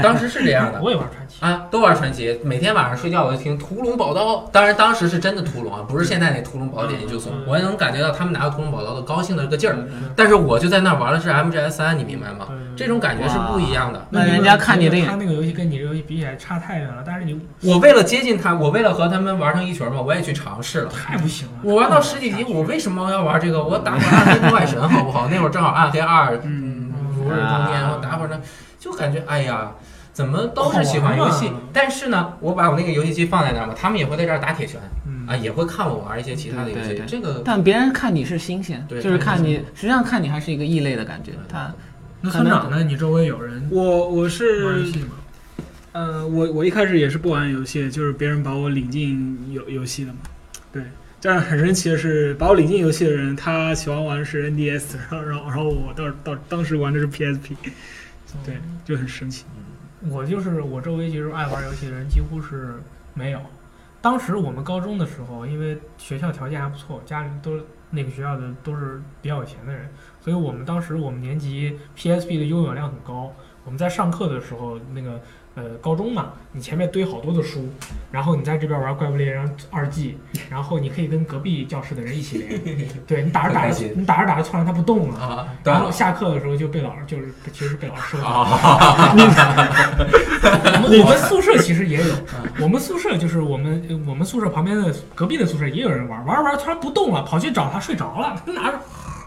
Speaker 5: 当时是这样的
Speaker 1: 我也玩传奇，
Speaker 5: 啊，都玩传奇，每天晚上睡觉我就听《屠龙宝刀》，当然当时是真的屠龙啊，不是现在那屠龙宝典就送
Speaker 1: 嗯。
Speaker 5: 我也能感觉到他们拿到屠龙宝刀的高兴的这个劲儿，但是我就在那玩的是 MGS 三，你明白吗
Speaker 1: 对对？对
Speaker 5: 这种感觉是不一样的。
Speaker 3: 那
Speaker 1: 你
Speaker 3: 人
Speaker 1: 们
Speaker 3: 家看你的
Speaker 1: 觉得他
Speaker 3: 眼，
Speaker 1: 那个游戏跟你这游戏比起来差太远了，但是你
Speaker 5: 我为了接近他，我为了和他们玩成一群嘛，我也去尝试了。
Speaker 1: 太不行了。
Speaker 5: 我玩到十几级，我为什么要玩这个？我打会儿暗黑破坏神 好不好？那会儿正好暗黑二，嗯，如日中天，
Speaker 3: 啊
Speaker 5: 我打会儿呢，就感觉哎呀，怎么都是喜欢游戏
Speaker 1: 好玩啊嘛，
Speaker 5: 但是呢，我把我那个游戏机放在那儿嘛，他们也会在这儿打铁拳
Speaker 1: 嗯
Speaker 5: 啊，也会看我玩一些其他的游
Speaker 3: 对
Speaker 5: 戏
Speaker 3: 对对，
Speaker 5: 这个
Speaker 3: 但别人看你是新鲜，
Speaker 5: 对
Speaker 3: 就是看你，实际上看你还是一个异类的感觉。他
Speaker 1: 那村长呢？你周围有人
Speaker 4: 我我
Speaker 1: 玩游
Speaker 4: 是
Speaker 1: 戏吗？
Speaker 4: 呃，我我一开始也是不玩游戏，就是别人把我领进游游戏的嘛。对，但是很神奇的是，把我领进游戏的人，他喜欢玩的是 NDS，然后然后然后我到到当时玩的是 PSP，对，就很神奇。
Speaker 1: 我就是我周围其实爱玩游戏的人几乎是没有。当时我们高中的时候，因为学校条件还不错，家里都那个学校的都是比较有钱的人，所以我们当时我们年级 PSP 的拥有量很高。我们在上课的时候，那个呃高中嘛，你前面堆好多的书，然后你在这边玩怪物猎人二 G，然后你可以跟隔壁教室的人一起 连，对你打着打
Speaker 5: 很开
Speaker 1: 着
Speaker 5: 心，
Speaker 1: 你打着打着突然他不动了，
Speaker 5: 啊，
Speaker 1: 然
Speaker 5: 断
Speaker 1: 后
Speaker 5: 了
Speaker 1: 下课的时候就被老师就是其实被老师收走了。
Speaker 5: 啊！
Speaker 1: 我们我们宿舍其实也有，啊我们宿舍就是我们呃我们宿舍旁边的隔壁的宿舍也有人玩，玩着玩着突然不动了，跑去找他睡着了，拿着。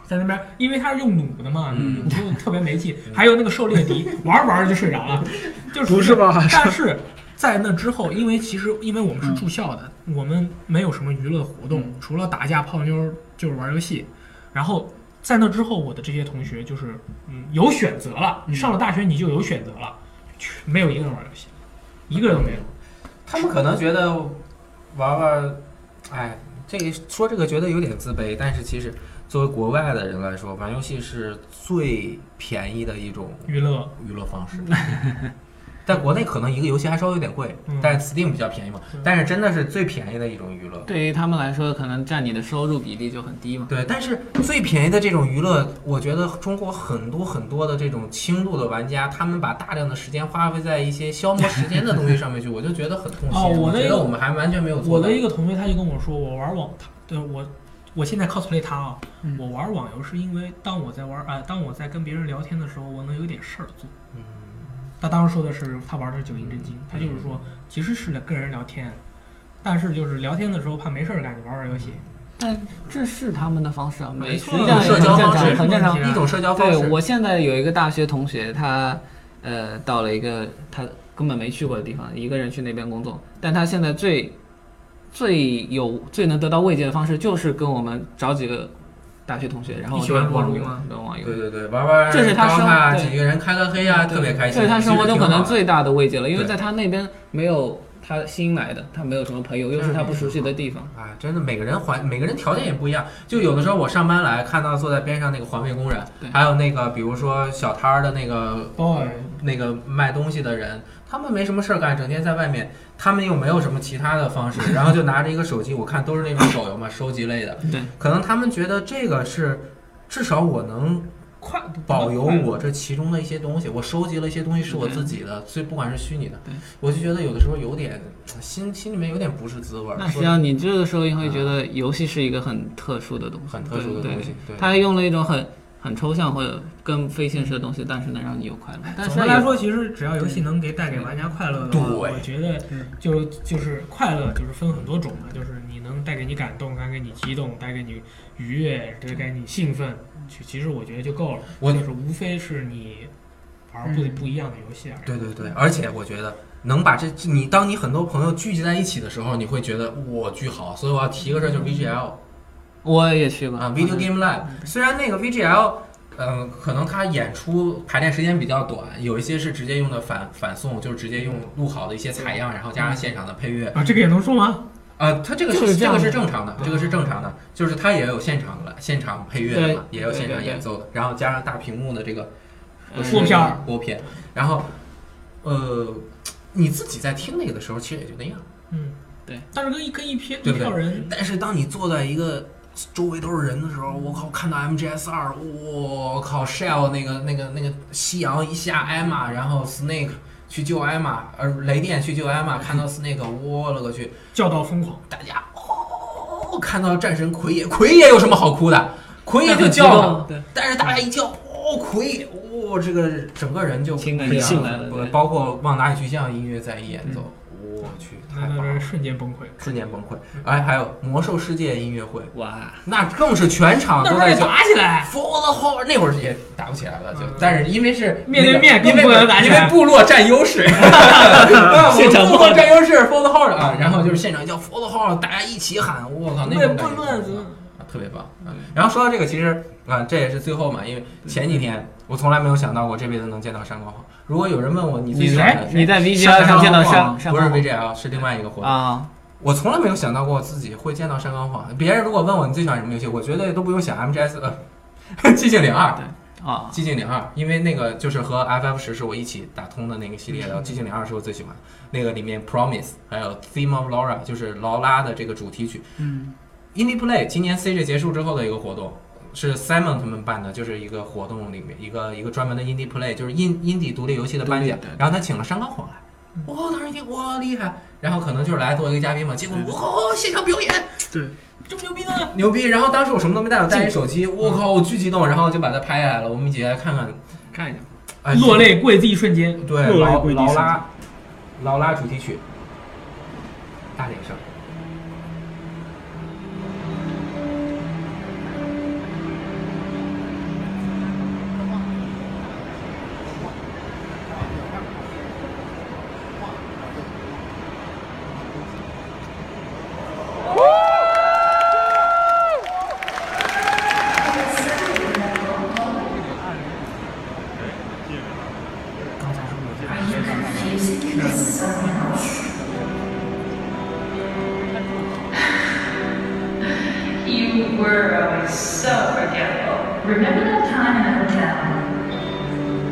Speaker 1: 在那边，因为他是用弩的嘛，
Speaker 5: 嗯
Speaker 1: 你就特别没劲。还有那个狩猎笛，玩着玩着就睡 着了，就是
Speaker 4: 嗯不是吧
Speaker 1: 但是在那之后，因为其实因为我们是住校的，我们没有什么娱乐活
Speaker 4: 嗯
Speaker 1: 动，除了打架泡妞儿就是玩游戏。然后在那之后，我的这些同学就是嗯有选择了，
Speaker 4: 嗯
Speaker 1: 你上了大学你就有选择了，去没有一个人玩游戏，一个人都没有。哦
Speaker 5: 他们可能觉得玩玩，哎，这个说这个觉得有点自卑，但是其实作为国外的人来说，玩游戏是最便宜的一种
Speaker 1: 娱乐
Speaker 5: 娱乐方式。在国内可能一个游戏还稍微有点贵，
Speaker 1: 嗯
Speaker 5: 但是 Steam 比较便宜嘛
Speaker 1: 对。
Speaker 5: 但是真的是最便宜的一种娱乐。
Speaker 3: 对于他们来说，可能占你的收入比例就很低嘛。
Speaker 5: 对，但是最便宜的这种娱乐，我觉得中国很多很多的这种轻度的玩家，他们把大量的时间花费在一些消磨时间的东西上面去，我就觉得 很痛心。
Speaker 1: 哦我
Speaker 5: 我
Speaker 1: 的
Speaker 5: 觉
Speaker 1: 一个
Speaker 5: 得我们还完全没有做
Speaker 1: 我
Speaker 5: 到
Speaker 1: 的一个同学他就跟我说，我玩网，他对我，我现在 cosplay 他啊，
Speaker 5: 嗯
Speaker 1: 我玩网游是因为当我在玩啊、当我在跟别人聊天的时候，我能有点事儿做。
Speaker 5: 嗯
Speaker 1: 他当时说的是他玩的是《九阴真经》，他就是说其实是跟人聊天，但是就是聊天的时候怕没事儿干，就玩玩游戏。
Speaker 3: 但这是他们的方式啊，每
Speaker 1: 错
Speaker 3: 实际上也
Speaker 5: 社
Speaker 3: 很
Speaker 5: 交
Speaker 3: 正
Speaker 5: 方式
Speaker 3: 常，很正常。
Speaker 5: 一种社交方
Speaker 3: 对
Speaker 5: 式。
Speaker 3: 我现在有一个大学同学，他呃到了一个他根本没去过的地方，一个人去那边工作，但他现在最最有最能得到慰藉的方式，就是跟我们找几个大学同学，然后
Speaker 1: 一起玩
Speaker 3: 网
Speaker 1: 网游
Speaker 3: 游
Speaker 1: 吗，
Speaker 3: 嗯玩网游
Speaker 5: 对。对对，玩玩
Speaker 3: 这是他生
Speaker 5: DOTA
Speaker 3: 对
Speaker 5: 几个人开个黑啊，特别开心。
Speaker 3: 这是他生活中可能
Speaker 5: 其实
Speaker 3: 最大的慰藉了，因为
Speaker 5: 对
Speaker 3: 在他那边没有他新来的，他没有什么朋友，又是他不熟悉的地方。
Speaker 5: 挺好啊，真的每个人环每个人条件也不一样。就有的时候我上班来看到坐在边上那个环卫工人
Speaker 3: 对，
Speaker 5: 还有那个比如说小摊儿的那个
Speaker 1: boy，
Speaker 5: 那个卖东西的人，他们没什么事儿干，整天在外面，他们又没有什么其他的方 式，然后就拿着一个手机，我看都是那种手游嘛，收集类的，
Speaker 3: 对，
Speaker 5: 可能他们觉得这个是至少我能
Speaker 1: 快
Speaker 5: 保有我这其中的一些东西，我收集了一些东西是我自己的，所以不管是虚拟的
Speaker 3: 嗯对，
Speaker 5: 我就觉得有的时候有点心心里面有点不是滋味儿，
Speaker 3: 那实
Speaker 5: 说
Speaker 3: 际上你这个时候也会觉得游戏是一个很特殊的东西，
Speaker 5: 很特殊的
Speaker 3: 对
Speaker 5: 东西对
Speaker 3: 他用了一种很很抽象或者更非现实的东西，但是能让你有快乐。但
Speaker 1: 总
Speaker 3: 是
Speaker 1: 的来说，其实只要游戏能给带给玩家快乐的话，
Speaker 5: 对
Speaker 1: 我觉得就就是快乐就是分很多种嘛，就是你能带给你感动，带给你激动，带给你愉悦，带给你兴奋，
Speaker 3: 嗯
Speaker 1: 其其实我觉得就够了。
Speaker 5: 我
Speaker 1: 就是无非是你玩不
Speaker 3: 嗯
Speaker 1: 不一样的游戏而已。
Speaker 5: 对对对，而且我觉得能把这你当你很多朋友聚集在一起的时候，你会觉得我巨好，所以我要提个事儿就是
Speaker 1: 嗯
Speaker 5: VGL。
Speaker 3: 我也去过
Speaker 5: 啊，Video Game Live。虽然那个 VGL，嗯、可能它演出排练时间比较短，有一些是直接用的反反送，就是直接用录好的一些采样，然后加上现场的配乐。
Speaker 1: 啊，这个也能说吗？
Speaker 5: 呃，它这个
Speaker 3: 就是
Speaker 5: 是
Speaker 3: 这
Speaker 5: 这
Speaker 3: 样
Speaker 5: 个
Speaker 3: 的嗯
Speaker 5: 是正常的，这个是正常的，就是它也有现场的现场配乐的嘛，
Speaker 3: 对
Speaker 5: 也有现
Speaker 3: 对
Speaker 5: 场
Speaker 3: 对对
Speaker 5: 演奏的，然后加上大屏幕的这个
Speaker 3: 呃
Speaker 1: 说片儿
Speaker 5: 播片，然后呃，你自己在听那个的时候，其实也就那样。
Speaker 1: 嗯，
Speaker 3: 对。
Speaker 1: 但是跟一跟一批
Speaker 5: 对
Speaker 1: 一
Speaker 5: 不对
Speaker 1: 票人，
Speaker 5: 但是当你坐在一个周围都是人的时候，我靠，看到 MGS 二，我靠，Shell 那个那个那个夕阳一下艾玛，然后 Snake 去救艾玛，呃，雷电去救 艾玛，看到 Snake，我勒个去，
Speaker 1: 叫到疯狂，
Speaker 5: 大家哦，看到战神奎爷，奎爷有什么好哭的？奎爷就叫了，
Speaker 3: 对，
Speaker 5: 但是大家一叫，哦，奎爷，哦，这个整个人就
Speaker 3: 情感
Speaker 5: 不一样
Speaker 3: 就上来了对
Speaker 5: 包括往哪里去向音乐再一演奏，我去，
Speaker 1: 那
Speaker 5: 太
Speaker 1: 那
Speaker 5: 棒
Speaker 1: 那
Speaker 5: 了，
Speaker 1: 瞬间崩溃。
Speaker 5: 瞬间崩溃。哎，还有魔兽世界音乐会。
Speaker 3: 哇，
Speaker 5: 那更是全场
Speaker 1: 那
Speaker 5: 啊都
Speaker 1: 时候
Speaker 5: 在
Speaker 1: 得
Speaker 5: 叫。
Speaker 1: 打起来，
Speaker 5: For the whole，那会儿也打不起来了，就
Speaker 1: 嗯
Speaker 5: 但是因为是
Speaker 1: 面
Speaker 5: 那个
Speaker 1: 对面更
Speaker 5: 因为
Speaker 1: 不能打起
Speaker 5: 因
Speaker 1: 来
Speaker 5: 为部落占优势，啊我
Speaker 3: 现场
Speaker 5: 们
Speaker 3: 不
Speaker 5: 部
Speaker 3: 好
Speaker 5: 落
Speaker 3: 打
Speaker 5: 占优势，For the whole 啊，然后就是现场叫 For the whole，大家一起喊，我靠，那
Speaker 1: 对
Speaker 5: 种感觉
Speaker 1: 不论怎么
Speaker 5: 啊特别棒。啊然后说到这个，其实啊，这也是最后嘛，因为前几天我从来没有想到过这辈子能见到山高晃。如果有人问我你最
Speaker 3: 你
Speaker 5: 喜欢的
Speaker 3: 在
Speaker 5: 是谁，
Speaker 3: 你在 VGL
Speaker 5: 山
Speaker 3: 上见到
Speaker 5: 高
Speaker 3: 山
Speaker 5: 晃
Speaker 3: 山
Speaker 5: 不是
Speaker 3: 高
Speaker 5: VGL 是另外一个活动
Speaker 3: 啊，
Speaker 5: 我从来没有想到过自己会见到山冈晃。别人如果问我你最喜欢什么游戏，我绝对都不用想 MGS 呃， 寂静岭二，
Speaker 3: 啊，
Speaker 5: 寂静岭二，因为那个就是和 FF 十是我一起打通的那个系列的，寂静岭二是我最喜欢的。那个里面 Promise 还有 Theme of Laura 就是劳拉的这个主题曲。
Speaker 3: 嗯，
Speaker 5: Indie Play 今年 CJ 结束之后的一个活动。是 Simon 他们办的，就是一个活动里面一个一个专门的 Indie Play，就是 in Indie 独立游戏的颁奖
Speaker 3: 对对对，
Speaker 5: 然后他请了山冈晃来，哇，当时一听哇厉害，然后可能就是来做一个嘉宾嘛，结果哇现场表演，
Speaker 12: 对，
Speaker 1: 这么牛逼呢？
Speaker 5: 牛逼！然后当时我什么都没带，我带一手机，我靠，我巨激动，然后就把它拍下来了。我们一起来看看，
Speaker 3: 看一下，
Speaker 5: 哎，
Speaker 1: 落泪跪地一瞬间，
Speaker 5: 对，
Speaker 12: 落泪
Speaker 5: 劳
Speaker 12: 跪地
Speaker 5: 劳
Speaker 12: 上
Speaker 5: 拉，劳拉主题曲，大点声。
Speaker 13: You were always so forgetful. Remember that time in the hotel?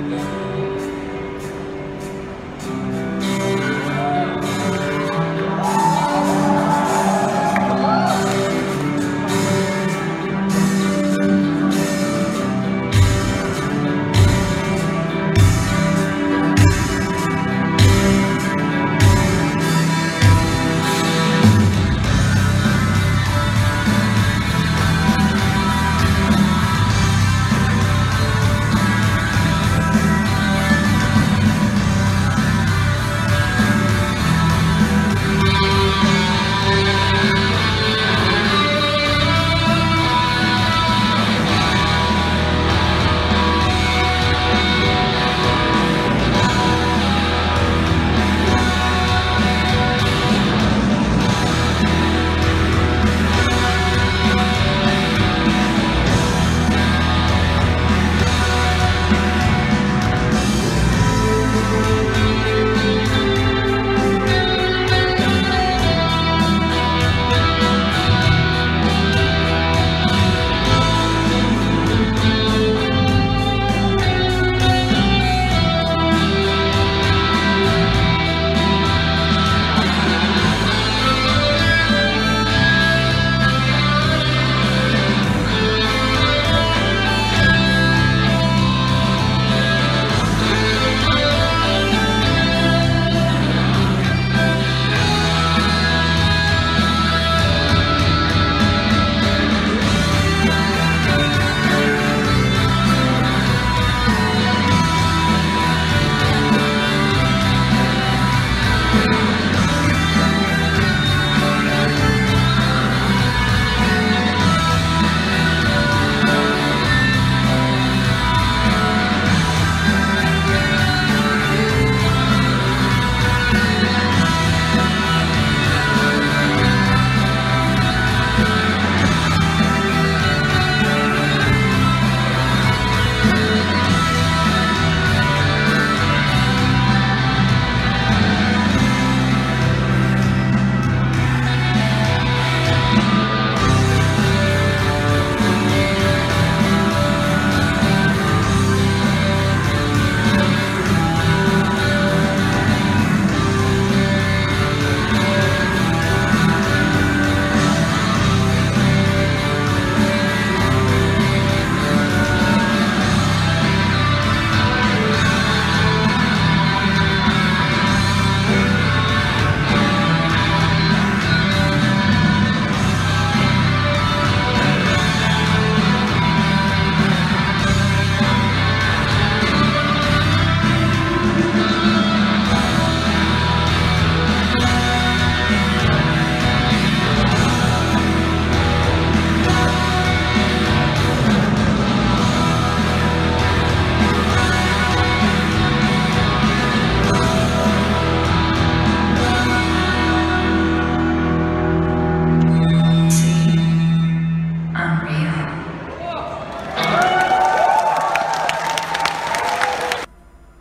Speaker 13: Unreal.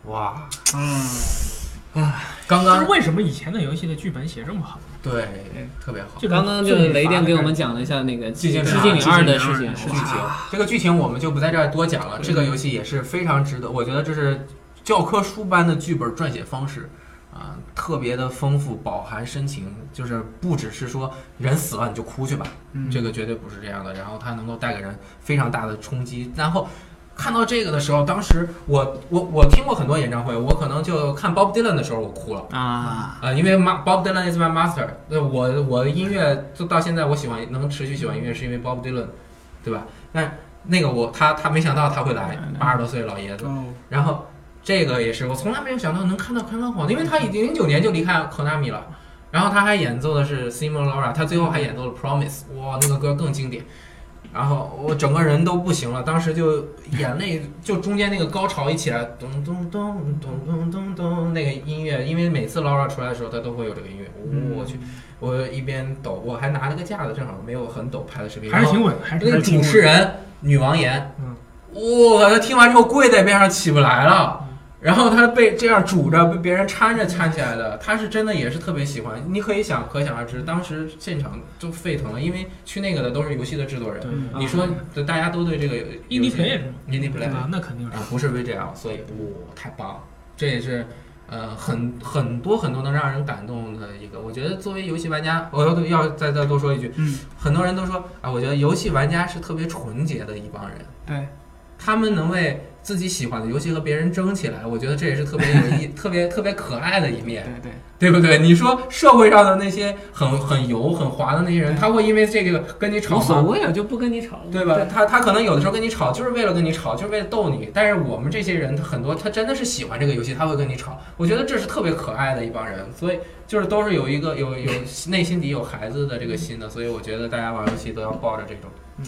Speaker 5: 哇，嗯
Speaker 14: 刚
Speaker 1: 就是
Speaker 14: 刚
Speaker 1: 为什么以前的游戏的剧本写这么好？
Speaker 5: 对，特别好。
Speaker 1: 就
Speaker 3: 刚刚就是雷电给我们讲了一下那个《
Speaker 5: 寂静
Speaker 3: 致
Speaker 5: 岭
Speaker 3: 敬岭
Speaker 5: 二
Speaker 3: 二》的
Speaker 14: 致
Speaker 3: 事
Speaker 14: 敬岭
Speaker 3: 情
Speaker 14: 二，
Speaker 3: 是
Speaker 5: 剧情，这个剧情我们就不在这儿多讲了。这个游戏也是非常值得，我觉得这是教科书般的剧本撰写方式啊、特别的丰富，饱含深情，就是不只是说人死了你就哭去吧，这个绝对不是这样的。然后它能够带给人非常大的冲击，然后。看到这个的时候，当时我我我听过很多演唱会，我可能就看 Bob Dylan 的时候我哭了
Speaker 3: 啊
Speaker 5: 啊、因为 Ma- Bob Dylan is my master，那我我的音乐就到现在我喜欢能持续喜欢音乐是因为 Bob Dylan，对吧？但那个我他他没想到他会来，八十多岁的老爷子，然后这个也是我从来没有想到能看到康康晃，因为他已经零九年就离开 Konami 了。然后他还演奏的是 Simon Laura，他最后还演奏了 Promise，哇，那个歌更经典。然后我整个人都不行了，当时就眼泪就中间那个高潮一起来，咚咚咚咚咚咚咚，那个音乐，因为每次 Laura 出来的时候，他都会有这个音乐。哦
Speaker 1: 嗯
Speaker 5: 我去，我一边抖，我还拿了个架子，正好没有很抖拍的视频，
Speaker 1: 还是挺稳还是
Speaker 5: 那个
Speaker 1: 挺
Speaker 5: 主
Speaker 1: 稳
Speaker 5: 持人女王岩，
Speaker 1: 嗯，
Speaker 5: 哇、他听完之后跪在边上起不来了。然后他被这样拄着，被别人搀着搀起来的，他是真的也是特别喜欢。你可以想，可想而知，当时现场就沸腾了，因为去那个的都是游戏的制作人。
Speaker 1: 对
Speaker 5: 你说大家都对这个
Speaker 1: 印尼培也是嘛
Speaker 5: indie play
Speaker 1: 啊那肯定是
Speaker 5: 啊，不是 VGL，所以哇、太棒了，这也是呃很很多很多能让人感动的一个。我觉得作为游戏玩家，我要要再再多说一句，
Speaker 4: 嗯，
Speaker 5: 很多人都说啊，我觉得游戏玩家是特别纯洁的一帮人，
Speaker 3: 对，
Speaker 5: 他们能为自己喜欢的游戏和别人争起来，我觉得这也是特别有意、 特别特别可爱的一面，
Speaker 3: 对对。
Speaker 5: 对不对？你说社会上的那些很很油、很滑的那些人，他会因为这个跟你吵
Speaker 3: 无
Speaker 5: 吗？
Speaker 3: 所谓啊了，就不跟你吵了，
Speaker 5: 对吧？他他可能有的时候跟你吵，就是为了跟你吵，就是为了逗你。但是我们这些人，他很多他真的是喜欢这个游戏，他会跟你吵。我觉得这是特别可爱的一帮人，所以就是都是有一个有有内心底有孩子的这个心的，所以我觉得大家玩游戏都要抱着这种
Speaker 1: 嗯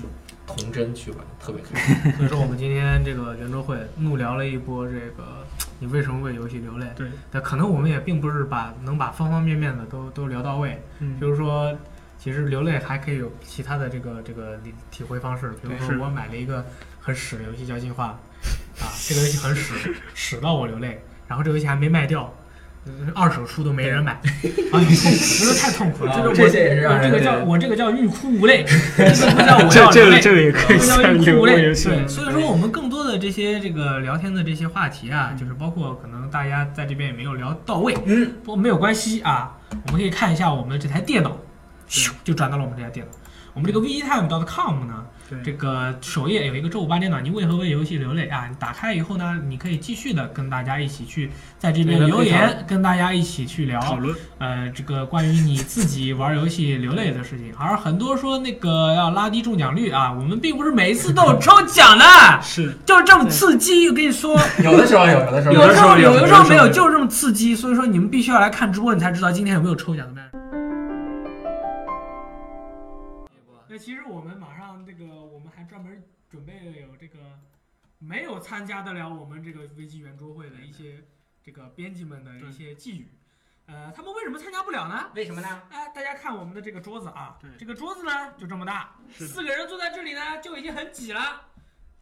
Speaker 5: 童真去玩，特别开心。
Speaker 1: 所以说我们今天这个圆桌会怒聊了一波这个你为什么为游戏流泪？
Speaker 4: 对，
Speaker 1: 但可能我们也并不是把能把方方面面的都都聊到位。
Speaker 4: 嗯
Speaker 1: 比如说，其实流泪还可以有其他的这个这个理体会方式，比如
Speaker 4: 对是
Speaker 1: 说我买了一个很屎的游戏叫《进化》，啊，这个游戏很 屎，屎到我流泪，然后这个游戏还没卖掉。嗯二手书都没 人买，啊，痛苦，真的太痛苦了。
Speaker 5: 啊
Speaker 1: 这个我
Speaker 5: 这些也是让
Speaker 1: 我这
Speaker 5: 人
Speaker 1: 个叫
Speaker 5: 对
Speaker 1: 我这个叫欲哭无 泪，这个不叫我要
Speaker 4: 这
Speaker 1: 流泪，
Speaker 4: 这个也可以
Speaker 1: 这个叫欲哭无
Speaker 4: 算哎是
Speaker 1: 泪。
Speaker 4: 游戏
Speaker 1: 对，所以说我们更多的这些这个聊天的这些话题
Speaker 4: 嗯
Speaker 1: 啊，就是包括可能大家在这边也没有聊到位，
Speaker 5: 嗯，
Speaker 1: 不过没有关系啊，我们可以看一下我们这台电脑，咻就转到了我们这台电脑。我们这个 vtime.com 呢，这个首页有一个周五八点档，你为何为游戏流泪啊？你打开以后呢，你可以继续的跟大家一起去在这边
Speaker 3: 对
Speaker 1: 留
Speaker 3: 可以讨
Speaker 1: 言
Speaker 3: 论，
Speaker 1: 跟大家一起去聊
Speaker 4: 讨论。
Speaker 1: 呃，这个关于你自己玩游戏流泪的事情，而很多说那个要拉低中奖率啊，我们并不是每一次都有抽奖的，
Speaker 4: 是
Speaker 1: 就是这么刺激。我跟你说，
Speaker 5: 有的时候有，有的时 候
Speaker 1: 有的时候
Speaker 5: 有，
Speaker 1: 有的
Speaker 5: 的
Speaker 1: 时候没有，
Speaker 5: 就
Speaker 1: 就是这么刺激。所以说你们必须要来看直播，你才知道今天有没有抽奖的。那其实我们马上这个，我们还专门准备了有这个没有参加得了我们这个危机圆桌会的一些这个编辑们的一些寄语。呃，他们为什么参加不了呢？
Speaker 5: 为什么呢？
Speaker 1: 哎、大家看我们的这个桌子啊，这个桌子呢就这么大，四个人坐在这里呢就已经很挤了，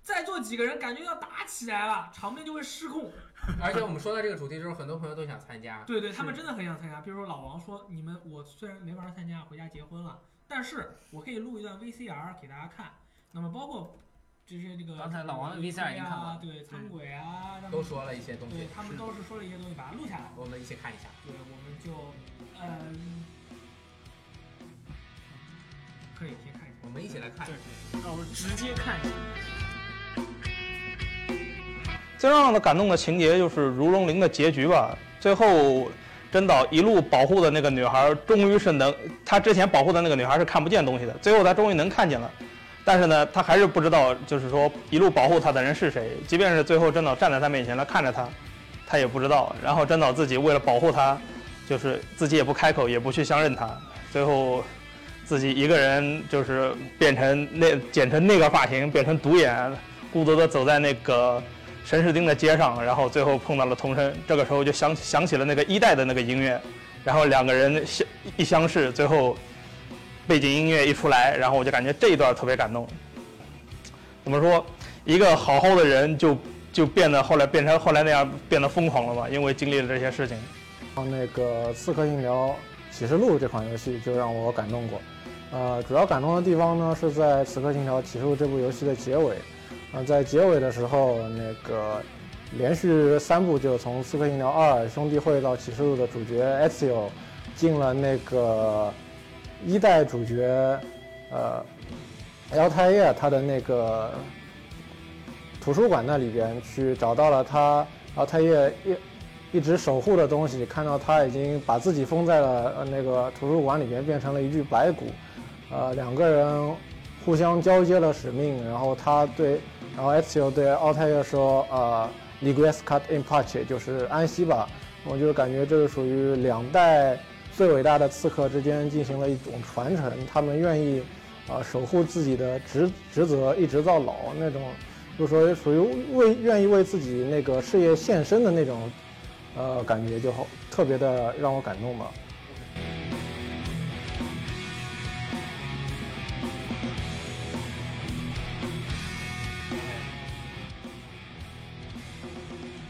Speaker 1: 再坐几个人感觉要打起来了，场面就会失控。
Speaker 5: 而且我们说到这个主题之后，很多朋友都想参加。
Speaker 1: 对对，他们真的很想参加。比如说老王说：“你们我虽然没法参加，回家结婚了，但是我可以录一段 VCR 给大家看。”那么包括就是这个
Speaker 3: 刚才老王的 VCR 已经看过了
Speaker 1: 啊，对，苍鬼啊，他们
Speaker 5: 都说了一些东西
Speaker 1: 对他们都是说了一些东西，把它录下来。
Speaker 5: 我们一起看一下。
Speaker 1: 对，我们就嗯，可以先看一下，
Speaker 5: 我们一起来看。
Speaker 1: 啊，我直接看一下。
Speaker 15: 最让我感动的情节就是如龙零的结局吧。最后，真岛一路保护的那个女孩，终于是能，她之前保护的那个女孩是看不见东西的，最后她终于能看见了。但是呢，她还是不知道，就是说一路保护她的人是谁。即便是最后真岛站在她面前了，看着她，她也不知道。然后真岛自己为了保护她，就是自己也不开口，也不去相认她。最后，自己一个人就是变成那剪成那个发型，变成独眼，孤独的走在那个神士町的街上，然后最后碰到了童生，这个时候就想想起了那个一代的那个音乐，然后两个人相一相视，最后背景音乐一出来，然后我就感觉这一段特别感动。怎么说，一个好好的人就就变得后来变成后来那样变得疯狂了吧？因为经历了这些事情。
Speaker 16: 然后那个《刺客信条：启示录》这款游戏就让我感动过。呃，主要感动的地方呢是在《刺客信条：启示录》这部游戏的结尾。呃，在结尾的时候，那个连续三部就从《刺客信条二》兄弟会到《启示录》的主角 Ezio 进了那个一代主角呃 L 太叶他的那个图书馆那里边去找到了他，然后他也一一直守护的东西，看到他已经把自己封在了呃那个图书馆里边，变成了一具白骨。呃，两个人互相交接了使命，然后他对，然后 X 又对奥泰耶说，呃 l i g u e s cut in pace，就是安息吧。我就感觉这是属于两代最伟大的刺客之间进行了一种传承，他们愿意呃守护自己的职职责，一直到老那种，就是说属于为愿意为自己那个事业献身的那种，呃感觉就好，特别的让我感动吧。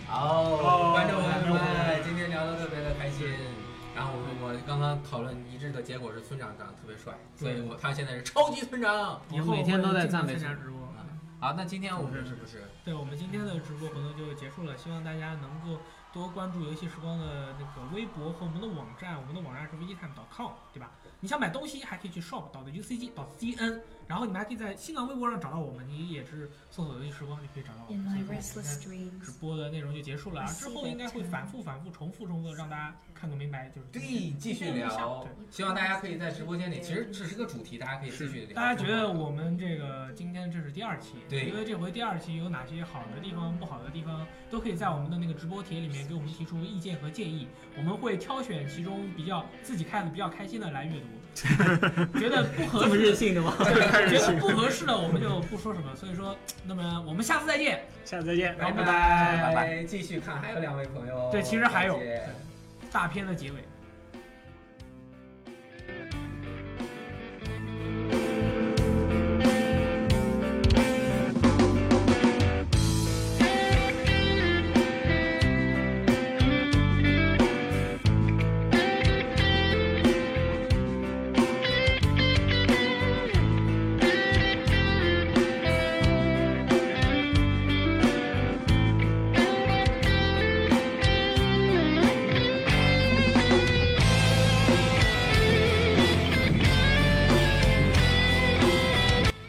Speaker 5: 好，观众朋友们，今天聊得特别的开心。然后我我刚刚讨论一致的结果是村长长得特别帅，所以我他现在是超级 村长。
Speaker 1: 以后
Speaker 3: 每天都在赞美
Speaker 1: 参加
Speaker 3: 村
Speaker 1: 直播。啊
Speaker 5: 好，那今天我们是不是
Speaker 1: 对我们今天的直播活动就结束了，希望大家能够多关注游戏时光的那个微博和我们的网站，我们的网站是 vgtime.com，对吧？你想买东西还可以去 shop 到的 ucg 到 cn，然后你们还可以在新浪微博上找到我们，你也是搜索游戏时光就可以找到我
Speaker 17: In
Speaker 1: 们。所
Speaker 17: my
Speaker 1: 以说我们
Speaker 17: restless
Speaker 1: 今天
Speaker 17: dreams,
Speaker 1: 直播的内容就结束了啊，之后应该会反复反复重复重复，让大家看个明白，就是对
Speaker 5: 继续聊
Speaker 1: 对。？
Speaker 5: 希望大家可以在直播间里，其实这是个主题，大家可以继续聊。
Speaker 1: 大家觉得我们这个今天这是第二期，
Speaker 5: 对
Speaker 1: 觉得这回第二期有哪些好的地方、不好的地方，都可以在我们的那个直播帖里面给我们提出意见和建议，我们会挑选其中比较自己看的比较开心的来阅 读，觉得不合
Speaker 3: 这
Speaker 1: 适
Speaker 3: 么任性的吗
Speaker 1: 对觉得不合适的我们就不说什么。所以说，那么我们下次再见，
Speaker 4: 下次再见
Speaker 1: 拜
Speaker 5: 拜
Speaker 1: 拜
Speaker 5: 拜，继续看，还有两位朋友。
Speaker 1: 对，其实还有
Speaker 5: 再见
Speaker 1: 对大片的结尾。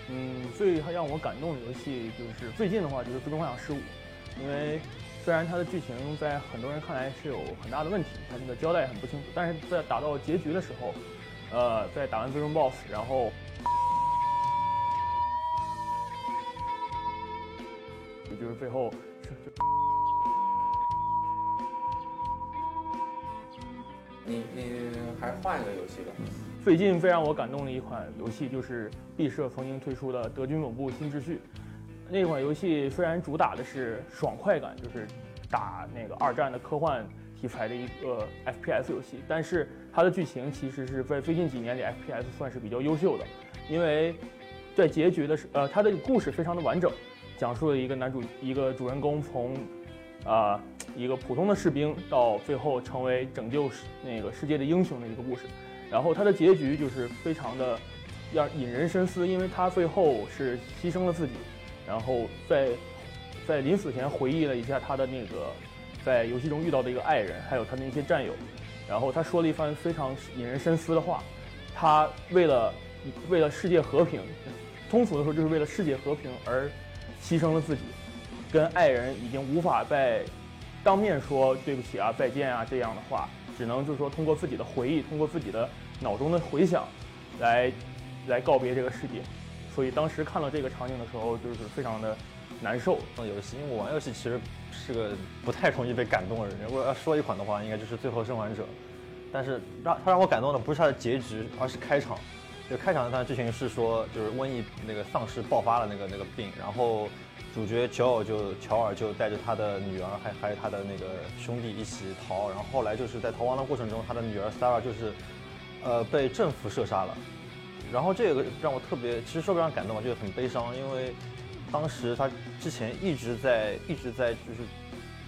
Speaker 18: 嗯，最让我感动的游戏就是最近的话就是《最终幻想十五》，因为虽然它的剧情在很多人看来是有很大的问题，它这个交代很不清楚，但是在打到结局的时候，呃，在打完最终 BOSS，然后就是最后是就
Speaker 19: 你你还是换一个游戏吧。
Speaker 18: 最近最让我感动的一款游戏就是毕设曾经推出的《德军总部新秩序》。那款游戏虽然主打的是爽快感，就是打那个二战的科幻题材的一个 FPS 游戏，但是它的剧情其实是在最近几年里 FPS 算是比较优秀的，因为在结局的时，呃，它的故事非常的完整，讲述了一个男主一个主人公从啊、一个普通的士兵到最后成为拯救世那个世界的英雄的一个故事。然后它的结局就是非常的让引人深思，因为他最后是牺牲了自己，然后在在临死前回忆了一下他的那个在游戏中遇到的一个爱人，还有他的一些战友，然后他说了一番非常引人深思的话，他为了为了世界和平，通俗的说就是为了世界和平而牺牲了自己，跟爱人已经无法再当面说对不起啊、再见啊这样的话，只能就是说通过自己的回忆，通过自己的脑中的回想，来来告别这个世界。所以当时看到这个场景的时候，就是非常的难受。
Speaker 20: 游戏，因为我玩游戏其实是个不太容易被感动的人。如果要说一款的话，应该就是《最后生还者》，但是让它让我感动的不是它的结局，而是开场。就开场那段剧情是说，就是瘟疫那个丧尸爆发了那个那个病，然后主角乔尔就乔尔就带着他的女儿还还有他的那个兄弟一起逃，然后后来就是在逃亡的过程中，他的女儿 Sarah 就是呃被政府射杀了。然后这个让我特别，其实说不上感动吧，就是很悲伤，因为当时他之前一直在一直在就是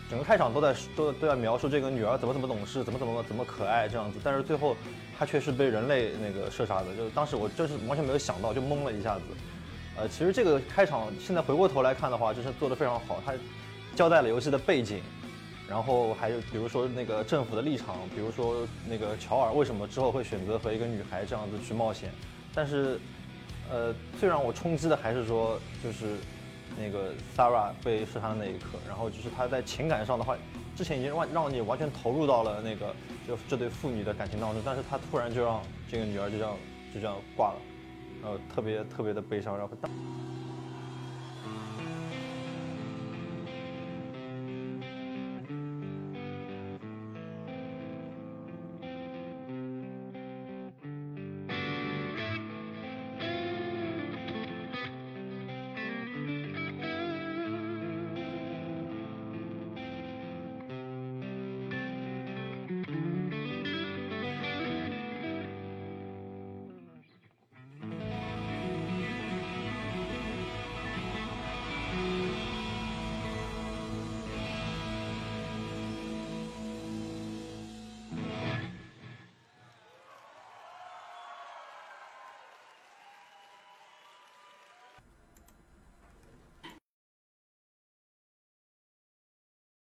Speaker 20: 整个开场都在都都在描述这个女儿怎么怎么懂事，怎么怎么怎么可爱这样子，但是最后她却是被人类那个射杀的，就是当时我真是完全没有想到，就懵了一下子。呃，其实这个开场现在回过头来看的话，就是做的非常好，它交代了游戏的背景，然后还有比如说那个政府的立场，比如说那个乔尔为什么之后会选择和一个女孩这样子去冒险，但是，呃，最让我冲击的还是说，就是那个 Sarah 被试探的那一刻，然后就是他在情感上的话，之前已经让让你完全投入到了那个就这对父女的感情当中，但是他突然就让这个女儿就这样就这样挂了，然后特别特别的悲伤，然后当。